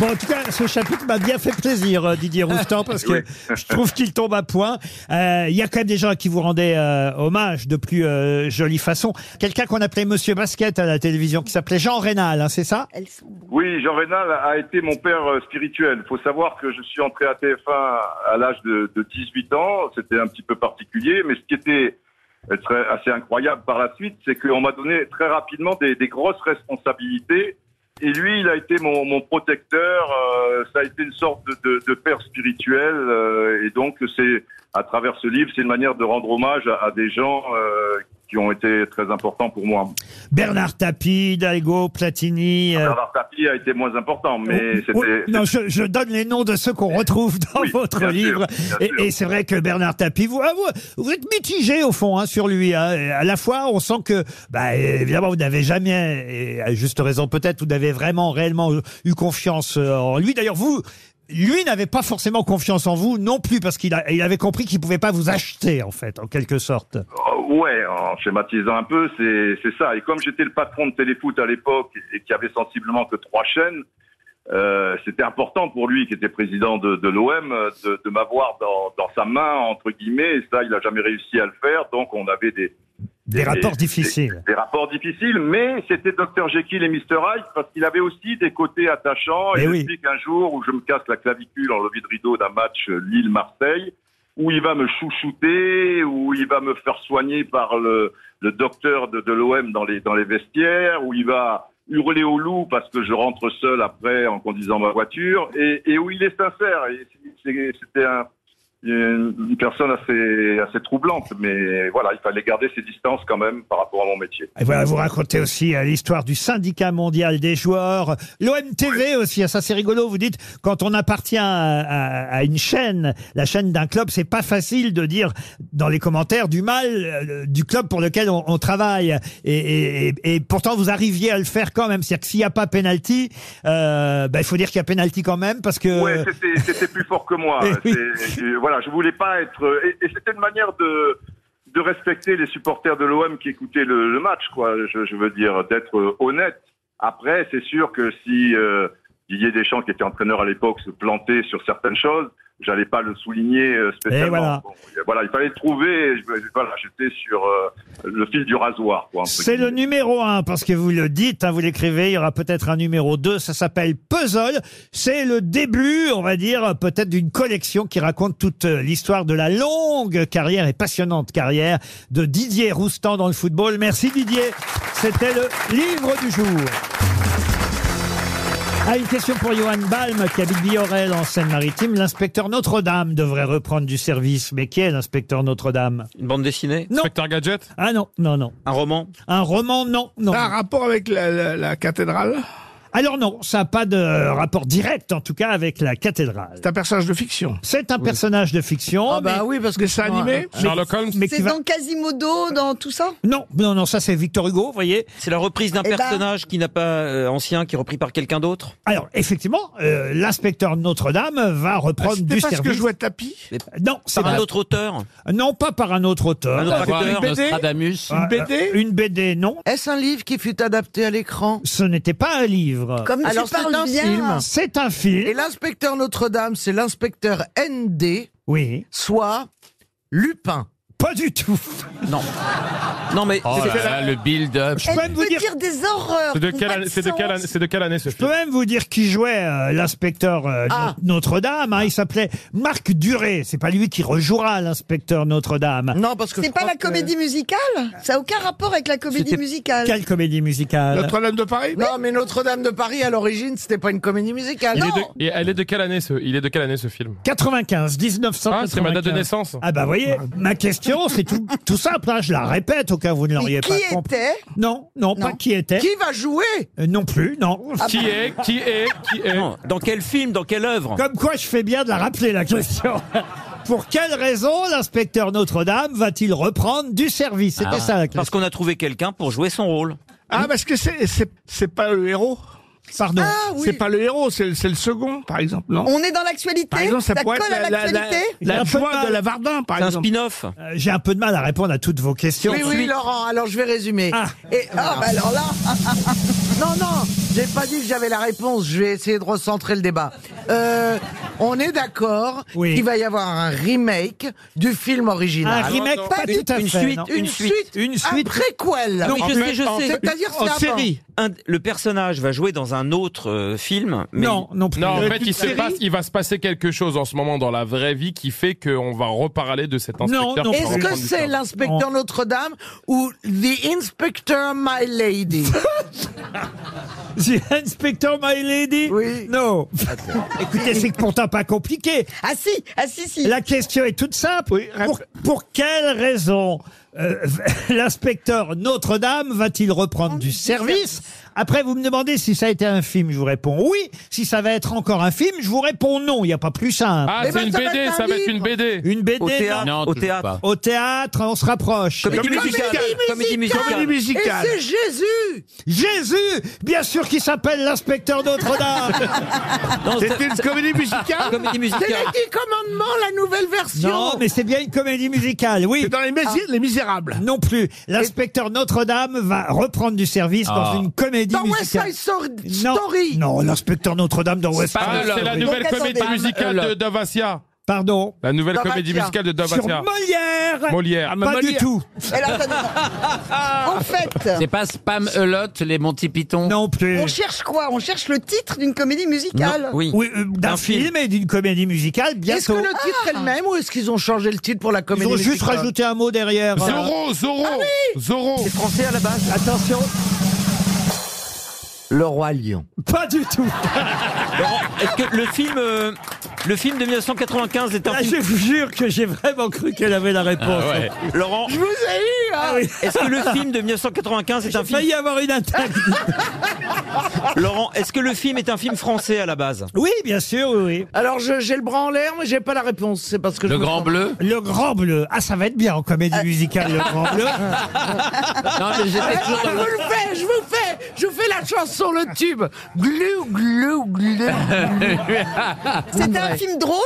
[SPEAKER 2] Bon, en tout cas, ce chapitre m'a bien fait plaisir, euh, Didier Roustan, parce que
[SPEAKER 16] Oui.
[SPEAKER 2] je trouve qu'il tombe à point. Euh, Il y a quand même des gens qui vous rendaient euh, hommage de plus euh, jolie façon. Quelqu'un qu'on appelait Monsieur Basket à la télévision, qui s'appelait Jean Rénal, hein, c'est ça
[SPEAKER 16] Oui, Jean Rénal a été mon père euh, spirituel. Il faut savoir que je suis entré à TF1 à l'âge de, de 18 ans. C'était un petit peu particulier, mais ce qui était euh, très- assez incroyable par la suite, c'est qu'on m'a donné très rapidement des, des grosses responsabilités. Et lui, il a été mon, mon protecteur. euh, ça a été une sorte de, de- de père spirituel. euh, et donc, c'est à travers ce livre, c'est une manière de rendre hommage à, à des gens euh, qui ont été très importants pour moi.
[SPEAKER 2] Bernard Tapie, Hidalgo, Platini. euh,
[SPEAKER 16] Bernard Tapie a été moins important, mais c'était.
[SPEAKER 2] Oui, non, je, je donne les noms de ceux qu'on retrouve dans votre
[SPEAKER 16] bien sûr,
[SPEAKER 2] livre.
[SPEAKER 16] bien
[SPEAKER 2] Et-
[SPEAKER 16] sûr.
[SPEAKER 2] et c'est vrai que Bernard Tapie, vous, ah, vous, vous êtes mitigé au fond hein, sur lui. hein. Et À la fois, on sent que, bah, évidemment, vous n'avez jamais, et à juste raison peut-être, vous n'avez vraiment, réellement eu confiance euh, en lui. D'ailleurs, vous. Lui n'avait pas forcément confiance en vous non plus parce qu'il a- il avait compris qu'il pouvait pas vous acheter en fait en quelque sorte.
[SPEAKER 16] Oh, Ouais, en schématisant un peu, c'est c'est ça. Et comme j'étais le patron de Téléfoot à l'époque et qui avait sensiblement que trois chaînes, euh, c'était important pour lui, qui était président de, de l'OM, euh, de, de m'avoir dans, dans sa main, entre guillemets. Et ça, il n'a jamais réussi à le faire. Donc, on avait des...
[SPEAKER 2] Des rapports difficiles.
[SPEAKER 16] Des, des rapports difficiles, mais c'était Dr Jekyll et Mr Hyde parce qu'il avait aussi des côtés attachants.
[SPEAKER 2] Eh
[SPEAKER 16] Et
[SPEAKER 2] oui.
[SPEAKER 16] depuis qu'un jour où je me casse la clavicule en levée de rideau d'un match euh, Lille-Marseille, où il va me chouchouter, où il va me faire soigner par le, le docteur de, de l'OM dans les, dans les vestiaires, où il va hurler au loup parce que je rentre seul après en conduisant ma voiture, et, et où il est sincère. Et c'est- C'était un- une une personne assez, assez troublante, mais voilà, il fallait garder ses distances quand même par rapport à mon métier.
[SPEAKER 2] Et voilà, vous racontez aussi euh, l'histoire du syndicat mondial des joueurs, l'OMTV aussi, ah, ça c'est rigolo, vous dites, quand on appartient à, à- à une chaîne, la chaîne d'un club, c'est pas facile de dire dans les commentaires du mal euh, du club pour lequel on, on travaille. Et, et- et- et pourtant, vous arriviez à le faire quand même. C'est-à-dire que s'il n'y a pas pénalty, euh, bah, il faut dire qu'il y a pénalty quand même, parce que...
[SPEAKER 16] Ouais, c'était- c'était plus fort que moi.
[SPEAKER 2] Eh oui.
[SPEAKER 16] C'est- euh, voilà, je voulais pas être. euh, Et, et c'était une manière de de respecter les supporters de l'OM qui écoutaient le, le match, quoi. Je, je veux dire d'être euh, honnête. Après, c'est sûr que si euh, Didier Deschamps, qui était entraîneur à l'époque, se plantait sur certaines choses, j'allais pas le souligner euh, spécialement.
[SPEAKER 2] Et Eh voilà.
[SPEAKER 16] Bon, euh, voilà, il fallait trouver. je- Voilà, j'étais sur euh, le fil du rasoir, quoi. entre
[SPEAKER 2] C'est le numéro 1, parce que vous le dites, hein, vous l'écrivez, il y aura peut-être un numéro 2, ça s'appelle Puzzle. C'est le début, on va dire, peut-être d'une collection qui raconte toute euh, l'histoire de la longue carrière et passionnante carrière de Didier Roustan dans le football. Merci Didier, c'était le livre du jour. Ah, une question pour Johan Balm, qui habite Biorel en Seine-Maritime. L'inspecteur Notre-Dame devrait reprendre du service. Mais qui est l'inspecteur Notre-Dame
[SPEAKER 5] Une bande dessinée
[SPEAKER 2] Non.
[SPEAKER 5] Inspecteur Gadget
[SPEAKER 2] Ah non, non, non.
[SPEAKER 5] Un roman
[SPEAKER 2] Un roman, non, non.
[SPEAKER 17] Ça a un rapport avec la, la- la cathédrale
[SPEAKER 2] Alors non, ça n'a pas de euh, rapport direct, en tout cas, avec la cathédrale.
[SPEAKER 17] C'est un personnage de fiction.
[SPEAKER 2] C'est un personnage de fiction.
[SPEAKER 17] Ah bah
[SPEAKER 2] mais-
[SPEAKER 17] oui, parce que Dessin c'est un- animé
[SPEAKER 2] Mais-
[SPEAKER 17] Sherlock Holmes
[SPEAKER 2] mais qui
[SPEAKER 7] C'est
[SPEAKER 2] va-
[SPEAKER 7] dans Quasimodo, dans tout ça
[SPEAKER 2] Non, non, non, ça c'est Victor Hugo, vous voyez.
[SPEAKER 5] C'est la reprise d'un
[SPEAKER 7] Eh ben-
[SPEAKER 5] personnage qui n'a pas euh, ancien, qui est repris par quelqu'un d'autre
[SPEAKER 2] Alors, effectivement, euh, l'inspecteur Notre-Dame va
[SPEAKER 17] Ah,
[SPEAKER 2] reprendre
[SPEAKER 5] c'était
[SPEAKER 2] du
[SPEAKER 5] pas ce
[SPEAKER 2] service.
[SPEAKER 5] que jouait
[SPEAKER 17] tapis
[SPEAKER 2] Non, c'est
[SPEAKER 5] Par un
[SPEAKER 2] pas-
[SPEAKER 5] autre auteur
[SPEAKER 2] Non, pas par un autre auteur.
[SPEAKER 17] Ah,
[SPEAKER 5] Un autre auteur
[SPEAKER 2] Une BD?
[SPEAKER 8] Nostradamus.
[SPEAKER 2] Ah, euh, Une BD, non.
[SPEAKER 4] Est-ce un livre qui fut adapté à l'écran
[SPEAKER 2] Ce n'était pas un livre.
[SPEAKER 4] Comme Alors, c'est un film.
[SPEAKER 2] C'est un film.
[SPEAKER 4] Et l'inspecteur Notre-Dame, c'est l'inspecteur ND,
[SPEAKER 2] oui.
[SPEAKER 4] soit Lupin.
[SPEAKER 2] Pas du tout.
[SPEAKER 5] Non. Non, mais.
[SPEAKER 8] Oh là là, le build-up.
[SPEAKER 7] Elle peut dire des horreurs.
[SPEAKER 3] C'est de
[SPEAKER 7] qui n'ont
[SPEAKER 3] quelle
[SPEAKER 7] pas
[SPEAKER 3] année- c'est de quelle
[SPEAKER 7] sens.
[SPEAKER 3] année- c'est de quelle année ce
[SPEAKER 2] Je peux même vous dire qui jouait euh, l'inspecteur euh,
[SPEAKER 7] Ah.
[SPEAKER 2] No- Notre-Dame. hein. il s'appelait Marc Duré. C'est pas lui qui rejouera l'inspecteur Notre-Dame.
[SPEAKER 4] Non, parce
[SPEAKER 7] C'est pas la comédie musicale Ça n'a aucun rapport avec la comédie
[SPEAKER 2] C'était-
[SPEAKER 7] musicale.
[SPEAKER 2] Quelle comédie musicale
[SPEAKER 17] de Paris
[SPEAKER 4] Non, mais Notre-Dame de Paris, à l'origine, c'était pas une comédie
[SPEAKER 2] Ah,
[SPEAKER 4] musicale.
[SPEAKER 3] Il
[SPEAKER 4] Non
[SPEAKER 3] est de- et elle est de quelle année ce, il est de quelle année ce film
[SPEAKER 2] 95, 1995.
[SPEAKER 3] Ah, c'est ma date de naissance.
[SPEAKER 2] Ah bah voyez, ma question 0, c'est tout, tout simple, hein, je la répète au cas où vous ne l'auriez
[SPEAKER 7] qui
[SPEAKER 2] pas compris.
[SPEAKER 7] était
[SPEAKER 2] Non, non, pas qui était.
[SPEAKER 7] Qui va jouer
[SPEAKER 2] Euh, Non plus, non.
[SPEAKER 7] Ah, bah.
[SPEAKER 5] Qui est Qui est Qui est Dans quel film Dans quelle œuvre
[SPEAKER 2] Ah, Comme quoi, je fais bien de la rappeler, la question. Pour quelle raison l'inspecteur Notre-Dame va-t-il reprendre du service C'était
[SPEAKER 5] Ah,
[SPEAKER 2] ça la question.
[SPEAKER 5] Parce qu'on a trouvé quelqu'un pour jouer son rôle.
[SPEAKER 6] Ah, parce que c'est- c'est c'est pas le héros.
[SPEAKER 2] Pardon.
[SPEAKER 4] Ah,
[SPEAKER 7] oui.
[SPEAKER 6] C'est pas le héros, c'est le- c'est le second, par exemple. Non
[SPEAKER 7] On est dans l'actualité
[SPEAKER 6] Par exemple, ça
[SPEAKER 7] Ça
[SPEAKER 6] pourrait
[SPEAKER 7] colle
[SPEAKER 6] être la-
[SPEAKER 7] à
[SPEAKER 6] la-
[SPEAKER 7] l'actualité
[SPEAKER 6] la- la
[SPEAKER 2] J'ai un peu
[SPEAKER 6] joie
[SPEAKER 2] mal.
[SPEAKER 6] de la Vardin, par
[SPEAKER 2] C'est un
[SPEAKER 6] exemple.
[SPEAKER 5] spin-off.
[SPEAKER 2] Euh, J'ai un peu de mal à répondre à toutes vos questions.
[SPEAKER 4] Oui, oui, Laurent, alors je vais résumer. Et, ah, bah alors là. non, non, j'ai pas dit que j'avais la réponse, je vais essayer de recentrer le débat. Euh, on est d'accord
[SPEAKER 2] Oui.
[SPEAKER 4] qu'il va y avoir un remake du film original.
[SPEAKER 2] Un remake, Non, non, pas
[SPEAKER 4] du-
[SPEAKER 2] tout à
[SPEAKER 4] une
[SPEAKER 2] fait,
[SPEAKER 4] Suite,
[SPEAKER 2] non.
[SPEAKER 4] une,
[SPEAKER 2] Une
[SPEAKER 4] suite,
[SPEAKER 2] suite. Une suite.
[SPEAKER 4] Un préquel.
[SPEAKER 5] Non, je sais, je sais.
[SPEAKER 4] C'est-à-dire, c'est avant.
[SPEAKER 5] Un- le personnage va jouer dans un autre euh, film. Mais...
[SPEAKER 2] Non, non plus.
[SPEAKER 3] Non, en
[SPEAKER 2] Euh,
[SPEAKER 3] fait,
[SPEAKER 2] toute
[SPEAKER 3] il, se
[SPEAKER 2] série.
[SPEAKER 3] passe, il va se passer quelque chose en ce moment dans la vraie vie qui fait qu'on va reparler de cet inspecteur. qui va
[SPEAKER 4] Est-ce que
[SPEAKER 3] reprendre du
[SPEAKER 4] c'est
[SPEAKER 3] temps.
[SPEAKER 4] l'inspecteur Notre-Dame ou The Inspector My Lady
[SPEAKER 2] The Inspector My Lady Oui. Non. Écoutez, c'est pourtant pas compliqué.
[SPEAKER 7] Ah si, ah si, si.
[SPEAKER 2] La question est toute simple. pour, pour quelle raison euh, l'inspecteur Notre-Dame va-t-il reprendre du service Après, vous me demandez si ça a été un film, je vous réponds oui. Si ça va être encore un film, je vous réponds non. Il n'y a pas plus simple.
[SPEAKER 3] Ah, c'est une BD, ça va être une BD.
[SPEAKER 2] Une BD
[SPEAKER 3] Au théâtre,
[SPEAKER 2] non.
[SPEAKER 3] au Au théâtre. théâtre.
[SPEAKER 2] Au théâtre, on se rapproche.
[SPEAKER 5] Comédie Comédie musicale. musicale. Comédie musicale. Comédie musicale.
[SPEAKER 4] Et c'est Jésus
[SPEAKER 2] Jésus Bien sûr qu'il s'appelle l'inspecteur Notre-Dame
[SPEAKER 5] Non,
[SPEAKER 2] C'était
[SPEAKER 5] c'est-
[SPEAKER 2] une Ah, comédie musicale
[SPEAKER 5] Comédie
[SPEAKER 4] C'est
[SPEAKER 5] musicale.
[SPEAKER 4] les dix commandements, la nouvelle version
[SPEAKER 2] Non, mais c'est bien une comédie musicale, oui. C'est dans les, Misérables. Non plus. L'inspecteur Notre-Dame va reprendre du service
[SPEAKER 4] Ah.
[SPEAKER 2] dans une comédie
[SPEAKER 4] Dans West
[SPEAKER 2] musicale.
[SPEAKER 4] Side Sor-
[SPEAKER 2] non,
[SPEAKER 4] Story.
[SPEAKER 2] non, l'inspecteur Notre-Dame dans West Side
[SPEAKER 3] Ah,
[SPEAKER 2] Story.
[SPEAKER 3] c'est la nouvelle comédie musicale de Davasia.
[SPEAKER 2] Pardon
[SPEAKER 3] La nouvelle
[SPEAKER 2] Davatia.
[SPEAKER 3] comédie musicale de
[SPEAKER 2] Sur
[SPEAKER 3] Davasia.
[SPEAKER 2] Molière
[SPEAKER 3] Molière.
[SPEAKER 2] Pas du tout.
[SPEAKER 7] Alors, attendez, non. en fait,
[SPEAKER 8] C'est pas Spam Elotte, les Monty Python
[SPEAKER 2] Non plus.
[SPEAKER 7] on cherche quoi On cherche le titre d'une comédie musicale.
[SPEAKER 2] euh, d'un film. et d'une comédie musicale,
[SPEAKER 4] Est-ce que
[SPEAKER 2] bientôt.
[SPEAKER 4] le titre est le même ou est-ce qu'ils ont changé le titre pour la
[SPEAKER 2] Ils
[SPEAKER 4] comédie
[SPEAKER 2] ont juste
[SPEAKER 4] musicale
[SPEAKER 2] rajouté un mot derrière.
[SPEAKER 3] Zorro, Oh, Zorro, Zorro.
[SPEAKER 5] C'est français à la base.
[SPEAKER 2] Attention.
[SPEAKER 4] Le roi lion.
[SPEAKER 2] Pas du tout.
[SPEAKER 5] Laurent, Est-ce que le film, euh, le film de 1995 est un
[SPEAKER 2] Ah, je
[SPEAKER 5] film
[SPEAKER 2] vous jure que j'ai vraiment cru qu'elle avait la réponse. Ah
[SPEAKER 5] Ah ouais. Laurent,
[SPEAKER 4] Je vous ai eu, hein
[SPEAKER 5] est-ce que le film de 1995 est un
[SPEAKER 2] Il va
[SPEAKER 5] film
[SPEAKER 2] y avoir une attaque.
[SPEAKER 5] Laurent, est-ce que le film est un film français à la base
[SPEAKER 2] oui, bien sûr, oui, oui.
[SPEAKER 4] Alors je- j'ai le bras en l'air, mais j'ai pas la réponse. C'est parce que je
[SPEAKER 8] Le
[SPEAKER 4] me
[SPEAKER 8] Grand
[SPEAKER 4] sens-
[SPEAKER 8] Bleu
[SPEAKER 2] Le Grand Bleu. Ah, ça va être bien en
[SPEAKER 4] Euh.
[SPEAKER 2] comédie musicale, Le Grand Bleu.
[SPEAKER 8] Non, mais j'étais toujours
[SPEAKER 4] Ah, Je
[SPEAKER 8] dans
[SPEAKER 4] vous
[SPEAKER 8] le...
[SPEAKER 4] le fais, je vous fais, je vous fais la chanson, le tube. Glou, glou, glou.
[SPEAKER 7] C'était un film drôle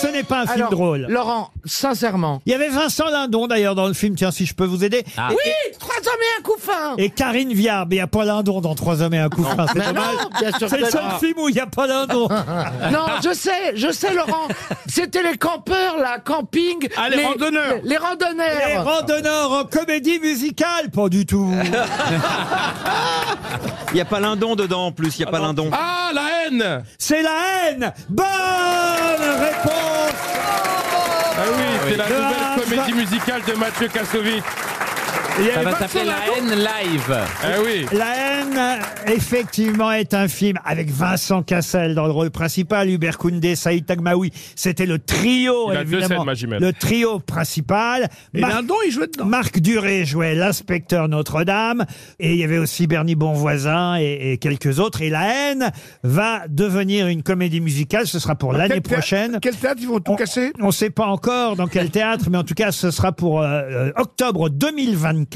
[SPEAKER 2] Ce n'est pas un film
[SPEAKER 4] Alors,
[SPEAKER 2] drôle.
[SPEAKER 4] Laurent, sincèrement.
[SPEAKER 2] Il y avait Vincent Lindon d'ailleurs dans le film, tiens, si je peux vous aider.
[SPEAKER 8] Ah.
[SPEAKER 2] Et-
[SPEAKER 4] Oui, trois hommes et un coup fin.
[SPEAKER 2] Et Karine Viard, mais il n'y a pas Lindon dans Trois hommes et un couffin, c'est
[SPEAKER 4] Mais non,
[SPEAKER 2] dommage.
[SPEAKER 4] bien sûr
[SPEAKER 2] C'est le
[SPEAKER 4] que
[SPEAKER 2] seul
[SPEAKER 4] non.
[SPEAKER 2] film où il n'y a pas Lindon.
[SPEAKER 4] Non, je sais, je sais, Laurent. C'était les campeurs, là, camping.
[SPEAKER 6] Ah, les randonneurs.
[SPEAKER 4] Les, les randonneurs.
[SPEAKER 2] Les randonneurs en comédie musicale, pas du tout.
[SPEAKER 5] Il n'y a pas Lindon dedans en plus, il n'y a pas Lindon.
[SPEAKER 3] Ah, la haine
[SPEAKER 2] C'est la haine. Bonne réponse.
[SPEAKER 3] Ah oui, c'est la
[SPEAKER 2] De
[SPEAKER 3] nouvelle
[SPEAKER 2] Hans.
[SPEAKER 3] comédie musicale de Mathieu Kassovitz.
[SPEAKER 2] Ah, Il y
[SPEAKER 8] Ça
[SPEAKER 2] avait
[SPEAKER 8] va
[SPEAKER 2] Vincent
[SPEAKER 8] s'appeler La
[SPEAKER 2] Lindon.
[SPEAKER 8] haine live.
[SPEAKER 3] Ah oui.
[SPEAKER 2] La haine, euh, effectivement, est un film avec Vincent Cassel dans le rôle principal, Hubert Koundé, Saïd Tagmaoui. C'était le trio,
[SPEAKER 3] Il a deux
[SPEAKER 2] évidemment.
[SPEAKER 3] scènes, ma jumelle.
[SPEAKER 2] le trio principal.
[SPEAKER 6] Et
[SPEAKER 2] Marc-
[SPEAKER 6] Lindon, il jouait dedans.
[SPEAKER 2] Marc Duré jouait l'inspecteur Notre-Dame et il y avait aussi Bernie Bonvoisin et, et quelques autres. Et La haine va devenir une comédie musicale. Ce sera pour l'année
[SPEAKER 6] Ah, Quel théâtre-
[SPEAKER 2] prochaine.
[SPEAKER 6] Quel théâtre ils vont tout casser
[SPEAKER 2] On ne sait pas encore dans quel théâtre, mais en tout cas, ce sera pour euh, euh, octobre 2024.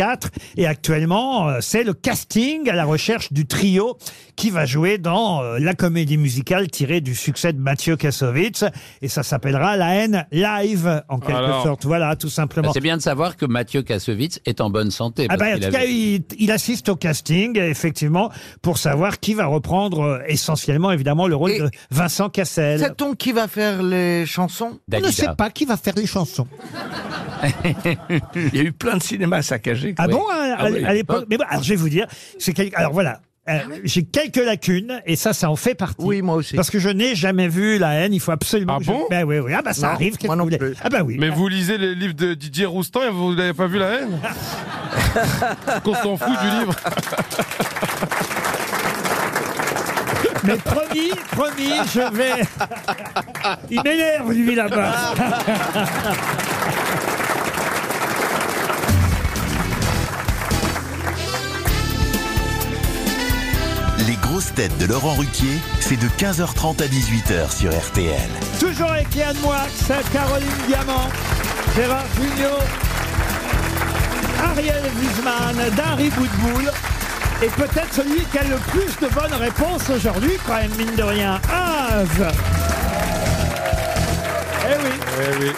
[SPEAKER 2] Et actuellement, euh, c'est le casting à la recherche du trio qui va jouer dans euh, la comédie musicale tirée du succès de Mathieu Kassovitz. Et ça s'appellera La haine live, en quelque
[SPEAKER 3] Alors.
[SPEAKER 2] sorte. Voilà, tout
[SPEAKER 8] Bah,
[SPEAKER 2] simplement.
[SPEAKER 8] C'est bien de savoir que Mathieu Kassovitz est en bonne santé.
[SPEAKER 2] Ah
[SPEAKER 8] parce
[SPEAKER 2] bah, en
[SPEAKER 8] qu'il
[SPEAKER 2] tout cas,
[SPEAKER 8] avait-
[SPEAKER 2] il, il assiste au casting, effectivement, pour savoir qui va reprendre euh, essentiellement, évidemment, le rôle
[SPEAKER 4] Et-
[SPEAKER 2] de Vincent Cassel.
[SPEAKER 4] Sait-on qui va faire les chansons
[SPEAKER 2] On ne
[SPEAKER 8] Dalida.
[SPEAKER 2] sait pas qui va faire les chansons.
[SPEAKER 6] Il y a eu plein de cinémas saccagés.
[SPEAKER 2] Ah
[SPEAKER 8] Oui.
[SPEAKER 2] bon, à,
[SPEAKER 8] Ah
[SPEAKER 2] à-
[SPEAKER 8] oui,
[SPEAKER 2] à l'époque Mais bon, alors, je vais vous dire, c'est quel- alors voilà, euh, j'ai quelques lacunes, et ça, ça en fait partie.
[SPEAKER 4] Ah Oui, moi aussi.
[SPEAKER 2] Parce que je n'ai jamais vu la haine, il faut absolument.
[SPEAKER 3] Ah
[SPEAKER 2] que
[SPEAKER 3] bon
[SPEAKER 2] je... Ben oui, oui, ah bah ça
[SPEAKER 4] Non,
[SPEAKER 2] arrive. qu'est-ce
[SPEAKER 4] moi
[SPEAKER 2] que
[SPEAKER 4] non
[SPEAKER 2] vous voulez
[SPEAKER 4] plus.
[SPEAKER 2] Ah bah oui.
[SPEAKER 3] Mais vous lisez les livres de Didier Roustan et vous n'avez pas vu la haine Qu'on s'en fout du livre.
[SPEAKER 2] Mais promis, promis, je vais. Il m'énerve, lui, là-bas.
[SPEAKER 1] grosses têtes de Laurent Ruquier, c'est de 15h30 à 18h sur RTL.
[SPEAKER 2] Toujours avec Yann Moix, Caroline Diamant, Gérard Junior, Ariel Wiesman, Dari Boudboul. Et peut-être celui qui a le plus de bonnes réponses aujourd'hui, quand même, mine de rien. Az Eh oui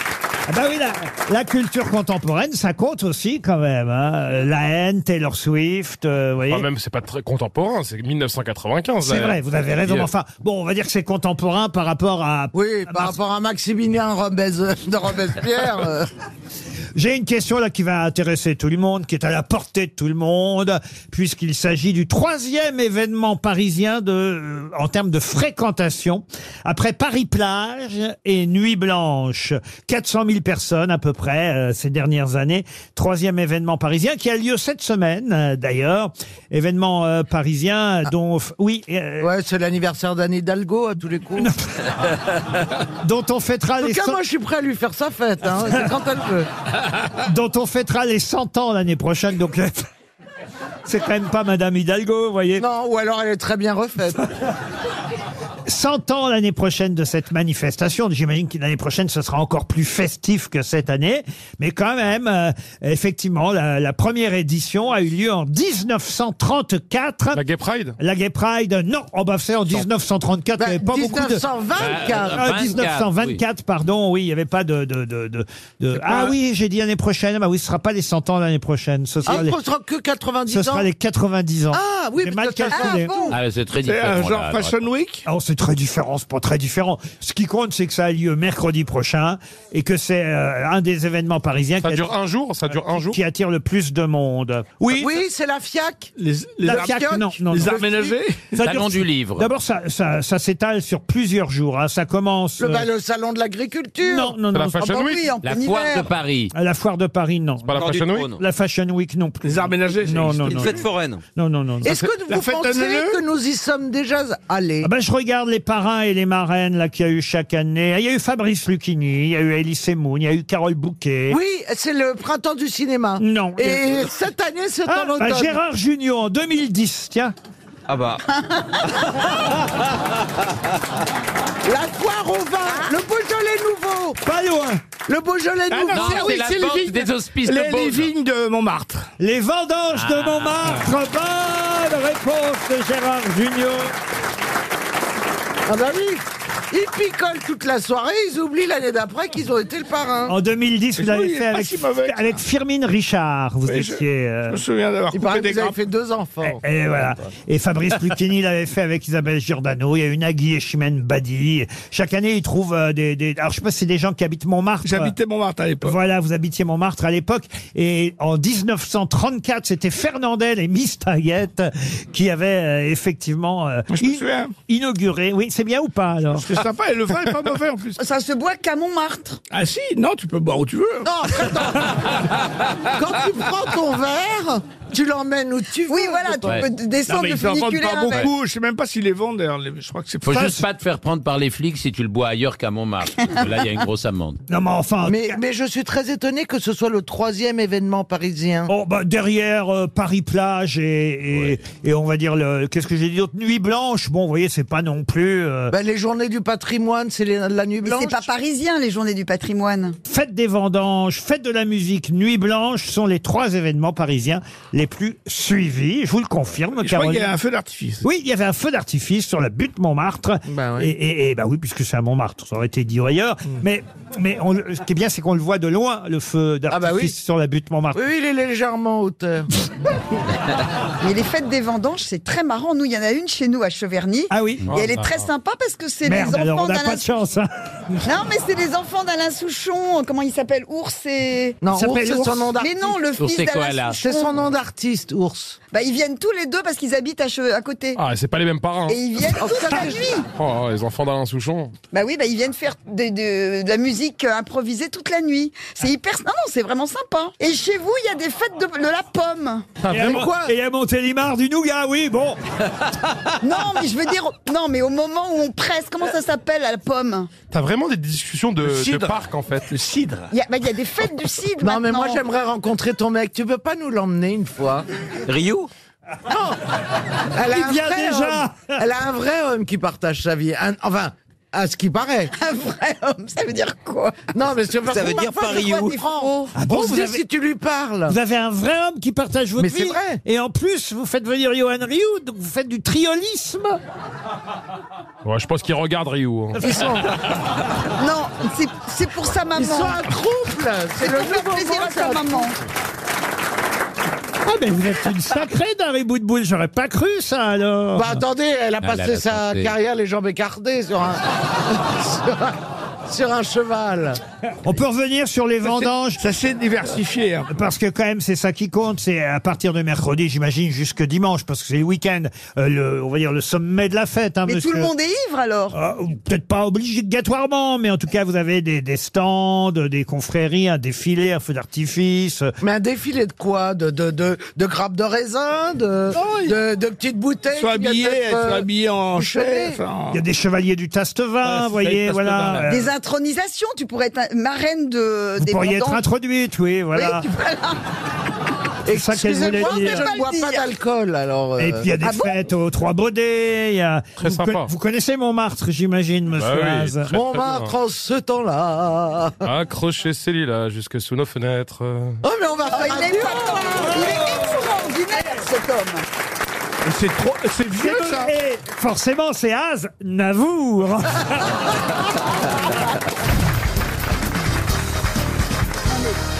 [SPEAKER 2] Ah bah oui, la, la culture contemporaine, ça compte aussi quand même. hein. La haine, Taylor Swift, euh, vous voyez.
[SPEAKER 3] Enfin, même, c'est pas très contemporain, c'est 1995.
[SPEAKER 2] C'est
[SPEAKER 3] là.
[SPEAKER 2] vrai, vous avez raison.
[SPEAKER 3] Et, euh,
[SPEAKER 2] Enfin, bon, on va dire que c'est contemporain par rapport à. Oui, par rapport à Maximilien
[SPEAKER 4] euh,
[SPEAKER 2] de Robespierre. J'ai une question là qui va intéresser tout le monde, qui est à la portée de tout le monde, puisqu'il s'agit du troisième événement parisien de, euh, en termes de fréquentation, après Paris-Plage et Nuit Blanche. 400 000 personnes à peu près euh, ces dernières années. Troisième événement parisien qui a lieu cette semaine euh, d'ailleurs. Événement euh, parisien dont... Oui. euh, Ouais, c'est l'anniversaire d'Anne Hidalgo à tous les coups. dont on fêtera
[SPEAKER 4] En tout
[SPEAKER 2] les...
[SPEAKER 4] cas,
[SPEAKER 2] cent-
[SPEAKER 4] moi, je suis prêt à lui faire sa fête. Hein. C'est quand elle veut.
[SPEAKER 2] dont on fêtera les 100 ans l'année prochaine. Donc, le- c'est quand même pas Madame Hidalgo, vous voyez. Non, ou alors elle est très bien refaite. 100 ans l'année prochaine de cette manifestation. J'imagine que l'année prochaine, ce sera encore plus festif que cette année. Mais quand même, euh, effectivement, la, la première édition a eu lieu en 1934. La Gay Pride La Gay Pride, non. Oh, bah, c'est en 1934. il y avait pas beaucoup de...
[SPEAKER 4] 1924.
[SPEAKER 2] Ah, 1924, pardon. Oui, il n'y avait pas de... de, de, de- de- Ah oui, j'ai dit l'année prochaine. Bah oui, ce sera pas les 100 ans l'année prochaine. Ce sera,
[SPEAKER 4] Ah,
[SPEAKER 2] les...
[SPEAKER 4] ce sera que 90
[SPEAKER 2] ce
[SPEAKER 4] ans.
[SPEAKER 2] sera les 90 ans.
[SPEAKER 4] Ah oui,
[SPEAKER 2] J'ai
[SPEAKER 4] mais
[SPEAKER 2] mal
[SPEAKER 4] ça- ah,
[SPEAKER 2] calculé.
[SPEAKER 4] bon.
[SPEAKER 8] Ah, c'est très différent. là, alors, attends.
[SPEAKER 2] Week Non, Oh, c'est très différent, c'est pas très différent. Ce qui compte, c'est que ça a lieu mercredi prochain et que c'est euh, un des événements parisiens
[SPEAKER 3] Ça
[SPEAKER 2] qui, euh,
[SPEAKER 3] dure un jour, ça dure un jour.
[SPEAKER 2] qui attire le plus de monde.
[SPEAKER 4] Oui, c'est la FIAC.
[SPEAKER 2] La FIAC, non, non, non. Ça dure- D'abord, ça, ça, ça s'étale sur plusieurs jours. hein. Ça commence.
[SPEAKER 4] Le,
[SPEAKER 2] euh,
[SPEAKER 4] bah, le salon de l'agriculture.
[SPEAKER 2] Non, non, non.
[SPEAKER 4] Ah bah oui, en plein hiver.
[SPEAKER 8] Paris.
[SPEAKER 2] Ah, La foire de Paris, non.
[SPEAKER 3] pas la Encore du Fashion Week trône.
[SPEAKER 2] La Fashion Week, non plus. Les arts ménagers Non, non, non.
[SPEAKER 5] foraine.
[SPEAKER 2] Non, non, non. non.
[SPEAKER 4] Est-ce que vous pensez que nous y sommes déjà allés
[SPEAKER 2] Ah ben, je regarde les parrains et les marraines là qu'il y a eu chaque année. Ah, Il y a eu Fabrice Lucchini, il y a eu Elie Semoun, il y a eu Carole Bouquet.
[SPEAKER 4] Oui, c'est le printemps du cinéma.
[SPEAKER 2] Non. euh,
[SPEAKER 4] Et cette année, c'est
[SPEAKER 2] Ah,
[SPEAKER 4] en automne.
[SPEAKER 2] bah, Gérard Junior en 2010, tiens.
[SPEAKER 5] Ah bah.
[SPEAKER 4] La foire au vin, le Beaujolais nouveau.
[SPEAKER 2] Pas loin.
[SPEAKER 4] Le Beaujolais
[SPEAKER 6] Ah
[SPEAKER 4] nouveau.
[SPEAKER 6] non, c'est- oui, c'est les vignes les- les vignes de Montmartre.
[SPEAKER 2] Les vendanges de
[SPEAKER 6] Ah.
[SPEAKER 2] Montmartre. Bonne réponse de Gérard Junior.
[SPEAKER 4] Ah bah oui, ils picolent toute la soirée, ils oublient l'année d'après qu'ils ont été le parrain.
[SPEAKER 2] En 2010,
[SPEAKER 4] Mais
[SPEAKER 2] vous l'avez
[SPEAKER 4] oui, il est
[SPEAKER 2] fait
[SPEAKER 4] pas
[SPEAKER 2] avec,
[SPEAKER 4] si mauvais, ça.
[SPEAKER 2] avec Firmin Richard. Vous
[SPEAKER 4] Oui, je-
[SPEAKER 2] étiez. euh,
[SPEAKER 4] je me souviens d'avoir Il coupé paraît que des vous avez grappes. fait deux enfants.
[SPEAKER 2] Et, et Eh, voilà. Et Fabrice Lucchini l'avait fait avec Isabelle Giordano. Il y a eu Nagui et Chimène Badi. Chaque année, ils trouvent euh, des, des- Alors, je sais pas si c'est des gens qui habitent Montmartre.
[SPEAKER 6] J'habitais Montmartre à l'époque.
[SPEAKER 2] Voilà, vous habitiez Montmartre à l'époque. Et en 1934, c'était Fernandel et Mistaguette qui avaient euh, effectivement euh,
[SPEAKER 6] Je me
[SPEAKER 2] in-
[SPEAKER 6] souviens.
[SPEAKER 2] inauguré. Oui, c'est bien ou pas alors
[SPEAKER 6] C'est sympa et le vin est pas mauvais en plus.
[SPEAKER 7] Ça se boit qu'à Montmartre.
[SPEAKER 6] Ah si, non, tu peux boire où tu veux.
[SPEAKER 4] Non, Quand tu prends ton verre, tu l'emmènes où tu veux.
[SPEAKER 7] Oui, voilà, tu
[SPEAKER 6] Ouais.
[SPEAKER 7] peux descendre
[SPEAKER 6] Non, mais
[SPEAKER 7] le
[SPEAKER 6] ils en vendent
[SPEAKER 7] funiculaire
[SPEAKER 6] pas
[SPEAKER 7] avec.
[SPEAKER 6] beaucoup. Oh, Je sais même pas s'ils les vendent. d'ailleurs, les- Je crois que c'est
[SPEAKER 8] Faut
[SPEAKER 6] pas-
[SPEAKER 8] juste pas te faire prendre par les flics si tu le bois ailleurs qu'à Montmartre. Parce que Là, il y a une grosse amende.
[SPEAKER 2] Non, mais enfin.
[SPEAKER 4] Mais, mais je suis très étonné que ce soit le troisième événement parisien.
[SPEAKER 2] Oh, bah, derrière euh, Paris-Plage et, et, et on va dire, le, qu'est-ce que j'ai dit d'autre Nuit Blanche, bon, vous voyez, c'est pas non plus... euh,
[SPEAKER 4] Bah, les journées du patrimoine, c'est les- la nuit
[SPEAKER 7] Mais
[SPEAKER 4] blanche.
[SPEAKER 7] c'est pas parisien, les journées du patrimoine.
[SPEAKER 2] Fête des vendanges, fête de la musique, Nuit Blanche sont les trois événements parisiens les plus suivis, je vous le confirme,
[SPEAKER 6] Je crois qu'il y a
[SPEAKER 2] Caroline.
[SPEAKER 6] un feu d'artifice.
[SPEAKER 2] Oui, il y avait un feu d'artifice sur la butte Montmartre. Et, et- et bah oui, puisque c'est à Montmartre, ça aurait été dit ailleurs.
[SPEAKER 4] Mm.
[SPEAKER 2] Mais, mais on le- ce qui est bien, c'est qu'on le voit de loin, le feu d'artifice sur la butte Montmartre.
[SPEAKER 4] Ah, bah Oui, oui, il est légèrement euh. en hauteur.
[SPEAKER 7] Mais les fêtes des vendanges, c'est très marrant. Nous, il y en a une chez nous à Cheverny.
[SPEAKER 2] Ah oui.
[SPEAKER 7] Et elle est très sympa parce que c'est les
[SPEAKER 2] Merde, alors
[SPEAKER 7] enfants
[SPEAKER 2] on n'a
[SPEAKER 7] d'Alain
[SPEAKER 2] pas de chance. hein.
[SPEAKER 7] Non, mais c'est les enfants d'Alain Souchon. Comment il s'appelle Ours et.
[SPEAKER 4] Non,
[SPEAKER 2] Il s'appelle
[SPEAKER 4] Ours, c'est
[SPEAKER 2] Ours.
[SPEAKER 4] son nom
[SPEAKER 7] Mais
[SPEAKER 4] d'artiste.
[SPEAKER 7] non, le
[SPEAKER 3] Ours
[SPEAKER 7] fils
[SPEAKER 3] et
[SPEAKER 7] d'Alain
[SPEAKER 3] Koala.
[SPEAKER 7] Souchon.
[SPEAKER 4] C'est son nom d'artiste, Ours.
[SPEAKER 7] Bah, ils viennent tous les deux parce qu'ils habitent à, che- à côté.
[SPEAKER 3] Ah, et c'est pas les mêmes parents. hein.
[SPEAKER 7] Et ils viennent toute la nuit.
[SPEAKER 3] Oh, les enfants d'Alain Souchon.
[SPEAKER 7] Bah oui, bah ils viennent faire de, de- de la musique euh, improvisée toute la nuit.
[SPEAKER 4] Ah.
[SPEAKER 7] C'est hyper. Non, non, c'est vraiment sympa. Et chez vous, il y a des fêtes de, de la pomme.
[SPEAKER 4] Ah,
[SPEAKER 2] et, à, Mon- et à Montélimar du Nougat, oui, bon.
[SPEAKER 7] Non, mais je veux dire. Non, mais au moment où on presse, comment ça s'appelle la pomme
[SPEAKER 3] T'as vraiment des discussions de, de
[SPEAKER 6] cidre.
[SPEAKER 3] parc en fait. Le cidre.
[SPEAKER 7] Il y, a- bah, il y a des fêtes du cidre.
[SPEAKER 4] Non, mais moi
[SPEAKER 7] maintenant.
[SPEAKER 4] j'aimerais rencontrer ton mec. Tu veux pas nous l'emmener une fois
[SPEAKER 5] Rio
[SPEAKER 4] Elle a,
[SPEAKER 2] Il
[SPEAKER 4] un
[SPEAKER 2] vient
[SPEAKER 4] vrai
[SPEAKER 2] déjà.
[SPEAKER 4] homme. Elle a un vrai homme qui partage sa vie. Un- enfin, à ce qui paraît. Un vrai homme, ça veut dire quoi Non, mais c'est
[SPEAKER 18] Ça veut dire pariou.
[SPEAKER 2] Ah bon,
[SPEAKER 4] On se
[SPEAKER 2] vous
[SPEAKER 4] dit
[SPEAKER 2] avez-
[SPEAKER 4] si tu lui parles.
[SPEAKER 2] Vous avez un vrai homme qui partage votre
[SPEAKER 4] Mais
[SPEAKER 2] vie.
[SPEAKER 4] c'est vrai.
[SPEAKER 2] Et en plus, vous faites venir Johan Rioux, donc vous faites du triolisme.
[SPEAKER 3] Ouais, je pense qu'il regarde Ryu. hein.
[SPEAKER 7] Ils sont- Non, c'est- c'est pour sa maman.
[SPEAKER 4] Ils sont un trouble. C'est le
[SPEAKER 7] pour faire
[SPEAKER 4] nouveau
[SPEAKER 7] plaisir à sa
[SPEAKER 4] concept.
[SPEAKER 7] maman.
[SPEAKER 2] Ah, mais vous êtes une sacrée d'un rebout de boule. J'aurais pas cru ça alors.
[SPEAKER 4] Bah attendez, elle a
[SPEAKER 2] Ah,
[SPEAKER 4] passé
[SPEAKER 2] là, là,
[SPEAKER 4] sa
[SPEAKER 2] attendez.
[SPEAKER 4] carrière les jambes écartées sur un, sur un, sur un cheval.
[SPEAKER 2] On peut revenir sur les
[SPEAKER 4] Ça s'est-
[SPEAKER 2] vendanges.
[SPEAKER 4] ça s'est diversifié, hein.
[SPEAKER 2] Parce que quand même, c'est ça qui compte. C'est à partir de mercredi, j'imagine, jusque dimanche, parce que c'est le week-end, euh, le, on va dire le sommet de la fête.
[SPEAKER 4] Ah,
[SPEAKER 2] hein,
[SPEAKER 7] Mais tout
[SPEAKER 2] monsieur.
[SPEAKER 7] le monde est ivre alors.
[SPEAKER 2] Ah, ou Peut-être pas obligatoirement, mais en tout cas, vous avez des, des stands, des confréries, un défilé, un feu d'artifice.
[SPEAKER 4] Mais un défilé de quoi De, de, de, de grappes de raisin De, de, de petites bouteilles
[SPEAKER 6] Soit
[SPEAKER 4] qui viennent
[SPEAKER 6] habillé,
[SPEAKER 4] d'être, euh,
[SPEAKER 6] soit habillé en
[SPEAKER 4] bouchonnées.
[SPEAKER 6] chef. en-
[SPEAKER 2] Il y a des chevaliers du Tastevin,
[SPEAKER 6] Ouais,
[SPEAKER 2] vous voyez,
[SPEAKER 6] Tastevin,
[SPEAKER 2] voilà.
[SPEAKER 6] ouais.
[SPEAKER 2] Euh,
[SPEAKER 7] Des intronisations, tu pourrais être un- marraine de.
[SPEAKER 2] vous
[SPEAKER 7] des
[SPEAKER 2] pourriez être
[SPEAKER 7] vendanges.
[SPEAKER 2] introduite, oui, voilà.
[SPEAKER 7] Oui, voilà.
[SPEAKER 2] C'est ça qu'elle voulait
[SPEAKER 4] Excusez-moi, mais
[SPEAKER 2] dire. Euh,
[SPEAKER 4] je ne bois pas d'alcool, alors... euh,
[SPEAKER 2] Et puis il y a des
[SPEAKER 4] ah bon
[SPEAKER 2] fêtes aux Trois Baudets. il Y a... vous,
[SPEAKER 4] sympa.
[SPEAKER 2] conna- vous connaissez Montmartre, j'imagine, monsieur
[SPEAKER 3] Bah oui,
[SPEAKER 2] Haas.
[SPEAKER 3] très, très
[SPEAKER 4] Montmartre en ce temps-là.
[SPEAKER 3] Accrochez ces lilas jusque sous nos fenêtres.
[SPEAKER 4] Oh, mais on va
[SPEAKER 7] Oh,
[SPEAKER 4] faire
[SPEAKER 7] il
[SPEAKER 4] un
[SPEAKER 7] est
[SPEAKER 4] duo.
[SPEAKER 7] Il est extraordinaire cet homme.
[SPEAKER 6] C'est trop, c'est vieux
[SPEAKER 2] C'est-
[SPEAKER 6] ça.
[SPEAKER 2] Et forcément, c'est Haas Navour.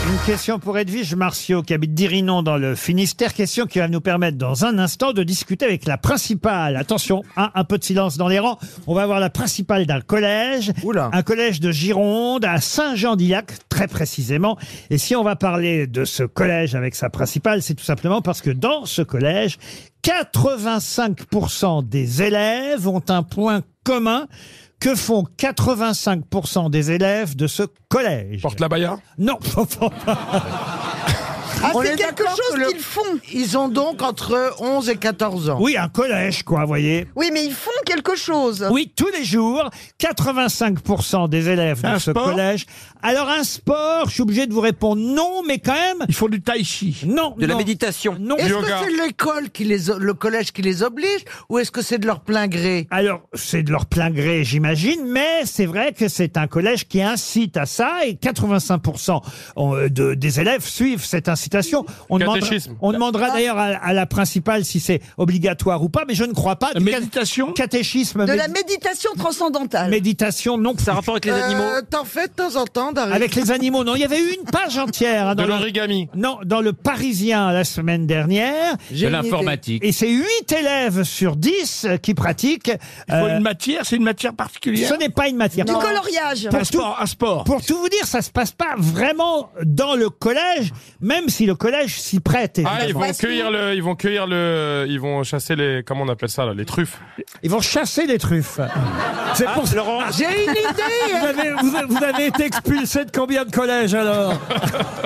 [SPEAKER 2] Une question pour Edwige Martiaux, qui habite Dirinon dans le Finistère. Question qui va nous permettre dans un instant de discuter avec la principale. Attention, hein, un peu de silence dans les rangs. On va avoir la principale d'un collège. Un collège de Gironde à Saint-Jean-d'Illac, très précisément. Et si on va parler de ce collège avec sa principale, c'est tout simplement parce que dans ce collège, 85% des élèves ont un point commun. Que font 85% des élèves de ce collège Porte
[SPEAKER 3] la baïa
[SPEAKER 2] Non.
[SPEAKER 7] Ah,
[SPEAKER 4] On
[SPEAKER 7] c'est
[SPEAKER 4] est
[SPEAKER 7] quelque
[SPEAKER 4] d'accord
[SPEAKER 7] chose
[SPEAKER 4] que le-
[SPEAKER 7] qu'ils font.
[SPEAKER 4] Ils ont donc entre 11 et 14 ans.
[SPEAKER 2] oui, un collège, quoi, vous voyez.
[SPEAKER 7] Oui, mais ils font quelque chose.
[SPEAKER 2] Oui, tous les jours, 85% des élèves de
[SPEAKER 6] Un
[SPEAKER 2] ce
[SPEAKER 6] sport
[SPEAKER 2] collège. Alors, un sport, je suis obligé de vous répondre non, mais quand même.
[SPEAKER 6] Ils font du tai chi.
[SPEAKER 2] Non.
[SPEAKER 5] De la
[SPEAKER 2] non.
[SPEAKER 5] méditation.
[SPEAKER 2] Non.
[SPEAKER 4] Est-ce que
[SPEAKER 2] Yoga.
[SPEAKER 4] c'est l'école qui les, o- le collège qui les oblige ou est-ce que c'est de leur plein gré
[SPEAKER 2] Alors, c'est de leur plein gré, j'imagine, mais c'est vrai que c'est un collège qui incite à ça et 85% en- euh, de- des élèves suivent cette incitation. On demandera,
[SPEAKER 3] Catéchisme.
[SPEAKER 2] on demandera d'ailleurs à, à la principale si c'est obligatoire ou pas, mais je ne crois pas. méditation Catéchisme,
[SPEAKER 7] De la
[SPEAKER 2] médi-
[SPEAKER 7] méditation transcendantale.
[SPEAKER 2] méditation, non. Ça
[SPEAKER 5] rapport avec
[SPEAKER 4] Euh, T'en fais de temps en temps,
[SPEAKER 7] Mm.
[SPEAKER 4] Dari.
[SPEAKER 2] Avec les animaux, non. Il y avait eu une page entière. hein,
[SPEAKER 3] De
[SPEAKER 2] dans le-
[SPEAKER 3] l'origami.
[SPEAKER 2] Non, dans le Parisien la semaine dernière.
[SPEAKER 8] De l'informatique.
[SPEAKER 2] Et c'est 8 élèves sur 10 qui pratiquent.
[SPEAKER 6] Il faut
[SPEAKER 2] euh,
[SPEAKER 6] une matière, c'est une matière particulière.
[SPEAKER 2] ce n'est pas une matière.
[SPEAKER 7] Du coloriage.
[SPEAKER 6] Un sport, un sport.
[SPEAKER 2] Pour tout vous dire, ça se passe pas vraiment dans le collège, même si le collège s'y prête.
[SPEAKER 3] Ah, ils
[SPEAKER 2] évidemment.
[SPEAKER 3] vont cueillir le, ils vont cueillir le, ils vont chasser les, comment on appelle ça là, les truffes.
[SPEAKER 2] Ils vont chasser les truffes.
[SPEAKER 3] Ah,
[SPEAKER 2] C'est pour ça.
[SPEAKER 4] J'ai une
[SPEAKER 2] Vous
[SPEAKER 4] idée
[SPEAKER 2] avez, vous- vous avez été expulsé de combien de collèges alors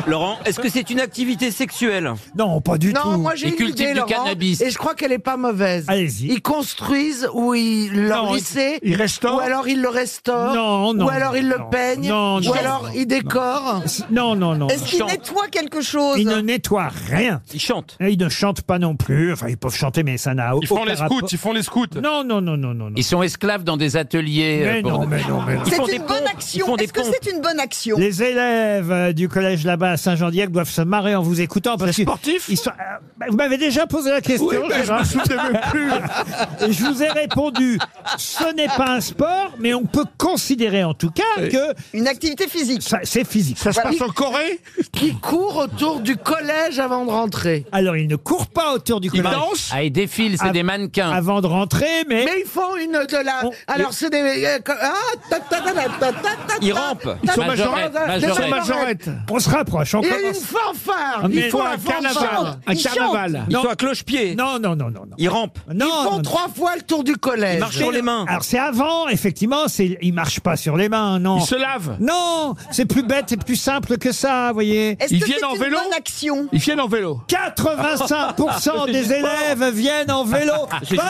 [SPEAKER 5] Laurent, est-ce que c'est une activité sexuelle
[SPEAKER 2] Non, pas du tout.
[SPEAKER 4] Non, moi j'ai
[SPEAKER 8] Ils
[SPEAKER 4] une
[SPEAKER 8] cultivent
[SPEAKER 4] idée,
[SPEAKER 8] du
[SPEAKER 4] Laurent,
[SPEAKER 8] cannabis.
[SPEAKER 4] et je crois qu'elle est pas mauvaise.
[SPEAKER 2] Allez-y.
[SPEAKER 4] Ils construisent ou ils leur
[SPEAKER 6] Non,
[SPEAKER 4] lycée,
[SPEAKER 6] ils- ils restaurent.
[SPEAKER 4] ou alors ils le restaurent,
[SPEAKER 2] Non, non,
[SPEAKER 4] ou alors ils
[SPEAKER 2] non,
[SPEAKER 4] le peignent,
[SPEAKER 2] non, non,
[SPEAKER 4] ou alors
[SPEAKER 2] non,
[SPEAKER 4] ils décorent.
[SPEAKER 2] Non, non, non.
[SPEAKER 7] Est-ce qu'ils nettoient quelque chose
[SPEAKER 2] Ils ne nettoient rien.
[SPEAKER 5] Ils chantent.
[SPEAKER 2] Et Ils ne chantent pas non plus. Enfin, ils peuvent chanter, mais ça n'a au-
[SPEAKER 3] Ils font
[SPEAKER 2] aucun
[SPEAKER 3] les
[SPEAKER 2] rapport.
[SPEAKER 3] scouts, ils font les scouts.
[SPEAKER 2] Non, non, non, non, non. non.
[SPEAKER 8] Ils sont esclaves dans des ateliers. euh,
[SPEAKER 2] Mais
[SPEAKER 8] pour-
[SPEAKER 2] non, mais non, mais non.
[SPEAKER 7] C'est
[SPEAKER 5] font des
[SPEAKER 7] une bonne
[SPEAKER 5] pompes. Ils
[SPEAKER 7] action.
[SPEAKER 5] font des
[SPEAKER 7] Est-ce que
[SPEAKER 5] pompes.
[SPEAKER 7] c'est une bonne action
[SPEAKER 2] Les élèves euh, du collège là-bas à Saint-Jean-Diac doivent se marrer en vous écoutant parce que
[SPEAKER 6] sportif
[SPEAKER 2] ils sont- euh, bah, vous m'avez déjà posé la question.
[SPEAKER 6] Oui, mais je
[SPEAKER 2] Gérard.
[SPEAKER 6] me souviens même plus.
[SPEAKER 2] Et je vous ai répondu. Ce n'est pas un sport, mais on peut considérer en tout cas
[SPEAKER 6] Oui.
[SPEAKER 2] que
[SPEAKER 7] Une activité physique.
[SPEAKER 2] ça- c'est physique.
[SPEAKER 6] Ça se passe en Corée
[SPEAKER 4] Qui courent autour du collège avant de rentrer.
[SPEAKER 2] Alors ils ne courent pas autour du
[SPEAKER 6] Ils
[SPEAKER 2] collège
[SPEAKER 6] dansent
[SPEAKER 8] Ah, ils défilent, c'est
[SPEAKER 2] Ah,
[SPEAKER 8] des mannequins.
[SPEAKER 2] avant de rentrer, mais
[SPEAKER 4] Mais ils font une de la.
[SPEAKER 2] On-
[SPEAKER 4] Alors c'est des. euh, co- Ah, ta, ta, ta, ta, ta, ta, ta,
[SPEAKER 5] Ils
[SPEAKER 4] ta,
[SPEAKER 5] rampent.
[SPEAKER 4] ta,
[SPEAKER 8] sont
[SPEAKER 4] ta,
[SPEAKER 8] majorettes,
[SPEAKER 4] ta, ta,
[SPEAKER 8] majorettes.
[SPEAKER 4] ta, ta, ta,
[SPEAKER 6] Majorette.
[SPEAKER 2] on se rapproche. On
[SPEAKER 4] Il y a une
[SPEAKER 2] commence.
[SPEAKER 4] fanfare.
[SPEAKER 2] Ah, mais
[SPEAKER 4] Ils font
[SPEAKER 2] voilà,
[SPEAKER 4] la fanfare.
[SPEAKER 6] Un
[SPEAKER 7] Ils chantent.
[SPEAKER 6] carnaval.
[SPEAKER 5] Ils
[SPEAKER 2] Non.
[SPEAKER 5] sont à cloche-pied.
[SPEAKER 2] Non, non, non, non, non.
[SPEAKER 5] Ils rampent.
[SPEAKER 2] Non,
[SPEAKER 4] Ils
[SPEAKER 2] non,
[SPEAKER 4] font
[SPEAKER 2] non.
[SPEAKER 4] trois fois le tour du
[SPEAKER 5] Ils
[SPEAKER 4] collège.
[SPEAKER 5] marchent sur les mains.
[SPEAKER 2] Alors c'est avant, effectivement, c'est ils marchent pas sur les mains, non.
[SPEAKER 6] Ils se lavent.
[SPEAKER 2] Non, c'est plus bête et plus simple que ça, vous voyez.
[SPEAKER 7] Est-ce
[SPEAKER 6] Ils
[SPEAKER 7] que
[SPEAKER 6] viennent
[SPEAKER 7] c'est
[SPEAKER 6] en
[SPEAKER 7] une
[SPEAKER 6] vélo
[SPEAKER 7] bonne action
[SPEAKER 6] Ils viennent en vélo.
[SPEAKER 2] 85% des élèves viennent en vélo.
[SPEAKER 5] C'est du sport,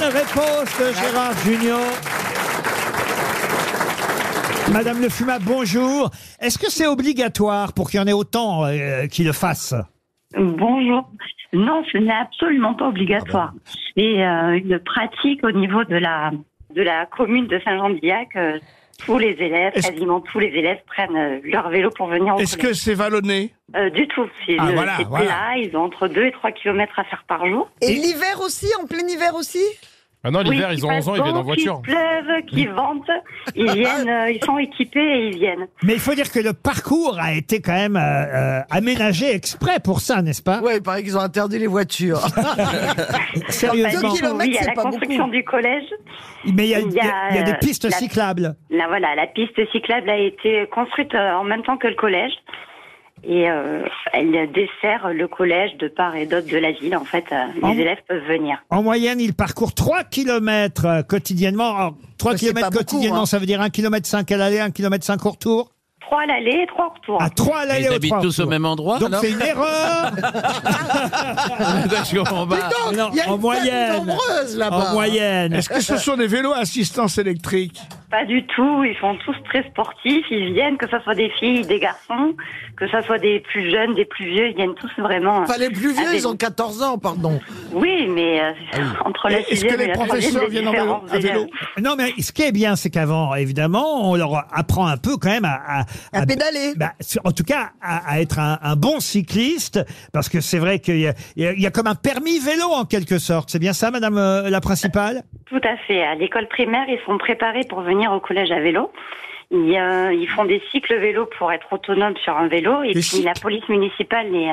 [SPEAKER 2] Bonne réponse de Gérard Junior. Madame Le Fuma, bonjour. Est-ce que c'est obligatoire pour qu'il y en ait autant euh, qui le fassent
[SPEAKER 15] Bonjour. Non, ce n'est absolument pas obligatoire.
[SPEAKER 6] Ah ben.
[SPEAKER 15] Et euh, une pratique au niveau de la de la commune de Saint-Jean-d'Illac, euh, tous les élèves, quasiment tous les élèves prennent euh, leur vélo pour venir au
[SPEAKER 6] Est-ce que
[SPEAKER 15] collège.
[SPEAKER 6] c'est vallonné
[SPEAKER 15] Euh, du tout. C'est
[SPEAKER 6] Ah,
[SPEAKER 15] le-
[SPEAKER 6] voilà,
[SPEAKER 15] c'est
[SPEAKER 6] voilà.
[SPEAKER 15] là, ils ont entre 2 et 3 kilomètres à faire par jour.
[SPEAKER 7] Et l'hiver aussi, en plein hiver aussi
[SPEAKER 3] Ah non, l'hiver,
[SPEAKER 15] Oui,
[SPEAKER 3] ils ont
[SPEAKER 15] qu'il
[SPEAKER 3] 11 ans, ils
[SPEAKER 15] fasse
[SPEAKER 3] viennent en
[SPEAKER 15] beau,
[SPEAKER 3] voiture.
[SPEAKER 15] Qu'il pleuve, qu'il vente, ils viennent, euh, ils sont équipés et ils viennent.
[SPEAKER 2] Mais il faut dire que le parcours a été quand même euh, euh, aménagé exprès pour ça, n'est-ce pas
[SPEAKER 4] Oui, il paraît qu'ils ont interdit les voitures.
[SPEAKER 2] Sérieusement.
[SPEAKER 15] Deux kilomètres, Oui, à c'est la pas construction beaucoup. du collège.
[SPEAKER 2] Mais il y a,
[SPEAKER 15] il y a,
[SPEAKER 2] il y a des
[SPEAKER 15] euh,
[SPEAKER 2] pistes
[SPEAKER 15] la-
[SPEAKER 2] cyclables.
[SPEAKER 15] Là, voilà, la piste cyclable a été construite euh, en même temps que le collège. Et euh, elle dessert le collège de part et d'autre de la ville. En fait, euh,
[SPEAKER 4] Ah
[SPEAKER 15] les
[SPEAKER 2] En-
[SPEAKER 15] élèves peuvent venir.
[SPEAKER 2] En moyenne, il parcourt 3 km quotidiennement. Alors, 3
[SPEAKER 15] Mais c'est
[SPEAKER 2] km
[SPEAKER 15] pas beaucoup,
[SPEAKER 2] quotidiennement,
[SPEAKER 15] hein.
[SPEAKER 2] ça veut dire 1 km 5 à l'aller, 1 km 5 au retour.
[SPEAKER 15] Trois à l'aller et trois au retour.
[SPEAKER 2] À 3 à l'aller
[SPEAKER 8] Ils
[SPEAKER 2] au
[SPEAKER 8] habitent
[SPEAKER 2] trois
[SPEAKER 8] tous au
[SPEAKER 2] retour.
[SPEAKER 8] même endroit,
[SPEAKER 2] Donc
[SPEAKER 8] alors
[SPEAKER 2] c'est une
[SPEAKER 4] Ah
[SPEAKER 2] erreur
[SPEAKER 8] Je comprends pas.
[SPEAKER 2] Mais non,
[SPEAKER 8] il y a
[SPEAKER 2] En
[SPEAKER 8] une
[SPEAKER 2] moyenne
[SPEAKER 8] famille nombreuse là-bas.
[SPEAKER 2] En moyenne
[SPEAKER 6] Est-ce que ce sont des vélos à assistance électrique
[SPEAKER 15] Pas du tout. Ils sont tous très sportifs. Ils viennent, que ce soit des filles, des garçons, que ce soit des plus jeunes, des plus vieux. Ils viennent tous vraiment.
[SPEAKER 4] Enfin, les plus vieux,
[SPEAKER 15] avec-
[SPEAKER 4] ils ont 14 ans, pardon.
[SPEAKER 15] Ah,
[SPEAKER 4] Ah
[SPEAKER 15] Oui, mais euh, entre la sixième et la troisième, il y a différents élèves.
[SPEAKER 2] Non, mais ce qui est bien, c'est qu'avant, évidemment, on leur apprend un peu quand même à... À,
[SPEAKER 7] pédaler
[SPEAKER 2] bah, sur- En tout cas, à, à être un, un bon cycliste, parce que c'est vrai qu'il y, a- il y a- il y a comme un permis vélo, en quelque sorte. C'est bien ça, madame euh, la principale
[SPEAKER 15] Tout à fait. À l'école primaire, ils sont préparés pour venir au collège à vélo. Ils, euh, ils font des cycles vélo pour être autonomes sur un vélo. Et
[SPEAKER 2] Des
[SPEAKER 15] puis
[SPEAKER 2] cycles
[SPEAKER 15] la police municipale les,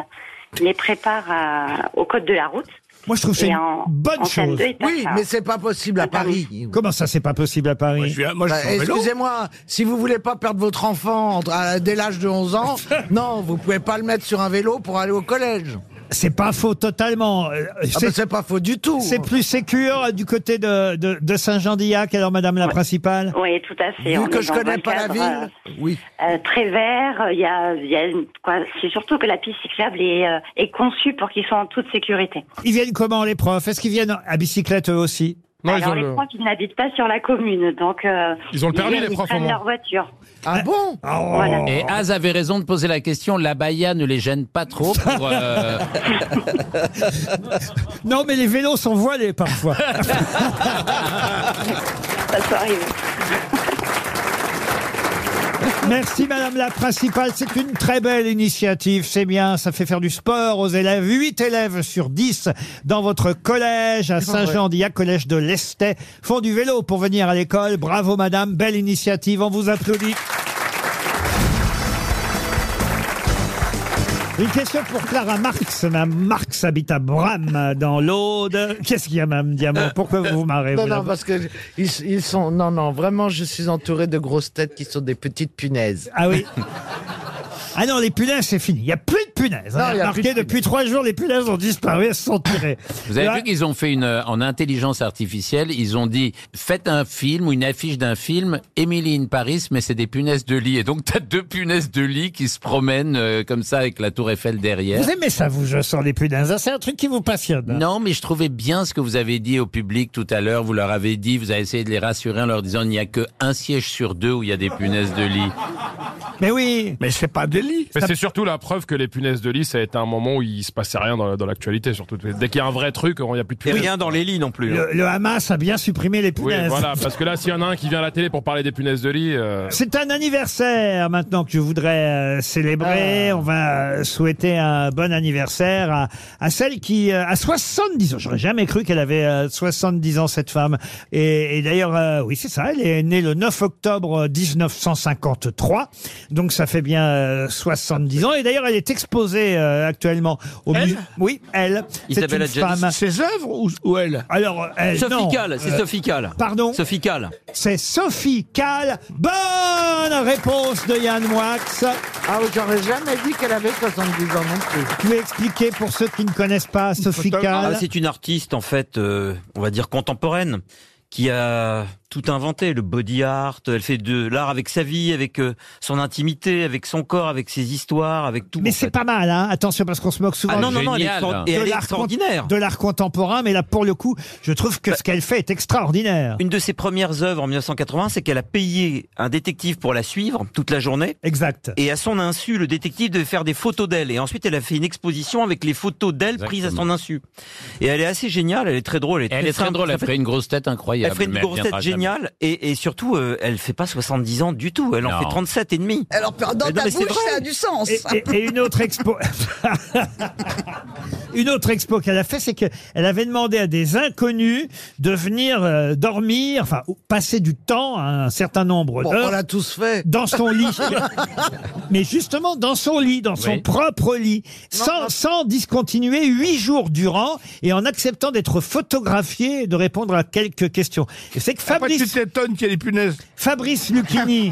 [SPEAKER 15] les prépare à- au code de la route.
[SPEAKER 2] Moi, je trouve que
[SPEAKER 15] Et
[SPEAKER 2] c'est une
[SPEAKER 15] en-
[SPEAKER 2] bonne
[SPEAKER 15] en
[SPEAKER 2] chose.
[SPEAKER 15] CM2, ils passent
[SPEAKER 4] Oui,
[SPEAKER 15] à-
[SPEAKER 4] mais c'est pas possible à Paris.
[SPEAKER 2] Comment ça, c'est pas possible à Paris
[SPEAKER 4] Bah, Excusez-moi, si vous voulez pas perdre votre enfant entre- à- dès l'âge de 11 ans, non, vous pouvez pas le mettre sur un vélo pour aller au collège.
[SPEAKER 2] C'est pas faux totalement. Euh,
[SPEAKER 4] bah, c'est pas faux du tout.
[SPEAKER 2] C'est plus sécure euh, du côté de, de, de Saint-Jean-d'Illac, alors Madame la Principale
[SPEAKER 15] Oui, tout à fait.
[SPEAKER 2] Vu
[SPEAKER 15] On
[SPEAKER 2] que
[SPEAKER 15] est
[SPEAKER 2] je
[SPEAKER 15] dans
[SPEAKER 2] connais
[SPEAKER 15] un
[SPEAKER 2] pas la
[SPEAKER 15] cadre,
[SPEAKER 2] ville,
[SPEAKER 15] euh,
[SPEAKER 4] oui.
[SPEAKER 15] euh, très vert. Il y a, il y a une- quoi, c'est surtout que la piste cyclable est, euh, est conçue pour qu'ils soient en toute sécurité.
[SPEAKER 2] Ils viennent comment les profs Est-ce qu'ils viennent à bicyclette eux aussi
[SPEAKER 15] Alors les profs, ils n'habitent pas sur la commune, donc euh,
[SPEAKER 2] Ils ont le permis,
[SPEAKER 15] ils,
[SPEAKER 2] les
[SPEAKER 15] ils
[SPEAKER 2] profs, au
[SPEAKER 15] prennent
[SPEAKER 2] moins.
[SPEAKER 15] leur voiture.
[SPEAKER 4] Ah bon
[SPEAKER 15] Voilà.
[SPEAKER 8] Et Az avait raison de poser la question. La baya ne les gêne pas trop pour. euh,
[SPEAKER 2] Non, mais les vélos sont voilés parfois.
[SPEAKER 15] Ça peut arriver.
[SPEAKER 2] Merci Madame la Principale, c'est une très belle initiative, c'est bien, ça fait faire du sport aux élèves. 8 élèves sur 10 dans votre collège à Saint-Jean-d'Illac, collège de l'Estet, font du vélo pour venir à l'école. Bravo Madame, belle initiative, on vous applaudit. Une question pour Clara Marx. Madame Marx habite à Bram, dans l'Aude. Qu'est-ce qu'il y a, Madame Diamant Pourquoi vous vous marrez
[SPEAKER 4] Non,
[SPEAKER 2] vous, là
[SPEAKER 4] non, parce que ils, ils sont. Non, non, vraiment, je suis entouré de grosses têtes qui sont des petites punaises.
[SPEAKER 2] Ah oui. Ah non, les punaises, c'est fini. Il n'y a plus de punaises.
[SPEAKER 4] Non,
[SPEAKER 2] hein.
[SPEAKER 4] il y a
[SPEAKER 2] Remarquez,
[SPEAKER 4] plus de
[SPEAKER 2] depuis trois jours, les punaises ont disparu, elles se sont tirées.
[SPEAKER 8] Vous avez
[SPEAKER 2] Là,
[SPEAKER 8] vu qu'ils ont fait une euh, en intelligence artificielle. Ils ont dit faites un film ou une affiche d'un film Emily in Paris, mais c'est des punaises de lit. Et donc t'as deux punaises de lit qui se promènent euh, comme ça avec la Tour Eiffel derrière.
[SPEAKER 2] Vous aimez ça, vous, je sens les punaises. hein. C'est un truc qui vous passionne. hein.
[SPEAKER 8] Non, mais je trouvais bien ce que vous avez dit au public tout à l'heure. Vous leur avez dit, vous avez essayé de les rassurer en leur disant il n'y a que un siège sur deux où il y a des punaises de lit.
[SPEAKER 2] Ah. Mais oui.
[SPEAKER 6] Mais c'est pas des lits.
[SPEAKER 3] Mais c'est surtout la preuve que les punaises de lit, ça a été un moment où il se passait rien dans, dans l'actualité, surtout. Dès qu'il y a un vrai truc, il n'y a plus de
[SPEAKER 5] Et
[SPEAKER 3] punaises.
[SPEAKER 5] rien dans les lits non plus. hein.
[SPEAKER 2] Le, le Hamas a bien supprimé les
[SPEAKER 3] Oui,
[SPEAKER 2] punaises.
[SPEAKER 3] voilà, parce que là, s'il y en a un qui vient à la télé pour parler des punaises de lit, euh,
[SPEAKER 2] C'est un anniversaire maintenant que je voudrais euh,
[SPEAKER 5] Ah.
[SPEAKER 2] célébrer. On va euh, souhaiter un bon anniversaire à, à celle qui euh, a 70 ans. J'aurais jamais cru qu'elle avait euh, 70 ans cette femme. Et, et d'ailleurs, euh, oui, c'est ça. Elle est née le 9 octobre 1953, donc ça fait bien euh, 70 ans. Et d'ailleurs, elle est exposée euh, actuellement au musée. Oui, elle. C'est
[SPEAKER 5] Isabelle
[SPEAKER 2] une
[SPEAKER 5] Adjani.
[SPEAKER 2] femme.
[SPEAKER 6] Ses œuvres ou, ou elle
[SPEAKER 2] Alors, euh, elle,
[SPEAKER 5] Sophie
[SPEAKER 2] non.
[SPEAKER 5] Calle, c'est
[SPEAKER 2] Euh,
[SPEAKER 5] Sophie Calle.
[SPEAKER 2] Pardon
[SPEAKER 5] Sophie Calle.
[SPEAKER 2] c'est Sophie Kahl. Bonne réponse de Yann Wax.
[SPEAKER 4] Ah oui, j'aurais jamais dit qu'elle avait 70 ans non plus.
[SPEAKER 2] Je vais expliquer pour ceux qui ne connaissent pas Sophie
[SPEAKER 5] Ah,
[SPEAKER 2] Kahl.
[SPEAKER 5] c'est une artiste en fait, euh, on va dire contemporaine, qui a tout inventé, le body art. Elle fait de l'art avec sa vie, avec euh, son intimité, avec son corps, avec ses histoires, avec tout.
[SPEAKER 2] Mais
[SPEAKER 5] en
[SPEAKER 2] c'est
[SPEAKER 5] fait.
[SPEAKER 2] pas mal, hein. attention, parce qu'on se moque souvent
[SPEAKER 5] Ah non, non,
[SPEAKER 2] de-
[SPEAKER 5] non, elle est
[SPEAKER 2] de
[SPEAKER 5] extraor-
[SPEAKER 2] l'art
[SPEAKER 5] et elle est
[SPEAKER 2] cont-
[SPEAKER 5] extraordinaire. Bah-
[SPEAKER 2] de l'art contemporain, mais là, pour le coup, je trouve que ce qu'elle fait est extraordinaire.
[SPEAKER 5] Une de ses premières œuvres en 1980, c'est qu'elle a payé un détective pour la suivre toute la journée.
[SPEAKER 2] Exact.
[SPEAKER 5] Et à son insu, le détective devait faire des photos d'elle. Et ensuite, elle a fait une exposition avec les photos d'elle prises à son insu. Et elle est assez géniale, elle est très drôle.
[SPEAKER 8] Elle est très
[SPEAKER 5] simple,
[SPEAKER 8] drôle,
[SPEAKER 5] ça
[SPEAKER 8] elle
[SPEAKER 5] fait-
[SPEAKER 8] ferait une grosse tête incroyable.
[SPEAKER 5] Elle ferait une
[SPEAKER 8] mais
[SPEAKER 5] grosse
[SPEAKER 8] viendra
[SPEAKER 5] tête
[SPEAKER 8] jamais.
[SPEAKER 5] géniale et, et surtout, euh, elle fait pas 70 ans du tout. Elle en
[SPEAKER 8] Non.
[SPEAKER 5] fait 37 et demi.
[SPEAKER 7] Alors, dans
[SPEAKER 5] Mais non,
[SPEAKER 7] ta
[SPEAKER 5] mais c'est
[SPEAKER 7] bouche,
[SPEAKER 5] vrai.
[SPEAKER 7] ça a du sens.
[SPEAKER 2] Et, et- et une autre expo. une autre expo qu'elle a fait, c'est qu'elle avait demandé à des inconnus de venir euh, dormir, enfin, ou passer du temps, un certain nombre
[SPEAKER 4] Bon,
[SPEAKER 2] d'heures.
[SPEAKER 4] on l'a tous fait.
[SPEAKER 2] Dans son lit. Mais justement, dans son lit, dans son
[SPEAKER 4] Oui.
[SPEAKER 2] propre lit, sans, sans discontinuer huit jours durant et en acceptant d'être photographié et de répondre à quelques questions. Et c'est que Fabrice. Fabrice Lucchini,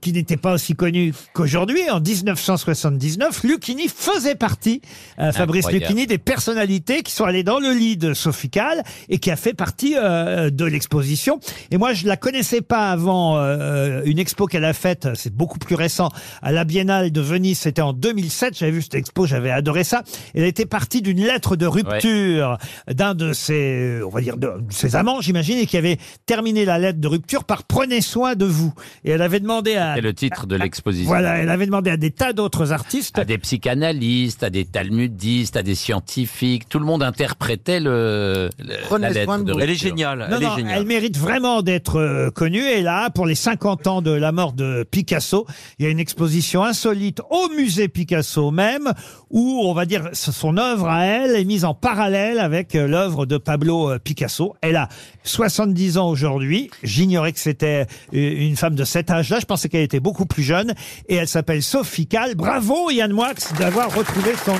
[SPEAKER 2] qui n'était pas aussi connu qu'aujourd'hui, en 1979, Lucchini faisait partie, euh, Fabrice
[SPEAKER 18] Incroyable.
[SPEAKER 2] Lucchini, des personnalités qui sont allées dans le lit de Sophie Calle et qui a fait partie euh, de l'exposition. Et moi, je la connaissais pas avant euh, une expo qu'elle a faite, c'est beaucoup plus récent, à la Biennale de Venise, c'était en 2007, j'avais vu cette expo, j'avais adoré ça. Elle était partie d'une lettre de rupture d'un de ses, on va dire, de ses amants, j'imagine, et qui avait terminé la lettre de rupture par prenez soin de vous. Et elle avait demandé à
[SPEAKER 8] C'est le titre de l'exposition.
[SPEAKER 2] voilà, elle avait demandé à des tas d'autres artistes.
[SPEAKER 8] À des psychanalystes, à des talmudistes, à des scientifiques. Tout le monde interprétait le, le- la lettre de
[SPEAKER 5] Elle est
[SPEAKER 8] rupture.
[SPEAKER 5] géniale.
[SPEAKER 2] Non,
[SPEAKER 5] elle
[SPEAKER 2] non,
[SPEAKER 5] est géniale.
[SPEAKER 2] elle mérite vraiment d'être euh, connue. Et là, pour les 50 ans de la mort de Picasso, il y a une exposition insolite au musée Picasso même, où on va dire son œuvre à elle est mise en parallèle avec euh, l'œuvre de Pablo euh, Picasso. Elle a 70 ans aujourd'hui. J'ignorais que c'était euh, une femme de cet âge-là. Je pensais qu'elle était beaucoup plus jeune. Et elle s'appelle Sophie Calle. Bravo Yann Moix d'avoir retrouvé son nom.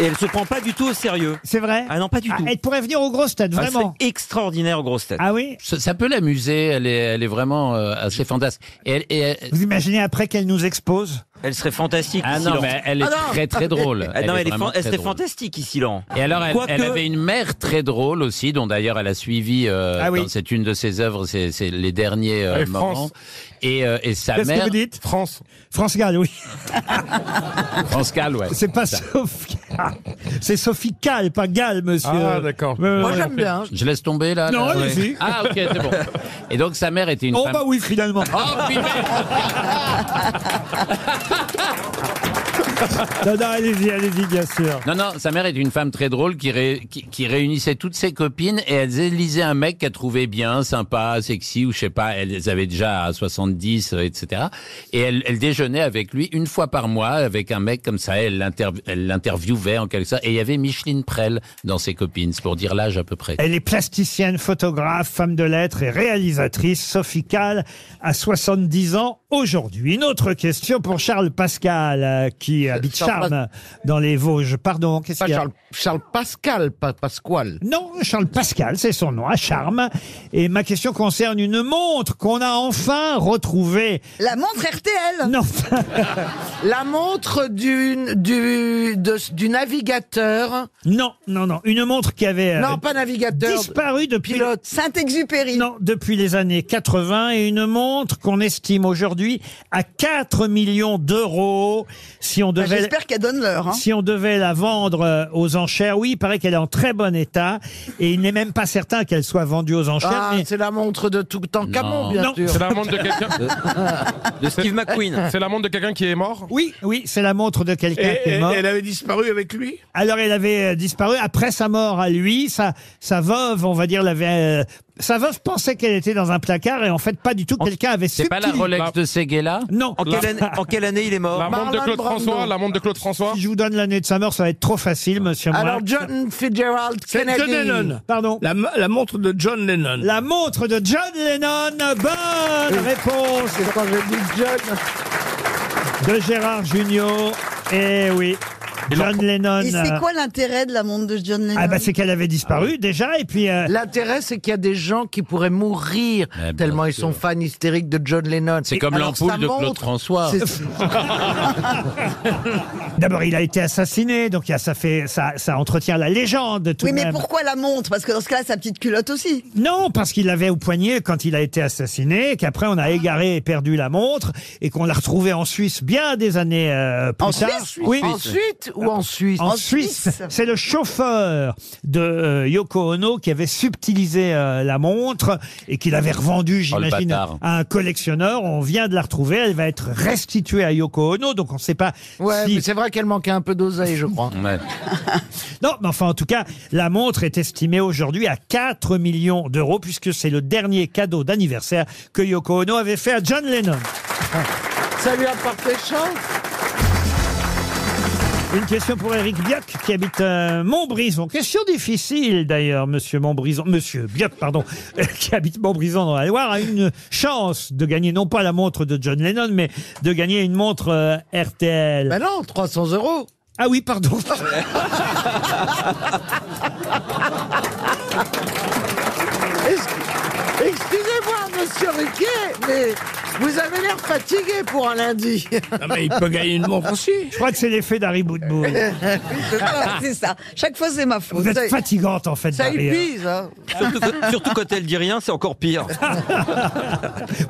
[SPEAKER 5] Et elle se prend pas du tout au sérieux.
[SPEAKER 2] C'est vrai
[SPEAKER 5] Ah non, pas du tout.
[SPEAKER 2] Elle pourrait venir aux grosses têtes,
[SPEAKER 5] Ah, elle
[SPEAKER 2] vraiment.
[SPEAKER 5] serait extraordinaire aux grosses têtes.
[SPEAKER 2] Ah oui
[SPEAKER 8] Ça, ça peut l'amuser, elle est, elle est vraiment euh, assez fantasque. Et elle- et elle-
[SPEAKER 2] Vous imaginez après qu'elle nous expose
[SPEAKER 5] Elle serait fantastique.
[SPEAKER 8] Ah
[SPEAKER 5] ici,
[SPEAKER 8] non,
[SPEAKER 5] Laurent.
[SPEAKER 8] mais elle est Ah non. très, très drôle.
[SPEAKER 5] Ah
[SPEAKER 8] Elle
[SPEAKER 5] non,
[SPEAKER 8] est
[SPEAKER 5] elle, est
[SPEAKER 8] vraiment
[SPEAKER 5] fan- elle
[SPEAKER 8] très
[SPEAKER 5] serait
[SPEAKER 8] drôle.
[SPEAKER 5] fantastique ici, Laurent.
[SPEAKER 8] Et alors, elle,
[SPEAKER 5] Quoique-
[SPEAKER 8] elle avait une mère très drôle aussi, dont d'ailleurs elle a suivi. euh,
[SPEAKER 5] Ah oui.
[SPEAKER 8] dans- C'est une de ses œuvres, c'est c'est les derniers euh,
[SPEAKER 2] Et France.
[SPEAKER 8] moments. Et, euh, et sa
[SPEAKER 2] Qu'est-ce que
[SPEAKER 8] mère.
[SPEAKER 2] vous dites
[SPEAKER 3] France.
[SPEAKER 2] France Gall, oui.
[SPEAKER 8] France Gall, ouais.
[SPEAKER 2] C'est pas
[SPEAKER 8] Ça.
[SPEAKER 2] Sophie. C'est Sophie Cal, pas Gall, monsieur.
[SPEAKER 8] Ah, d'accord.
[SPEAKER 2] Euh,
[SPEAKER 8] Moi, j'aime bien. hein. Je laisse tomber, là
[SPEAKER 2] Non,
[SPEAKER 8] là
[SPEAKER 2] allez-y.
[SPEAKER 8] Ah, ok, c'est bon. Et donc, sa mère était une
[SPEAKER 2] Oh,
[SPEAKER 8] femme. Ah.
[SPEAKER 2] bah oui, finalement. non, non, allez-y, allez-y, bien sûr.
[SPEAKER 8] Non, non, sa mère était une femme très drôle qui, ré- qui, qui réunissait toutes ses copines et elles élisaient un mec qu'elles trouvaient bien, sympa, sexy ou je sais pas, elles avaient déjà à 70, euh, etc. Et elle, elle déjeunait avec lui une fois par mois avec un mec comme ça, elle l'interv- elle l'interviewait en quelque sorte. Et il y avait Micheline Prel dans ses copines, c'est pour dire l'âge à peu près.
[SPEAKER 2] Elle est plasticienne, photographe, femme de lettres et réalisatrice. Sophie Calle a 70 ans aujourd'hui. Une autre question pour Charles Pascal, euh, qui habite
[SPEAKER 18] Charles
[SPEAKER 2] Charme, dans les Vosges. Pardon, qu'est-ce qu'il y a
[SPEAKER 18] Charles, Charles Pascal, pas Pasquale.
[SPEAKER 2] Non, Charles Pascal, c'est son nom, à Charme. Et ma question concerne une montre qu'on a enfin retrouvée.
[SPEAKER 7] La montre RTL
[SPEAKER 2] Non
[SPEAKER 4] La montre du, du, de- du navigateur.
[SPEAKER 2] Non, non, non. Une montre qui avait euh,
[SPEAKER 4] Non, pas navigateur.
[SPEAKER 2] disparu depuis
[SPEAKER 7] Saint-Exupéry.
[SPEAKER 2] Non, depuis les années 80 et une montre qu'on estime aujourd'hui à 4 millions d'euros. Si on
[SPEAKER 7] Bah,
[SPEAKER 2] devait
[SPEAKER 7] J'espère qu'elle donne l'heure. hein.
[SPEAKER 2] Si on devait la vendre euh, aux enchères, oui, il paraît qu'elle est en très bon état et il n'est même pas certain qu'elle soit vendue aux enchères.
[SPEAKER 4] Ah, c'est la montre de Toutankhamon, bien
[SPEAKER 2] Non.
[SPEAKER 4] sûr.
[SPEAKER 2] C'est la montre de quelqu'un.
[SPEAKER 5] De Steve McQueen.
[SPEAKER 3] C'est la montre de quelqu'un qui est mort
[SPEAKER 2] Oui, oui, c'est la montre de quelqu'un
[SPEAKER 6] Et-
[SPEAKER 2] qui est
[SPEAKER 6] et-
[SPEAKER 2] mort.
[SPEAKER 6] elle avait disparu avec lui
[SPEAKER 2] Alors elle avait euh, disparu après sa mort à lui, sa sa veuve, on va dire, l'avait. euh, sa veuve pensait qu'elle était dans un placard et en fait pas du tout. Quelqu'un avait.
[SPEAKER 8] C'est pas la
[SPEAKER 2] subtilisé-
[SPEAKER 8] Rolex de Seguela
[SPEAKER 2] Bah. Non.
[SPEAKER 5] En quelle, année, en quelle année il est mort
[SPEAKER 3] La montre de Claude François, la montre de Claude François.
[SPEAKER 2] Si je vous donne l'année de sa mort, ça va être trop facile, monsieur.
[SPEAKER 4] Alors,
[SPEAKER 2] Moix.
[SPEAKER 4] John Fitzgerald
[SPEAKER 6] C'est
[SPEAKER 4] Kennedy.
[SPEAKER 6] John Lennon.
[SPEAKER 2] Pardon.
[SPEAKER 6] La, m- la montre de John Lennon.
[SPEAKER 2] La montre de John Lennon. Bonne réponse.
[SPEAKER 4] Quand je dis John.
[SPEAKER 2] de Gérard Junior. Eh oui. John Lennon. euh,
[SPEAKER 7] Et c'est quoi l'intérêt de la montre de John Lennon
[SPEAKER 2] Ah bah c'est qu'elle avait
[SPEAKER 8] Ah
[SPEAKER 2] disparu déjà et puis euh,
[SPEAKER 4] L'intérêt, c'est qu'il y a des gens qui pourraient mourir tellement ils sont fans hystériques de John
[SPEAKER 8] Eh
[SPEAKER 4] Lennon.
[SPEAKER 8] C'est
[SPEAKER 4] Et
[SPEAKER 8] comme
[SPEAKER 4] alors,
[SPEAKER 8] l'ampoule
[SPEAKER 4] ça
[SPEAKER 8] de Claude
[SPEAKER 4] montre-
[SPEAKER 8] François.
[SPEAKER 4] C'est-
[SPEAKER 2] d'abord il a été assassiné donc il y a- ça fait ça ça entretient la légende tout
[SPEAKER 7] Oui,
[SPEAKER 2] de
[SPEAKER 7] mais
[SPEAKER 2] même.
[SPEAKER 7] pourquoi la montre Parce que dans ce cas-là, sa petite culotte aussi.
[SPEAKER 2] Non, parce qu'il l'avait au poignet quand il a été assassiné, qu'après on
[SPEAKER 4] Ah.
[SPEAKER 2] a égaré et perdu la montre, et qu'on l'a retrouvée en Suisse bien des années euh, plus
[SPEAKER 4] En
[SPEAKER 2] tard.
[SPEAKER 4] Suisse Ensuite ou en Suisse
[SPEAKER 2] En Suisse. C'est le chauffeur de euh, Yoko Ono qui avait subtilisé euh, la montre et qui l'avait revendue,
[SPEAKER 8] Oh, le
[SPEAKER 2] j'imagine,
[SPEAKER 8] bâtard.
[SPEAKER 2] à un collectionneur. On vient de la retrouver, elle va être restituée à Yoko Ono, donc on ne sait pas
[SPEAKER 4] Ouais,
[SPEAKER 2] si...
[SPEAKER 4] mais c'est vrai qu'elle manquait un peu d'oseille, je crois.
[SPEAKER 2] Non, mais enfin, en tout cas, la montre est estimée aujourd'hui à 4 millions d'euros, puisque c'est le dernier cadeau d'anniversaire que Yoko Ono avait fait à John Lennon.
[SPEAKER 4] Ça lui a porté chance
[SPEAKER 2] Une question pour Eric Bioc, qui habite euh, Montbrison. Question difficile, d'ailleurs, monsieur Montbrison, monsieur Bioc, pardon, qui habite Montbrison dans la Loire, a une chance de gagner, non pas la montre de John Lennon, mais de gagner une montre euh, RTL. Ben
[SPEAKER 4] non, 300 euros.
[SPEAKER 2] Ah oui, pardon.
[SPEAKER 4] Ex- Excusez-moi, monsieur Riquet, mais vous avez l'air fatigué pour un lundi.
[SPEAKER 19] Ah,
[SPEAKER 2] Je crois que c'est l'effet d'Harry Boudboul.
[SPEAKER 7] Voilà, c'est ça. Chaque fois, c'est ma faute.
[SPEAKER 2] Vous êtes fatigante, en fait,
[SPEAKER 7] Ça
[SPEAKER 2] Marie, hein.
[SPEAKER 7] épuise. hein.
[SPEAKER 5] Surtout, surtout quand elle dit rien, c'est encore pire.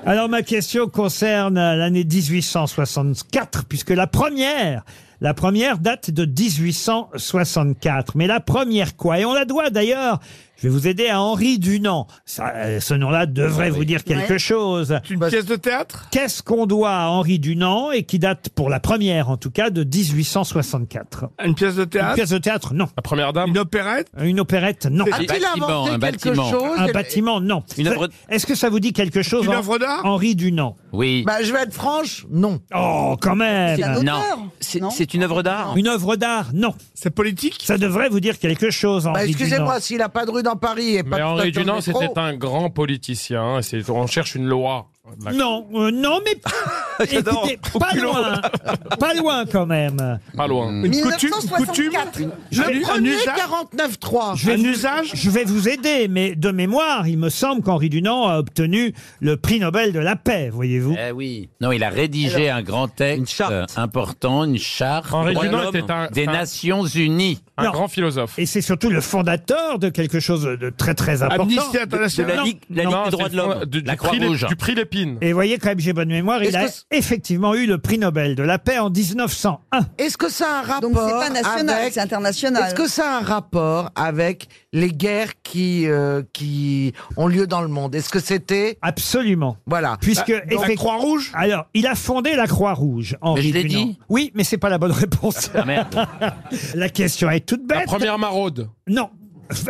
[SPEAKER 2] Alors ma question concerne l'année 1864, puisque la première, la première date de 1864. Mais la première quoi Et on la doit d'ailleurs, je vais vous aider à Henri Dunant. Ça, euh, ce nom-là devrait vous dire quelque
[SPEAKER 19] Ouais.
[SPEAKER 2] chose.
[SPEAKER 19] Une pièce de théâtre
[SPEAKER 2] Qu'est-ce qu'on doit à Henri Dunant et qui date pour la première en tout cas de 1864
[SPEAKER 19] Une pièce de théâtre
[SPEAKER 2] Une pièce de théâtre, non. La
[SPEAKER 3] première dame
[SPEAKER 2] Une opérette Une opérette, non.
[SPEAKER 19] Un A-t-il bâtiment, inventé un quelque bâtiment. chose
[SPEAKER 2] Un
[SPEAKER 19] Elle-
[SPEAKER 2] bâtiment, non.
[SPEAKER 19] Une œuvre-
[SPEAKER 2] Est-ce que ça vous dit quelque chose
[SPEAKER 19] Une
[SPEAKER 2] Hen-
[SPEAKER 19] œuvre d'art
[SPEAKER 2] Henri Dunant.
[SPEAKER 8] Oui.
[SPEAKER 4] Bah, je vais être franche, non.
[SPEAKER 2] Oh, quand même
[SPEAKER 4] C'est un
[SPEAKER 5] Non. auteur, C'est- non c'est une œuvre d'art
[SPEAKER 2] Une œuvre d'art, non. C'est politique Ça devrait vous dire quelque chose, Henri
[SPEAKER 4] Bah, excusez-moi,
[SPEAKER 2] Dunant.
[SPEAKER 4] s'il n'a pas de rue dans Paris et
[SPEAKER 3] Mais
[SPEAKER 4] pas de
[SPEAKER 3] Henri
[SPEAKER 4] station de
[SPEAKER 3] Dunant,
[SPEAKER 4] métro-
[SPEAKER 3] c'était un grand politicien. hein, C'est- On cherche une loi.
[SPEAKER 2] Non, euh, non, mais
[SPEAKER 3] J'adore.
[SPEAKER 2] écoutez, pas loin, pas loin quand même.
[SPEAKER 3] Pas loin.
[SPEAKER 2] Une coutume, une
[SPEAKER 4] 1964.
[SPEAKER 2] coutume,
[SPEAKER 4] Le
[SPEAKER 2] un
[SPEAKER 4] premier
[SPEAKER 2] usage.
[SPEAKER 4] 49.3.
[SPEAKER 2] Je vais, vous, je vais vous aider, mais de mémoire, il me semble qu'Henri Dunant a obtenu le prix Nobel de la paix, voyez-vous.
[SPEAKER 8] Eh oui. Non, il a rédigé un grand texte euh, important, une charte
[SPEAKER 3] Henri
[SPEAKER 8] des hommes,
[SPEAKER 3] Dunant était un-
[SPEAKER 8] des
[SPEAKER 3] un-
[SPEAKER 8] Nations Unies.
[SPEAKER 3] Un
[SPEAKER 2] Non.
[SPEAKER 3] grand philosophe.
[SPEAKER 2] Et c'est surtout le fondateur de quelque chose de très très important.
[SPEAKER 19] Amnesty International. De la Ligue- la Ligue
[SPEAKER 2] Non,
[SPEAKER 19] des droits
[SPEAKER 2] c'est-
[SPEAKER 19] de l'homme.
[SPEAKER 3] Du,
[SPEAKER 19] La
[SPEAKER 3] du prix
[SPEAKER 19] Croix-Rouge.
[SPEAKER 3] Lép- du prix Lépine.
[SPEAKER 2] Et voyez, quand même, j'ai bonne mémoire, il
[SPEAKER 4] Est-ce
[SPEAKER 2] a
[SPEAKER 4] que c-
[SPEAKER 2] effectivement eu le prix Nobel de la paix en 1901.
[SPEAKER 4] Est-ce que ça a un rapport
[SPEAKER 7] Donc, c'est pas national,
[SPEAKER 4] avec-
[SPEAKER 7] c'est international.
[SPEAKER 4] Est-ce que ça a un rapport avec les guerres qui, euh, qui ont lieu dans le monde Est-ce que c'était...
[SPEAKER 2] Absolument.
[SPEAKER 4] Voilà.
[SPEAKER 2] Puisque
[SPEAKER 4] Bah, donc,
[SPEAKER 2] effect- Alors, il a fondé la Croix-Rouge. Henri
[SPEAKER 8] je l'ai
[SPEAKER 2] Dunant.
[SPEAKER 8] dit.
[SPEAKER 2] Oui, mais c'est pas la bonne réponse.
[SPEAKER 8] Ah, merde.
[SPEAKER 2] la question est toute bête.
[SPEAKER 3] La première maraude.
[SPEAKER 2] Non.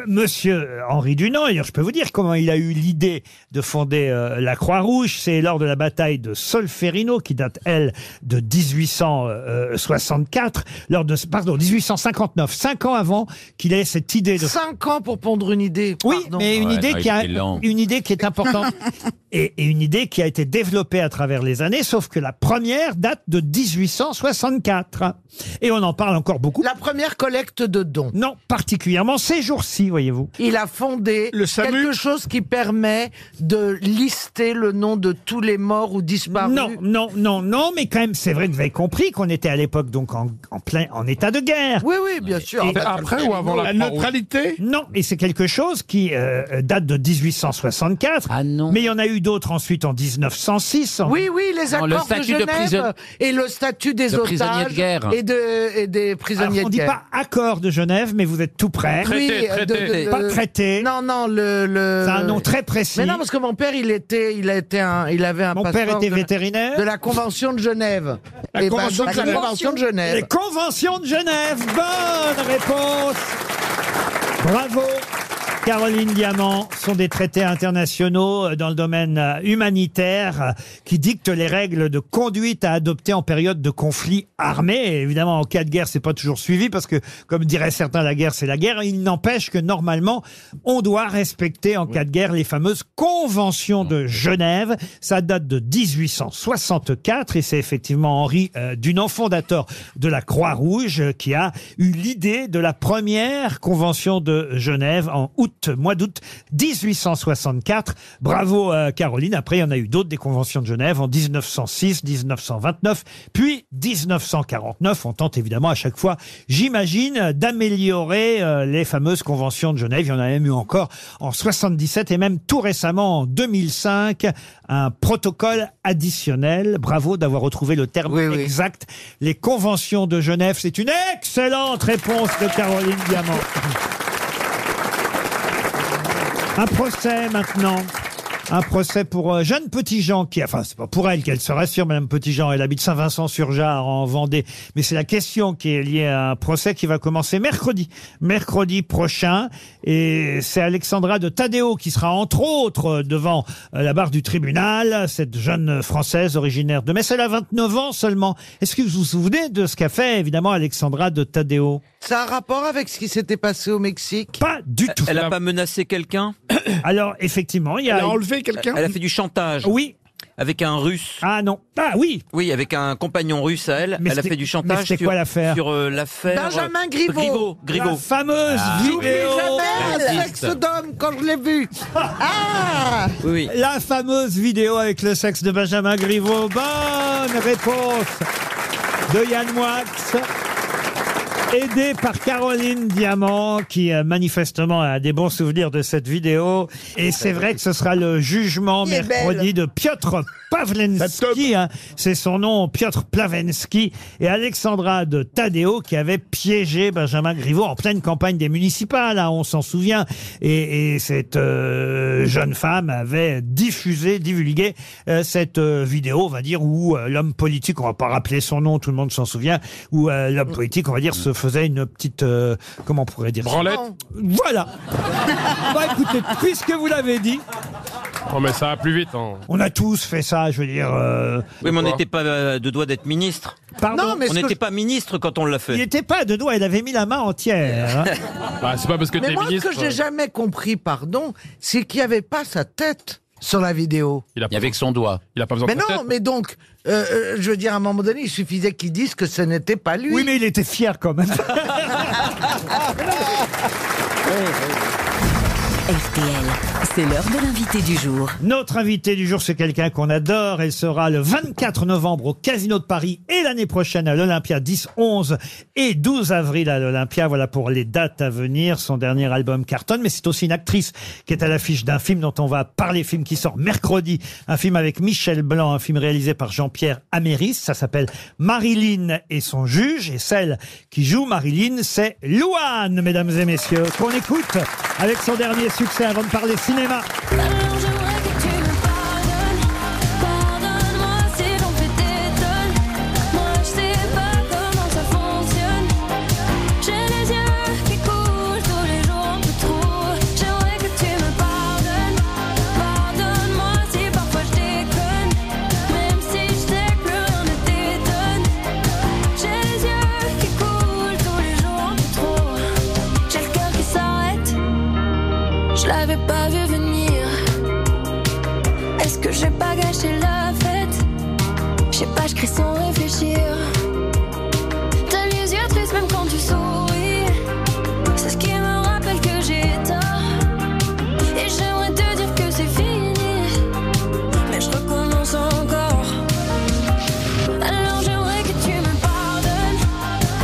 [SPEAKER 2] Monsieur Henri Dunant, d'ailleurs, je peux vous dire comment il a eu l'idée de fonder euh, la Croix-Rouge. C'est lors de la bataille de Solferino, qui date, elle, de 1864, lors de, pardon, 1859, cinq ans avant qu'il ait cette idée de...
[SPEAKER 4] Cinq ans pour pondre une idée.
[SPEAKER 2] Oui,
[SPEAKER 4] pardon.
[SPEAKER 2] mais une
[SPEAKER 8] Ouais,
[SPEAKER 2] idée
[SPEAKER 8] non,
[SPEAKER 2] qui
[SPEAKER 8] il
[SPEAKER 2] a,
[SPEAKER 8] était lent.
[SPEAKER 2] une idée qui est importante et, et une idée qui a été développée à travers les années, sauf que la première date de 1864 et on en parle encore beaucoup.
[SPEAKER 4] La première collecte de dons.
[SPEAKER 2] Non, particulièrement ces jours-ci, voyez-vous.
[SPEAKER 4] Il a fondé
[SPEAKER 19] Le SAMU.
[SPEAKER 4] quelque chose qui permet de lister le nom de tous les morts ou disparus.
[SPEAKER 2] Non, non, non, non, mais quand même, c'est vrai que vous avez compris qu'on était à l'époque donc en, en plein en état de guerre.
[SPEAKER 4] Oui, oui, bien sûr.
[SPEAKER 2] Et-
[SPEAKER 4] Ah, bah,
[SPEAKER 3] Après ou avant la,
[SPEAKER 19] La
[SPEAKER 3] Croix-Rouge
[SPEAKER 19] neutralité
[SPEAKER 2] Non, et c'est quelque chose qui euh, date de 1864.
[SPEAKER 8] Ah non.
[SPEAKER 2] Mais il y en a eu d'autres ensuite en 1906. en-
[SPEAKER 4] Oui, oui, les
[SPEAKER 8] Non,
[SPEAKER 4] accords
[SPEAKER 8] le
[SPEAKER 4] de
[SPEAKER 8] statut de
[SPEAKER 4] Genève
[SPEAKER 8] prison-
[SPEAKER 4] et le statut des
[SPEAKER 8] de prisonniers
[SPEAKER 4] otages
[SPEAKER 8] de guerre.
[SPEAKER 4] Et, de, et des
[SPEAKER 2] Alors,
[SPEAKER 4] prisonniers
[SPEAKER 2] on
[SPEAKER 4] de
[SPEAKER 2] dit
[SPEAKER 4] guerre.
[SPEAKER 2] pas accord de Genève, mais vous êtes tout près.
[SPEAKER 3] Traité,
[SPEAKER 4] Oui, euh, de-
[SPEAKER 3] traité.
[SPEAKER 4] de-
[SPEAKER 2] Pas
[SPEAKER 4] de-
[SPEAKER 2] traité.
[SPEAKER 4] Non, non, le. le-
[SPEAKER 2] C'est un nom très précis.
[SPEAKER 4] Mais non, parce que mon père, il était, il a été un, il avait un.
[SPEAKER 2] Mon père
[SPEAKER 4] passeport
[SPEAKER 2] était
[SPEAKER 4] de-
[SPEAKER 2] vétérinaire.
[SPEAKER 4] De la Convention de Genève.
[SPEAKER 19] La
[SPEAKER 4] ben,
[SPEAKER 19] Convention
[SPEAKER 4] donc,
[SPEAKER 19] de
[SPEAKER 4] la
[SPEAKER 19] Genève.
[SPEAKER 4] Convention de
[SPEAKER 2] Les
[SPEAKER 4] Genève.
[SPEAKER 2] conventions de Genève. Bonne réponse. Bravo. Caroline Diamant sont des traités internationaux euh, dans le domaine euh, humanitaire euh, qui dictent les règles de conduite à adopter en période de conflit armé. Et évidemment, en cas de guerre, c'est pas toujours suivi parce que, comme diraient certains, la guerre, c'est la guerre. Il n'empêche que normalement, on doit respecter en cas de guerre les fameuses conventions de Genève. Ça date de 1864 et c'est effectivement Henri euh, Dunant, fondateur de la Croix-Rouge, euh, qui a eu l'idée de la première convention de Genève en août, mois d'août 1864. Bravo euh, Caroline. Après, il y en a eu d'autres des conventions de Genève en 1906, 1929, puis 1949. On tente évidemment à chaque fois, j'imagine, euh, d'améliorer euh, les fameuses conventions de Genève. Il y en a même eu encore en 77 et même tout récemment en 2005, un protocole additionnel. Bravo d'avoir retrouvé le terme exact. Les conventions de Genève, c'est une excellente réponse de Caroline Diamant. Un procès maintenant. Un procès pour euh, Jeanne Petitjean, qui, enfin, c'est pas pour elle qu'elle se rassure, Madame Petitjean, elle habite Saint-Vincent-sur-Jard en Vendée. Mais c'est la question qui est liée à un procès qui va commencer mercredi, mercredi prochain. Et c'est Alexandra de Tadeo qui sera entre autres euh, devant euh, la barre du tribunal, cette jeune française originaire de Metz. Elle a 29 ans seulement. Est-ce que vous vous souvenez de ce qu'a fait, évidemment, Alexandra de Tadeo?
[SPEAKER 18] Ça a un rapport avec ce qui s'était passé au Mexique
[SPEAKER 2] Pas du tout.
[SPEAKER 5] Elle n'a pas menacé quelqu'un
[SPEAKER 2] Alors, effectivement, il y a- Elle a enlevé quelqu'un
[SPEAKER 5] Elle a fait du chantage.
[SPEAKER 2] Oui.
[SPEAKER 5] Avec un russe.
[SPEAKER 2] Ah non. Ah oui.
[SPEAKER 5] Oui, avec un compagnon russe à elle.
[SPEAKER 2] Mais
[SPEAKER 5] elle a
[SPEAKER 2] c'était-
[SPEAKER 5] fait du chantage.
[SPEAKER 2] mais c'était
[SPEAKER 5] sur-
[SPEAKER 2] quoi l'affaire
[SPEAKER 5] Sur euh, l'affaire.
[SPEAKER 18] Benjamin
[SPEAKER 5] euh,
[SPEAKER 18] Griveaux.
[SPEAKER 5] Griveaux. Griveaux. Ah,
[SPEAKER 2] La fameuse vidéo.
[SPEAKER 18] J'avais un sexe d'homme quand je l'ai vu. Ah
[SPEAKER 2] La fameuse vidéo avec le sexe de Benjamin Griveaux. Bonne réponse de Yann Moix. Aidé par Caroline Diamant, qui euh, manifestement a des bons souvenirs de cette vidéo. Et c'est vrai que ce sera le jugement
[SPEAKER 18] Il est belle.
[SPEAKER 2] mercredi de Piotr Pavlensky. hein. C'est son nom, Piotr Plavensky. Et Alexandra de Tadeo, qui avait piégé Benjamin Griveaux en pleine campagne des municipales, hein, on s'en souvient. Et, et cette euh, jeune femme avait diffusé, divulgué euh, cette euh, vidéo, on va dire, où euh, l'homme politique, on va pas rappeler son nom, tout le monde s'en souvient, où euh, l'homme politique, on va dire, se faisait une petite... euh, comment on pourrait dire ça
[SPEAKER 3] Branlette
[SPEAKER 2] Voilà Bah écoutez, puisque vous l'avez dit...
[SPEAKER 3] Oh, mais ça va plus vite. Hein.
[SPEAKER 2] On a tous fait ça, je veux dire. euh,
[SPEAKER 5] Oui, mais on n'était pas euh, de doigt d'être ministre.
[SPEAKER 2] Pardon Non, mais
[SPEAKER 5] On
[SPEAKER 2] ce que
[SPEAKER 5] n'était
[SPEAKER 2] je-
[SPEAKER 5] pas ministre quand on l'a fait.
[SPEAKER 2] Il n'était pas de doigt, il avait mis la main entière. hein.
[SPEAKER 3] Bah, c'est pas parce que euh.
[SPEAKER 18] Mais moi, ce que j'ai jamais compris, pardon, c'est qu'il n'y avait pas sa tête sur la vidéo.
[SPEAKER 3] Il a
[SPEAKER 8] avec son doigt.
[SPEAKER 3] Il a pas
[SPEAKER 18] Mais non, mais donc, euh, euh, je veux dire, à un moment donné, il suffisait qu'ils disent que ce n'était pas lui.
[SPEAKER 2] Oui, mais il était fier quand même.
[SPEAKER 9] RTL, c'est l'heure de l'invité du jour.
[SPEAKER 2] Notre invité du jour, c'est quelqu'un qu'on adore. Elle sera le 24 novembre au Casino de Paris et l'année prochaine à l'Olympia 10, 11 et 12 avril à l'Olympia. Voilà pour les dates à venir. Son dernier album cartonne, mais c'est aussi une actrice qui est à l'affiche d'un film dont on va parler, film qui sort mercredi, un film avec Michel Blanc, un film réalisé par Jean-Pierre Améris. Ça s'appelle Marilyn et son juge. Et celle qui joue Marilyn, c'est Louane, mesdames et messieurs, qu'on écoute avec son dernier succès avant de parler cinéma.
[SPEAKER 14] Pardonne-moi si l'on fait t'étonne Moi je sais pas comment ça fonctionne J'ai les yeux qui coulent tous les jours un peu trop J'aimerais que tu me pardonnes Pardonne-moi si parfois je déconne Même si je sais que plus rien ne t'étonne J'ai les yeux qui coulent tous les jours un peu trop J'ai le cœur qui s'arrête Je l'avais pas vu venir est-ce que j'ai pas gâché la fête Je sais pas, je crie sans réfléchir. T'as les yeux tristes même quand tu souris. C'est ce qui me rappelle que j'ai tort. Et j'aimerais te dire que c'est fini. Mais je recommence encore. Alors j'aimerais que tu me pardonnes.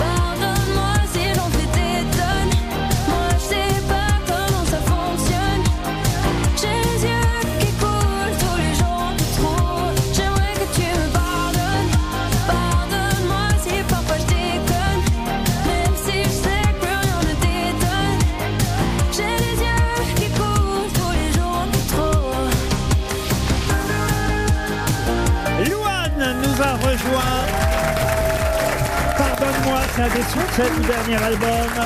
[SPEAKER 14] Pardonne-moi si l'on fait t'étonne. Moi je sais pas comment ça fonctionne. J'ai les yeux qui coulent tous les jours un peu trop. J'aimerais que tu me pardonnes. Pardonne-moi si parfois je déconne. Même si je sais que plus rien ne t'étonne. J'ai les yeux qui coulent tous les jours un peu trop.
[SPEAKER 2] Louane nous a rejoint. Pardonne-moi, c'est un des succès du dernier album.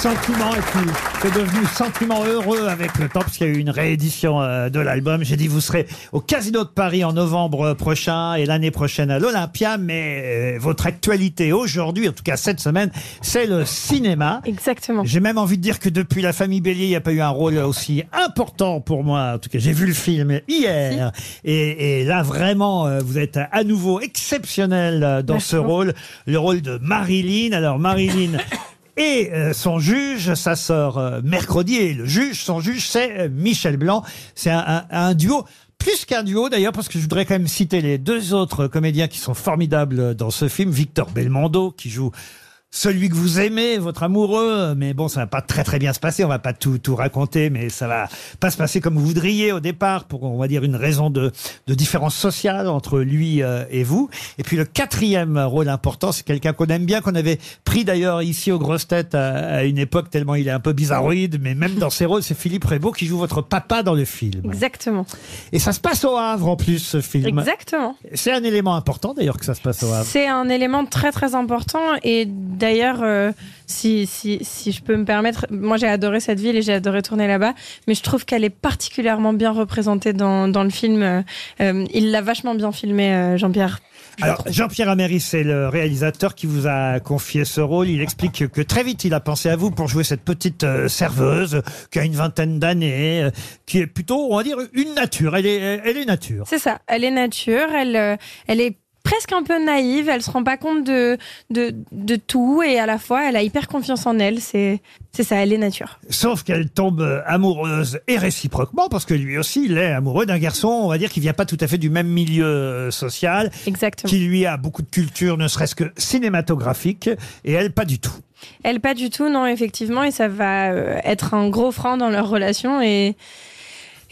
[SPEAKER 2] sentiment et puis c'est devenu sentiment heureux avec le temps parce qu'il y a eu une réédition euh, de l'album. J'ai dit vous serez au Casino de Paris en novembre euh, prochain et l'année prochaine à l'Olympia, mais euh, votre actualité aujourd'hui, en tout cas cette semaine, c'est le cinéma.
[SPEAKER 20] Exactement.
[SPEAKER 2] J'ai même envie de dire que depuis La Famille Bélier, il n'y a pas eu un rôle aussi important pour moi. En tout cas, j'ai vu le film hier et, et là vraiment, euh, vous êtes à nouveau exceptionnel euh, dans
[SPEAKER 20] Merci
[SPEAKER 2] ce
[SPEAKER 20] beaucoup.
[SPEAKER 2] rôle, le rôle de Marilyn. Alors Marilyn et euh, son juge, ça sort euh, mercredi, et le juge, son juge, c'est euh, Michel Blanc. C'est un, un- un duo. Plus qu'un duo d'ailleurs, parce que je voudrais quand même citer les deux autres comédiens qui sont formidables euh, dans ce film. Victor Belmondo, qui joue celui que vous aimez, votre amoureux, mais bon, ça va pas très très bien se passer, on va pas tout, tout raconter, mais ça va pas se passer comme vous voudriez au départ, pour, on va dire, une raison de, de différence sociale entre lui euh, et vous. Et puis le quatrième rôle important, c'est quelqu'un qu'on aime bien, qu'on avait pris d'ailleurs ici aux grosses têtes à, à une époque, tellement il est un peu bizarroïde, mais même dans ses rôles, c'est Philippe Rébaud qui joue votre papa dans le film.
[SPEAKER 20] Exactement.
[SPEAKER 2] Et ça se passe au Havre en plus, ce film.
[SPEAKER 20] Exactement.
[SPEAKER 2] C'est un élément important d'ailleurs que ça se passe au Havre.
[SPEAKER 20] C'est un élément très très important et d'ailleurs, euh, si, si, si je peux me permettre, moi j'ai adoré cette ville et j'ai adoré tourner là-bas, mais je trouve qu'elle est particulièrement bien représentée dans, dans le film. Euh, euh, il l'a vachement bien filmé, euh, Jean-Pierre.
[SPEAKER 2] Alors, Jean-Pierre Améry, c'est le réalisateur qui vous a confié ce rôle. Il explique que très vite, il a pensé à vous pour jouer cette petite euh, serveuse qui a une vingtaine d'années, euh, qui est plutôt, on va dire, une nature. Elle est, euh, elle est nature.
[SPEAKER 20] C'est ça, elle est nature, elle, euh, elle est presque un peu naïve, elle se rend pas compte de, de, de tout et à la fois elle a hyper confiance en elle, c'est c'est ça, elle est nature.
[SPEAKER 2] Sauf qu'elle tombe euh, amoureuse et réciproquement, parce que lui aussi, il est amoureux d'un garçon, on va dire, qui vient pas tout à fait du même milieu euh, social.
[SPEAKER 20] Exactement.
[SPEAKER 2] Qui lui a beaucoup de culture, ne serait-ce que cinématographique, et elle, pas du tout.
[SPEAKER 20] Elle, pas du tout, non, effectivement, et ça va euh, être un gros frein dans leur relation et,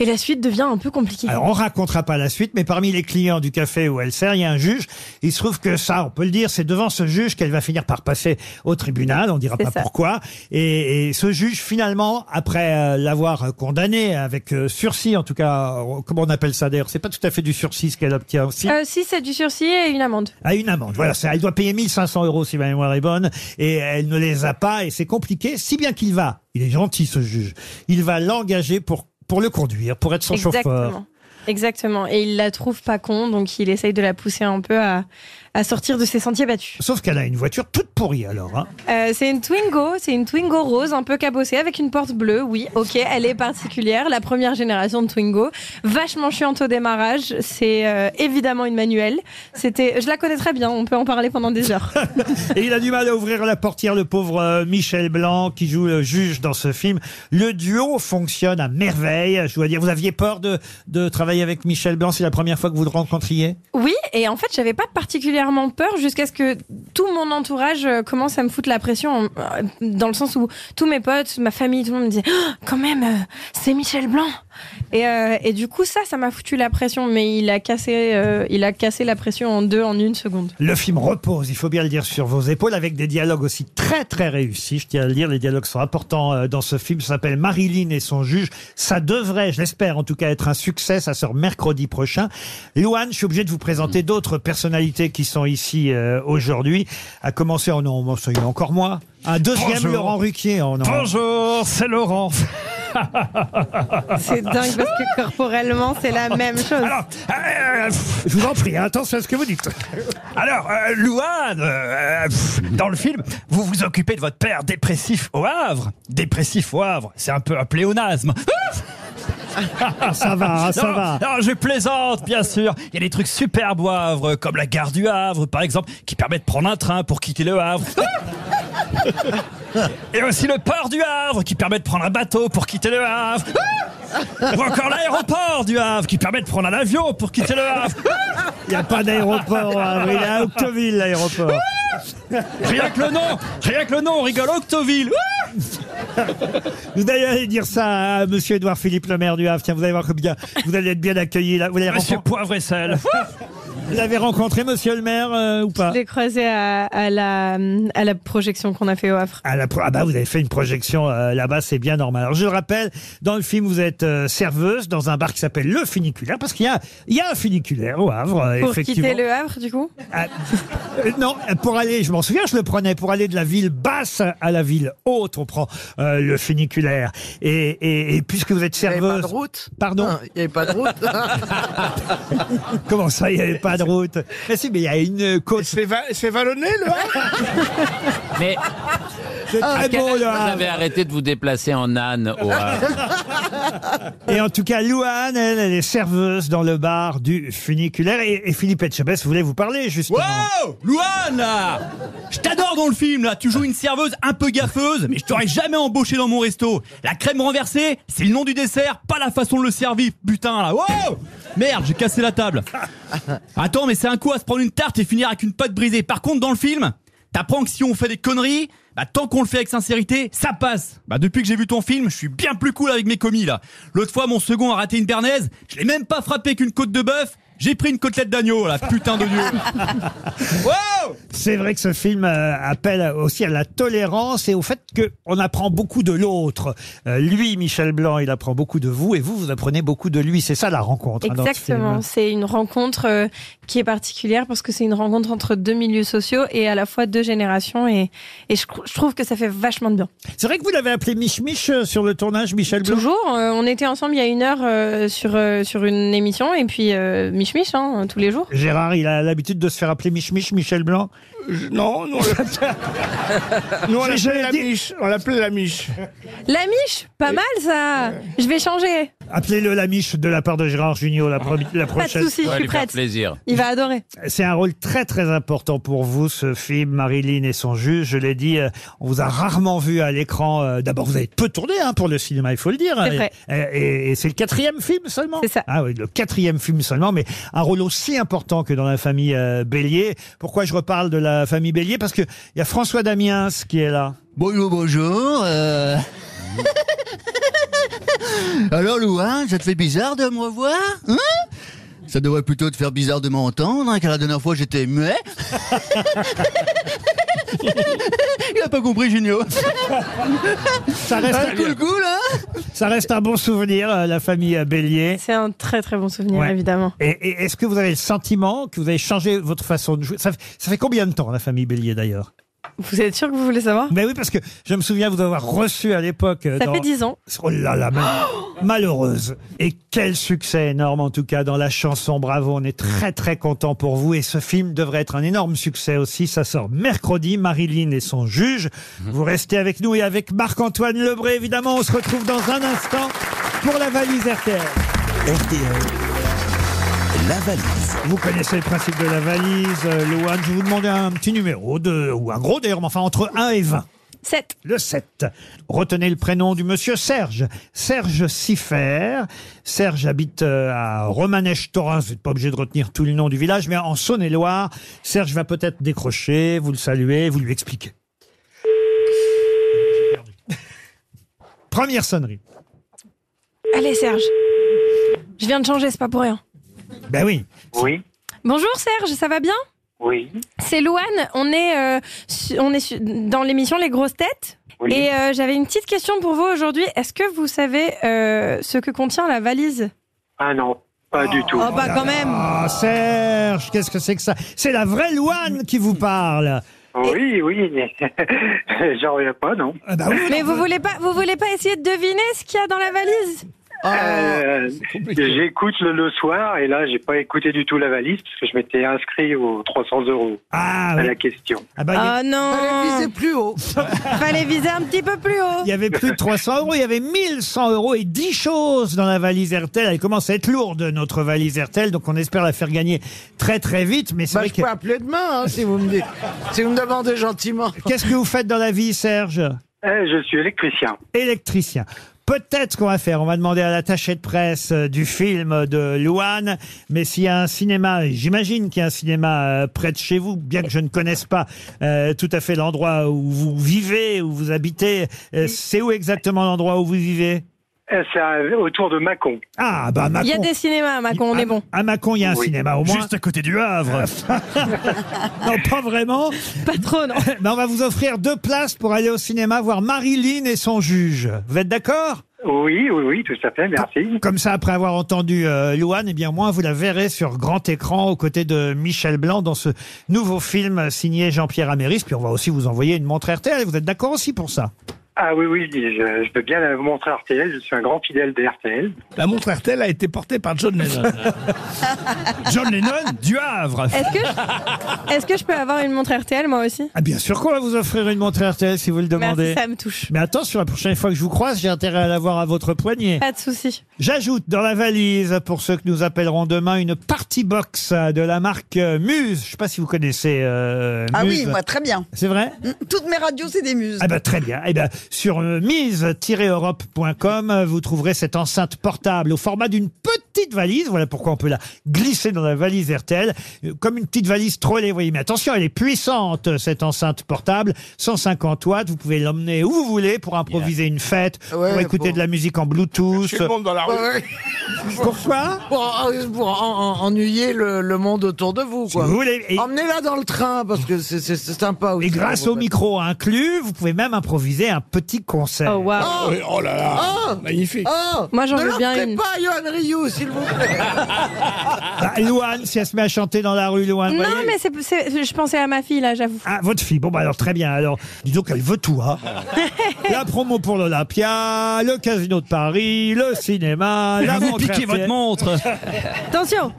[SPEAKER 20] et la suite devient un peu compliquée.
[SPEAKER 2] Alors, on racontera pas la suite, mais parmi les clients du café où elle sert, il y a un juge. Il se trouve que ça, on peut le dire, c'est devant ce juge qu'elle va finir par passer au tribunal. On dira
[SPEAKER 20] C'est
[SPEAKER 2] pas
[SPEAKER 20] ça.
[SPEAKER 2] pourquoi. Et, et ce juge, finalement, après euh, l'avoir condamné avec euh, sursis, en tout cas, euh, comment on appelle ça d'ailleurs C'est pas tout à fait du sursis ce qu'elle obtient aussi.
[SPEAKER 20] Euh, si c'est du sursis et une amende.
[SPEAKER 2] À une amende. Voilà, c'est- elle doit payer 1500 euros si ma mémoire est bonne, et elle ne les a pas, et c'est compliqué, si bien qu'il va, il est gentil ce juge, il va l'engager pour, pour le conduire, pour être son chauffeur.
[SPEAKER 20] Exactement. Exactement. Et il la trouve pas con, donc il essaye de la pousser un peu à, à sortir de ses sentiers battus.
[SPEAKER 2] Sauf qu'elle a une voiture toute pourrie alors. hein.
[SPEAKER 20] Euh, c'est une Twingo, c'est une Twingo rose, un peu cabossée, avec une porte bleue. Oui, ok, elle est particulière, la première génération de Twingo. Vachement chiante au démarrage, c'est euh, évidemment une manuelle. C'était, je la connais très bien, on peut en parler pendant des heures.
[SPEAKER 2] Et il a du mal à ouvrir la portière, le pauvre euh, Michel Blanc, qui joue le juge dans ce film. Le duo fonctionne à merveille. Je dois dire, vous aviez peur de, de travailler avec Michel Blanc, c'est la première fois que vous le rencontriez
[SPEAKER 20] Oui, et en fait, j'avais pas particulièrement peur jusqu'à ce que tout mon entourage euh, commence à me foutre la pression, euh, dans le sens où tous mes potes, ma famille, tout le monde me disait Ah, quand même, euh, c'est Michel Blanc. Et, euh, et du coup, ça, ça m'a foutu la pression, mais il a cassé, euh, il a cassé la pression en deux, en une seconde.
[SPEAKER 2] Le film repose, il faut bien le dire, sur vos épaules, avec des dialogues aussi très très réussis. Je tiens à le dire, les dialogues sont importants euh, dans ce film. Ça s'appelle Marilyn et son juge. Ça devrait, je l'espère en tout cas, être un succès. Ça sort mercredi prochain. Louane, je suis obligé de vous présenter d'autres personnalités qui sont ici euh, aujourd'hui. À commencer, oh non, bon, ça y est, encore moi. Un deuxième
[SPEAKER 21] Bonjour.
[SPEAKER 2] Laurent Ruquier. oh non.
[SPEAKER 21] Bonjour, c'est Laurent.
[SPEAKER 20] C'est dingue parce que corporellement, c'est la même chose.
[SPEAKER 21] euh,
[SPEAKER 2] Je vous en
[SPEAKER 21] hein,
[SPEAKER 2] prie, attention à ce que vous dites.
[SPEAKER 21] Alors, euh, Louane, euh, pff, dans le film, vous vous occupez de votre père dépressif au Havre. Dépressif au Havre, c'est un peu un pléonasme. Ah
[SPEAKER 2] Ah, ça va, ça
[SPEAKER 21] Non,
[SPEAKER 2] va.
[SPEAKER 21] Non, je plaisante, bien sûr. Il y a des trucs superbes au Havre, comme la gare du Havre, par exemple, qui permet de prendre un train pour quitter le Havre. Et aussi le port du Havre, qui permet de prendre un bateau pour quitter le Havre. Ou encore l'aéroport du Havre, qui permet de prendre un avion pour quitter le Havre.
[SPEAKER 2] Il n'y a pas d'aéroport, hein, il est à Octeville, l'aéroport.
[SPEAKER 21] Rien que le nom, rien que le nom, on rigole Octoville.
[SPEAKER 2] Vous allez aller dire ça à Monsieur Édouard Philippe, le maire du Havre. Tiens, vous allez voir combien vous allez être bien accueilli là. Vous allez
[SPEAKER 21] Monsieur
[SPEAKER 2] rencontrer-
[SPEAKER 21] Poivre et Sel.
[SPEAKER 2] Vous avez rencontré monsieur le maire euh, ou pas
[SPEAKER 20] Je l'ai croisé à, à la, à la projection qu'on a fait au Havre.
[SPEAKER 2] À la pro- ah bah vous avez fait une projection euh, là-bas, c'est bien normal. Alors je le rappelle, dans le film vous êtes euh, serveuse dans un bar qui s'appelle Le Funiculaire, parce qu'il y a, il y a un funiculaire au Havre, euh,
[SPEAKER 20] Pour
[SPEAKER 2] effectivement.
[SPEAKER 20] quitter le Havre, du coup
[SPEAKER 2] Ah, euh, non, pour aller, je m'en souviens, je le prenais pour aller de la ville basse à la ville haute. On prend euh, le funiculaire. Et, et- et puisque vous êtes serveuse,
[SPEAKER 18] pas de route
[SPEAKER 2] Pardon.
[SPEAKER 18] Il n'y avait pas de route.
[SPEAKER 2] Comment ça, il n'y avait pas de route Mais si, mais il y a une côte. C'est vallonné,
[SPEAKER 8] Mais
[SPEAKER 2] C'est
[SPEAKER 8] à
[SPEAKER 2] très
[SPEAKER 8] quel
[SPEAKER 2] beau,
[SPEAKER 8] âge
[SPEAKER 2] le
[SPEAKER 8] Ah, vous
[SPEAKER 2] Havre.
[SPEAKER 8] avez arrêté de vous déplacer en âne au Havre
[SPEAKER 2] Et en tout cas, Louane, elle, elle est serveuse dans le bar du funiculaire. Et, et Philippe Etchebest voulait vous parler, justement.
[SPEAKER 22] Wow Louane là Je t'adore dans le film là, tu joues une serveuse un peu gaffeuse, mais je t'aurais jamais embauché dans mon resto. La crème renversée, c'est le nom du dessert, pas la façon de le servir, putain là. Wow Merde, j'ai cassé la table. Attends, mais c'est un coup à se prendre une tarte et finir avec une pâte brisée. Par contre, dans le film, t'apprends que si on fait des conneries, bah, tant qu'on le fait avec sincérité, ça passe. Bah, depuis que j'ai vu ton film, je suis bien plus cool avec mes commis, là. L'autre fois, mon second a raté une bernaise, je l'ai même pas frappé qu'une côte de bœuf, j'ai pris une côtelette d'agneau, là, putain de dieu.
[SPEAKER 2] C'est vrai que ce film euh, appelle aussi à la tolérance et au fait qu'on apprend beaucoup de l'autre. Euh, lui, Michel Blanc, il apprend beaucoup de vous et vous, vous apprenez beaucoup de lui. C'est ça la rencontre. hein, dans ce
[SPEAKER 20] Exactement,
[SPEAKER 2] film.
[SPEAKER 20] c'est une rencontre euh, qui est particulière parce que c'est une rencontre entre deux milieux sociaux et à la fois deux générations et, et je, cr- je trouve que ça fait vachement de bien.
[SPEAKER 2] C'est vrai que vous l'avez appelé Mich Mich euh, sur le tournage, Michel Blanc.
[SPEAKER 20] Toujours, euh, on était ensemble il y a une heure euh, sur, euh, sur une émission et puis euh, Mich Mich hein, tous les jours.
[SPEAKER 2] Gérard, il a l'habitude de se faire appeler Mich Mich, Michel Blanc.
[SPEAKER 6] Euh, Non, non. Nous, on l'appelait la
[SPEAKER 2] J'ai jamais dit-
[SPEAKER 6] miche. On l'appelait la miche.
[SPEAKER 20] La Mich, pas mal ça Je vais changer,
[SPEAKER 2] Appelez-le la Mich de la part de Gérard Junior la, pro-
[SPEAKER 20] pas
[SPEAKER 2] la
[SPEAKER 20] de
[SPEAKER 2] prochaine.
[SPEAKER 20] soucis, je suis prête. Il va adorer.
[SPEAKER 2] C'est un rôle très très important pour vous, ce film, Marilyn et son juge. Je l'ai dit, euh, on vous a rarement vu à l'écran. Euh, D'abord, vous avez peu tourné hein, pour le cinéma, il faut le dire.
[SPEAKER 20] C'est vrai.
[SPEAKER 2] Et, et- et c'est le quatrième film seulement. C'est ça. Ah oui, le quatrième film seulement, mais un rôle aussi important que dans la famille euh, Bélier. Pourquoi je reparle de la famille Bélier Parce que il y a François Damiens qui est là.
[SPEAKER 23] Bonjour, bonjour. euh. Alors, Louane, ça te fait bizarre de me revoir hein Ça devrait plutôt te faire bizarre de m'entendre, hein, car la dernière fois j'étais muet. Il a pas compris, Junio.
[SPEAKER 2] Ça reste
[SPEAKER 23] Ah, cool, cool, hein
[SPEAKER 2] Ça reste un bon souvenir, euh, la famille euh, Bélier.
[SPEAKER 20] C'est un très très bon souvenir,
[SPEAKER 2] Ouais.
[SPEAKER 20] évidemment.
[SPEAKER 2] Et, et est-ce que vous avez le sentiment que vous avez changé votre façon de jouer ça, fait- ça fait combien de temps, la famille Bélier, d'ailleurs
[SPEAKER 20] Vous êtes sûr que vous voulez savoir
[SPEAKER 2] Mais oui, parce que je me souviens vous avoir reçu à l'époque. euh,
[SPEAKER 20] Ça
[SPEAKER 2] dans-
[SPEAKER 20] fait 10 ans.
[SPEAKER 2] Oh là là, mal- malheureuse. Et quel succès énorme, en tout cas, dans la chanson Bravo. On est très, très content pour vous. Et ce film devrait être un énorme succès aussi. Ça sort mercredi. Marilyn et son juge. Vous restez avec nous et avec Marc-Antoine Lebré, évidemment. On se retrouve dans un instant pour la valise RTL. La valise. Vous connaissez le principe de la valise, euh, Loane. Je vais vous demander un petit numéro, de, ou un gros d'ailleurs, mais enfin entre 1 et 20.
[SPEAKER 20] 7.
[SPEAKER 2] Le 7. Retenez le prénom du monsieur Serge. Serge Siffer. Serge habite euh, à Romanèche-Torin. Vous n'êtes pas obligé de retenir tout le nom du village, mais en Saône-et-Loire, Serge va peut-être décrocher. Vous le saluez, vous lui expliquez. Première sonnerie.
[SPEAKER 20] Allez Serge, je viens de changer, c'est pas pour rien.
[SPEAKER 2] Ben oui.
[SPEAKER 10] Oui.
[SPEAKER 20] Bonjour Serge, ça va bien
[SPEAKER 10] Oui.
[SPEAKER 20] C'est Louane, on est, euh, su- on est su- dans l'émission Les Grosses Têtes.
[SPEAKER 10] Oui.
[SPEAKER 20] Et euh, j'avais une petite question pour vous aujourd'hui. Est-ce que vous savez euh, ce que contient la valise
[SPEAKER 10] Ah non, pas du tout.
[SPEAKER 20] Oh bah quand même
[SPEAKER 2] Ah, Serge, qu'est-ce que c'est que ça C'est la vraie Louane qui vous parle.
[SPEAKER 10] Oui, oui, mais j'en reviens pas, non.
[SPEAKER 2] Ah bah
[SPEAKER 20] Mais vous voulez pas, vous voulez pas essayer de deviner ce qu'il y a dans la valise
[SPEAKER 2] Ah,
[SPEAKER 10] Euh, J'écoute le, le soir et là, j'ai pas écouté du tout la valise parce que je m'étais inscrit aux 300 euros
[SPEAKER 2] Ah
[SPEAKER 10] à la question.
[SPEAKER 2] bah,
[SPEAKER 20] Oh non Fallait viser
[SPEAKER 2] plus haut
[SPEAKER 20] Fallait viser un petit peu plus haut
[SPEAKER 2] Il y avait plus de 300 euros, il y avait 1100 euros et 10 choses dans la valise RTL. Elle commence à être lourde, notre valise RTL, donc on espère la faire gagner très très vite. Mais c'est vrai que...
[SPEAKER 18] Bah, Je peux appeler demain, hein, si, vous me dites, si vous me demandez gentiment.
[SPEAKER 2] Qu'est-ce que vous faites dans la vie, Serge
[SPEAKER 10] Eh, je suis électricien.
[SPEAKER 2] Électricien. Peut-être ce qu'on va faire, on va demander à l'attaché de presse euh, du film de Louane, mais s'il y a un cinéma, et j'imagine qu'il y a un cinéma euh, près de chez vous, bien que je ne connaisse pas euh, tout à fait l'endroit où vous vivez, où vous habitez, euh, c'est où exactement l'endroit où vous vivez
[SPEAKER 11] Eh, C'est un- autour de Mâcon.
[SPEAKER 2] Ah, bah, Macon.
[SPEAKER 20] Il y a des cinémas, Macon, on est bon.
[SPEAKER 2] Ah, À Macon, il y a un
[SPEAKER 20] Oui.
[SPEAKER 2] cinéma au moins.
[SPEAKER 20] Juste
[SPEAKER 2] à côté du Havre. non, pas vraiment.
[SPEAKER 20] Pas trop, non.
[SPEAKER 2] Mais on va vous offrir deux places pour aller au cinéma voir Marilyn et son juge. Vous êtes d'accord
[SPEAKER 11] Oui, oui, oui, tout à fait, merci.
[SPEAKER 2] Comme ça, après avoir entendu euh, Louane, eh bien, moi, vous la verrez sur grand écran aux côtés de Michel Blanc dans ce nouveau film signé Jean-Pierre Améris. Puis on va aussi vous envoyer une montre RTL. Vous êtes d'accord aussi pour ça
[SPEAKER 11] Ah oui, oui, je, je peux bien la montrer à RTL, je suis un grand fidèle de RTL.
[SPEAKER 6] La montre RTL a été portée par John Lennon.
[SPEAKER 2] John Lennon du Havre.
[SPEAKER 20] Est-ce que, je... Est-ce que je peux avoir une montre RTL, moi aussi
[SPEAKER 2] Ah, bien sûr qu'on va vous offrir une montre RTL si vous le demandez.
[SPEAKER 20] Merci, ça me touche.
[SPEAKER 2] Mais attention, la prochaine fois que je vous croise, j'ai intérêt à l'avoir à votre poignet.
[SPEAKER 20] Pas de souci.
[SPEAKER 2] J'ajoute dans la valise, pour ceux que nous appellerons demain, une party box de la marque euh, Muse. Je sais pas si vous connaissez euh,
[SPEAKER 7] Ah
[SPEAKER 2] Muse.
[SPEAKER 7] oui, moi, très bien.
[SPEAKER 2] C'est vrai
[SPEAKER 7] Mm, Toutes mes radios, c'est des muses.
[SPEAKER 2] Ah bah très bien. Eh ben sur euh, mise-europe.com, euh, vous trouverez cette enceinte portable au format d'une petite valise. Voilà pourquoi on peut la glisser dans la valise RTL, euh, comme une petite valise trolley. Vous voyez, mais attention, elle est puissante euh, cette enceinte portable, 150 watts. Vous pouvez l'emmener où vous voulez pour improviser une fête, pour
[SPEAKER 18] Ouais,
[SPEAKER 2] écouter
[SPEAKER 18] bon.
[SPEAKER 2] de la musique en Bluetooth.
[SPEAKER 18] Chercher le monde dans la rue. Ouais, ouais.
[SPEAKER 2] Pourquoi
[SPEAKER 18] Pour, euh, pour en- en- ennuyer le, le monde autour de vous, quoi.
[SPEAKER 2] vous voulez- et-
[SPEAKER 18] Emmenez-la dans le train, parce que c'est- c'est c'est sympa aussi.
[SPEAKER 2] Et grâce au
[SPEAKER 18] Vous-
[SPEAKER 2] micro inclus, vous pouvez même improviser un petit concert. Ah.
[SPEAKER 18] Oh, waouh. Oh, oui, oh là là, Oh magnifique. oh, Moi, j'en ne veux leur bien faites une.
[SPEAKER 20] pas,
[SPEAKER 18] Johan Rioux, s'il vous plaît.
[SPEAKER 2] Bah, Louane, si elle se met à chanter dans la rue, Louane. vous
[SPEAKER 20] non,
[SPEAKER 2] voyez.
[SPEAKER 20] mais c'est, c'est- je pensais à ma fille, là, j'avoue.
[SPEAKER 2] Ah, votre fille. Bon, bah alors, très bien. Alors, dis donc, elle veut tout, hein. la promo pour l'Olympia, le casino de Paris, le cinéma, la
[SPEAKER 22] Vous
[SPEAKER 2] montre
[SPEAKER 22] piquez
[SPEAKER 2] RTL.
[SPEAKER 22] votre montre.
[SPEAKER 20] Attention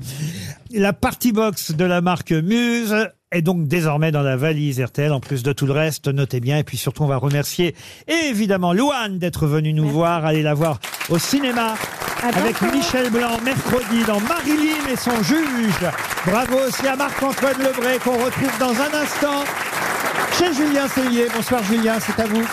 [SPEAKER 2] La party box de la marque Muse est donc désormais dans la valise RTL, en plus de tout le reste. Notez bien. Et puis surtout, on va remercier évidemment Louane d'être venue nous voir. Allez la voir au cinéma avec Michel Blanc mercredi dans Marilyn et son juge. Bravo aussi à Marc-Antoine Lebray qu'on retrouve dans un instant chez Julien Cellier. Bonsoir Julien, c'est à vous.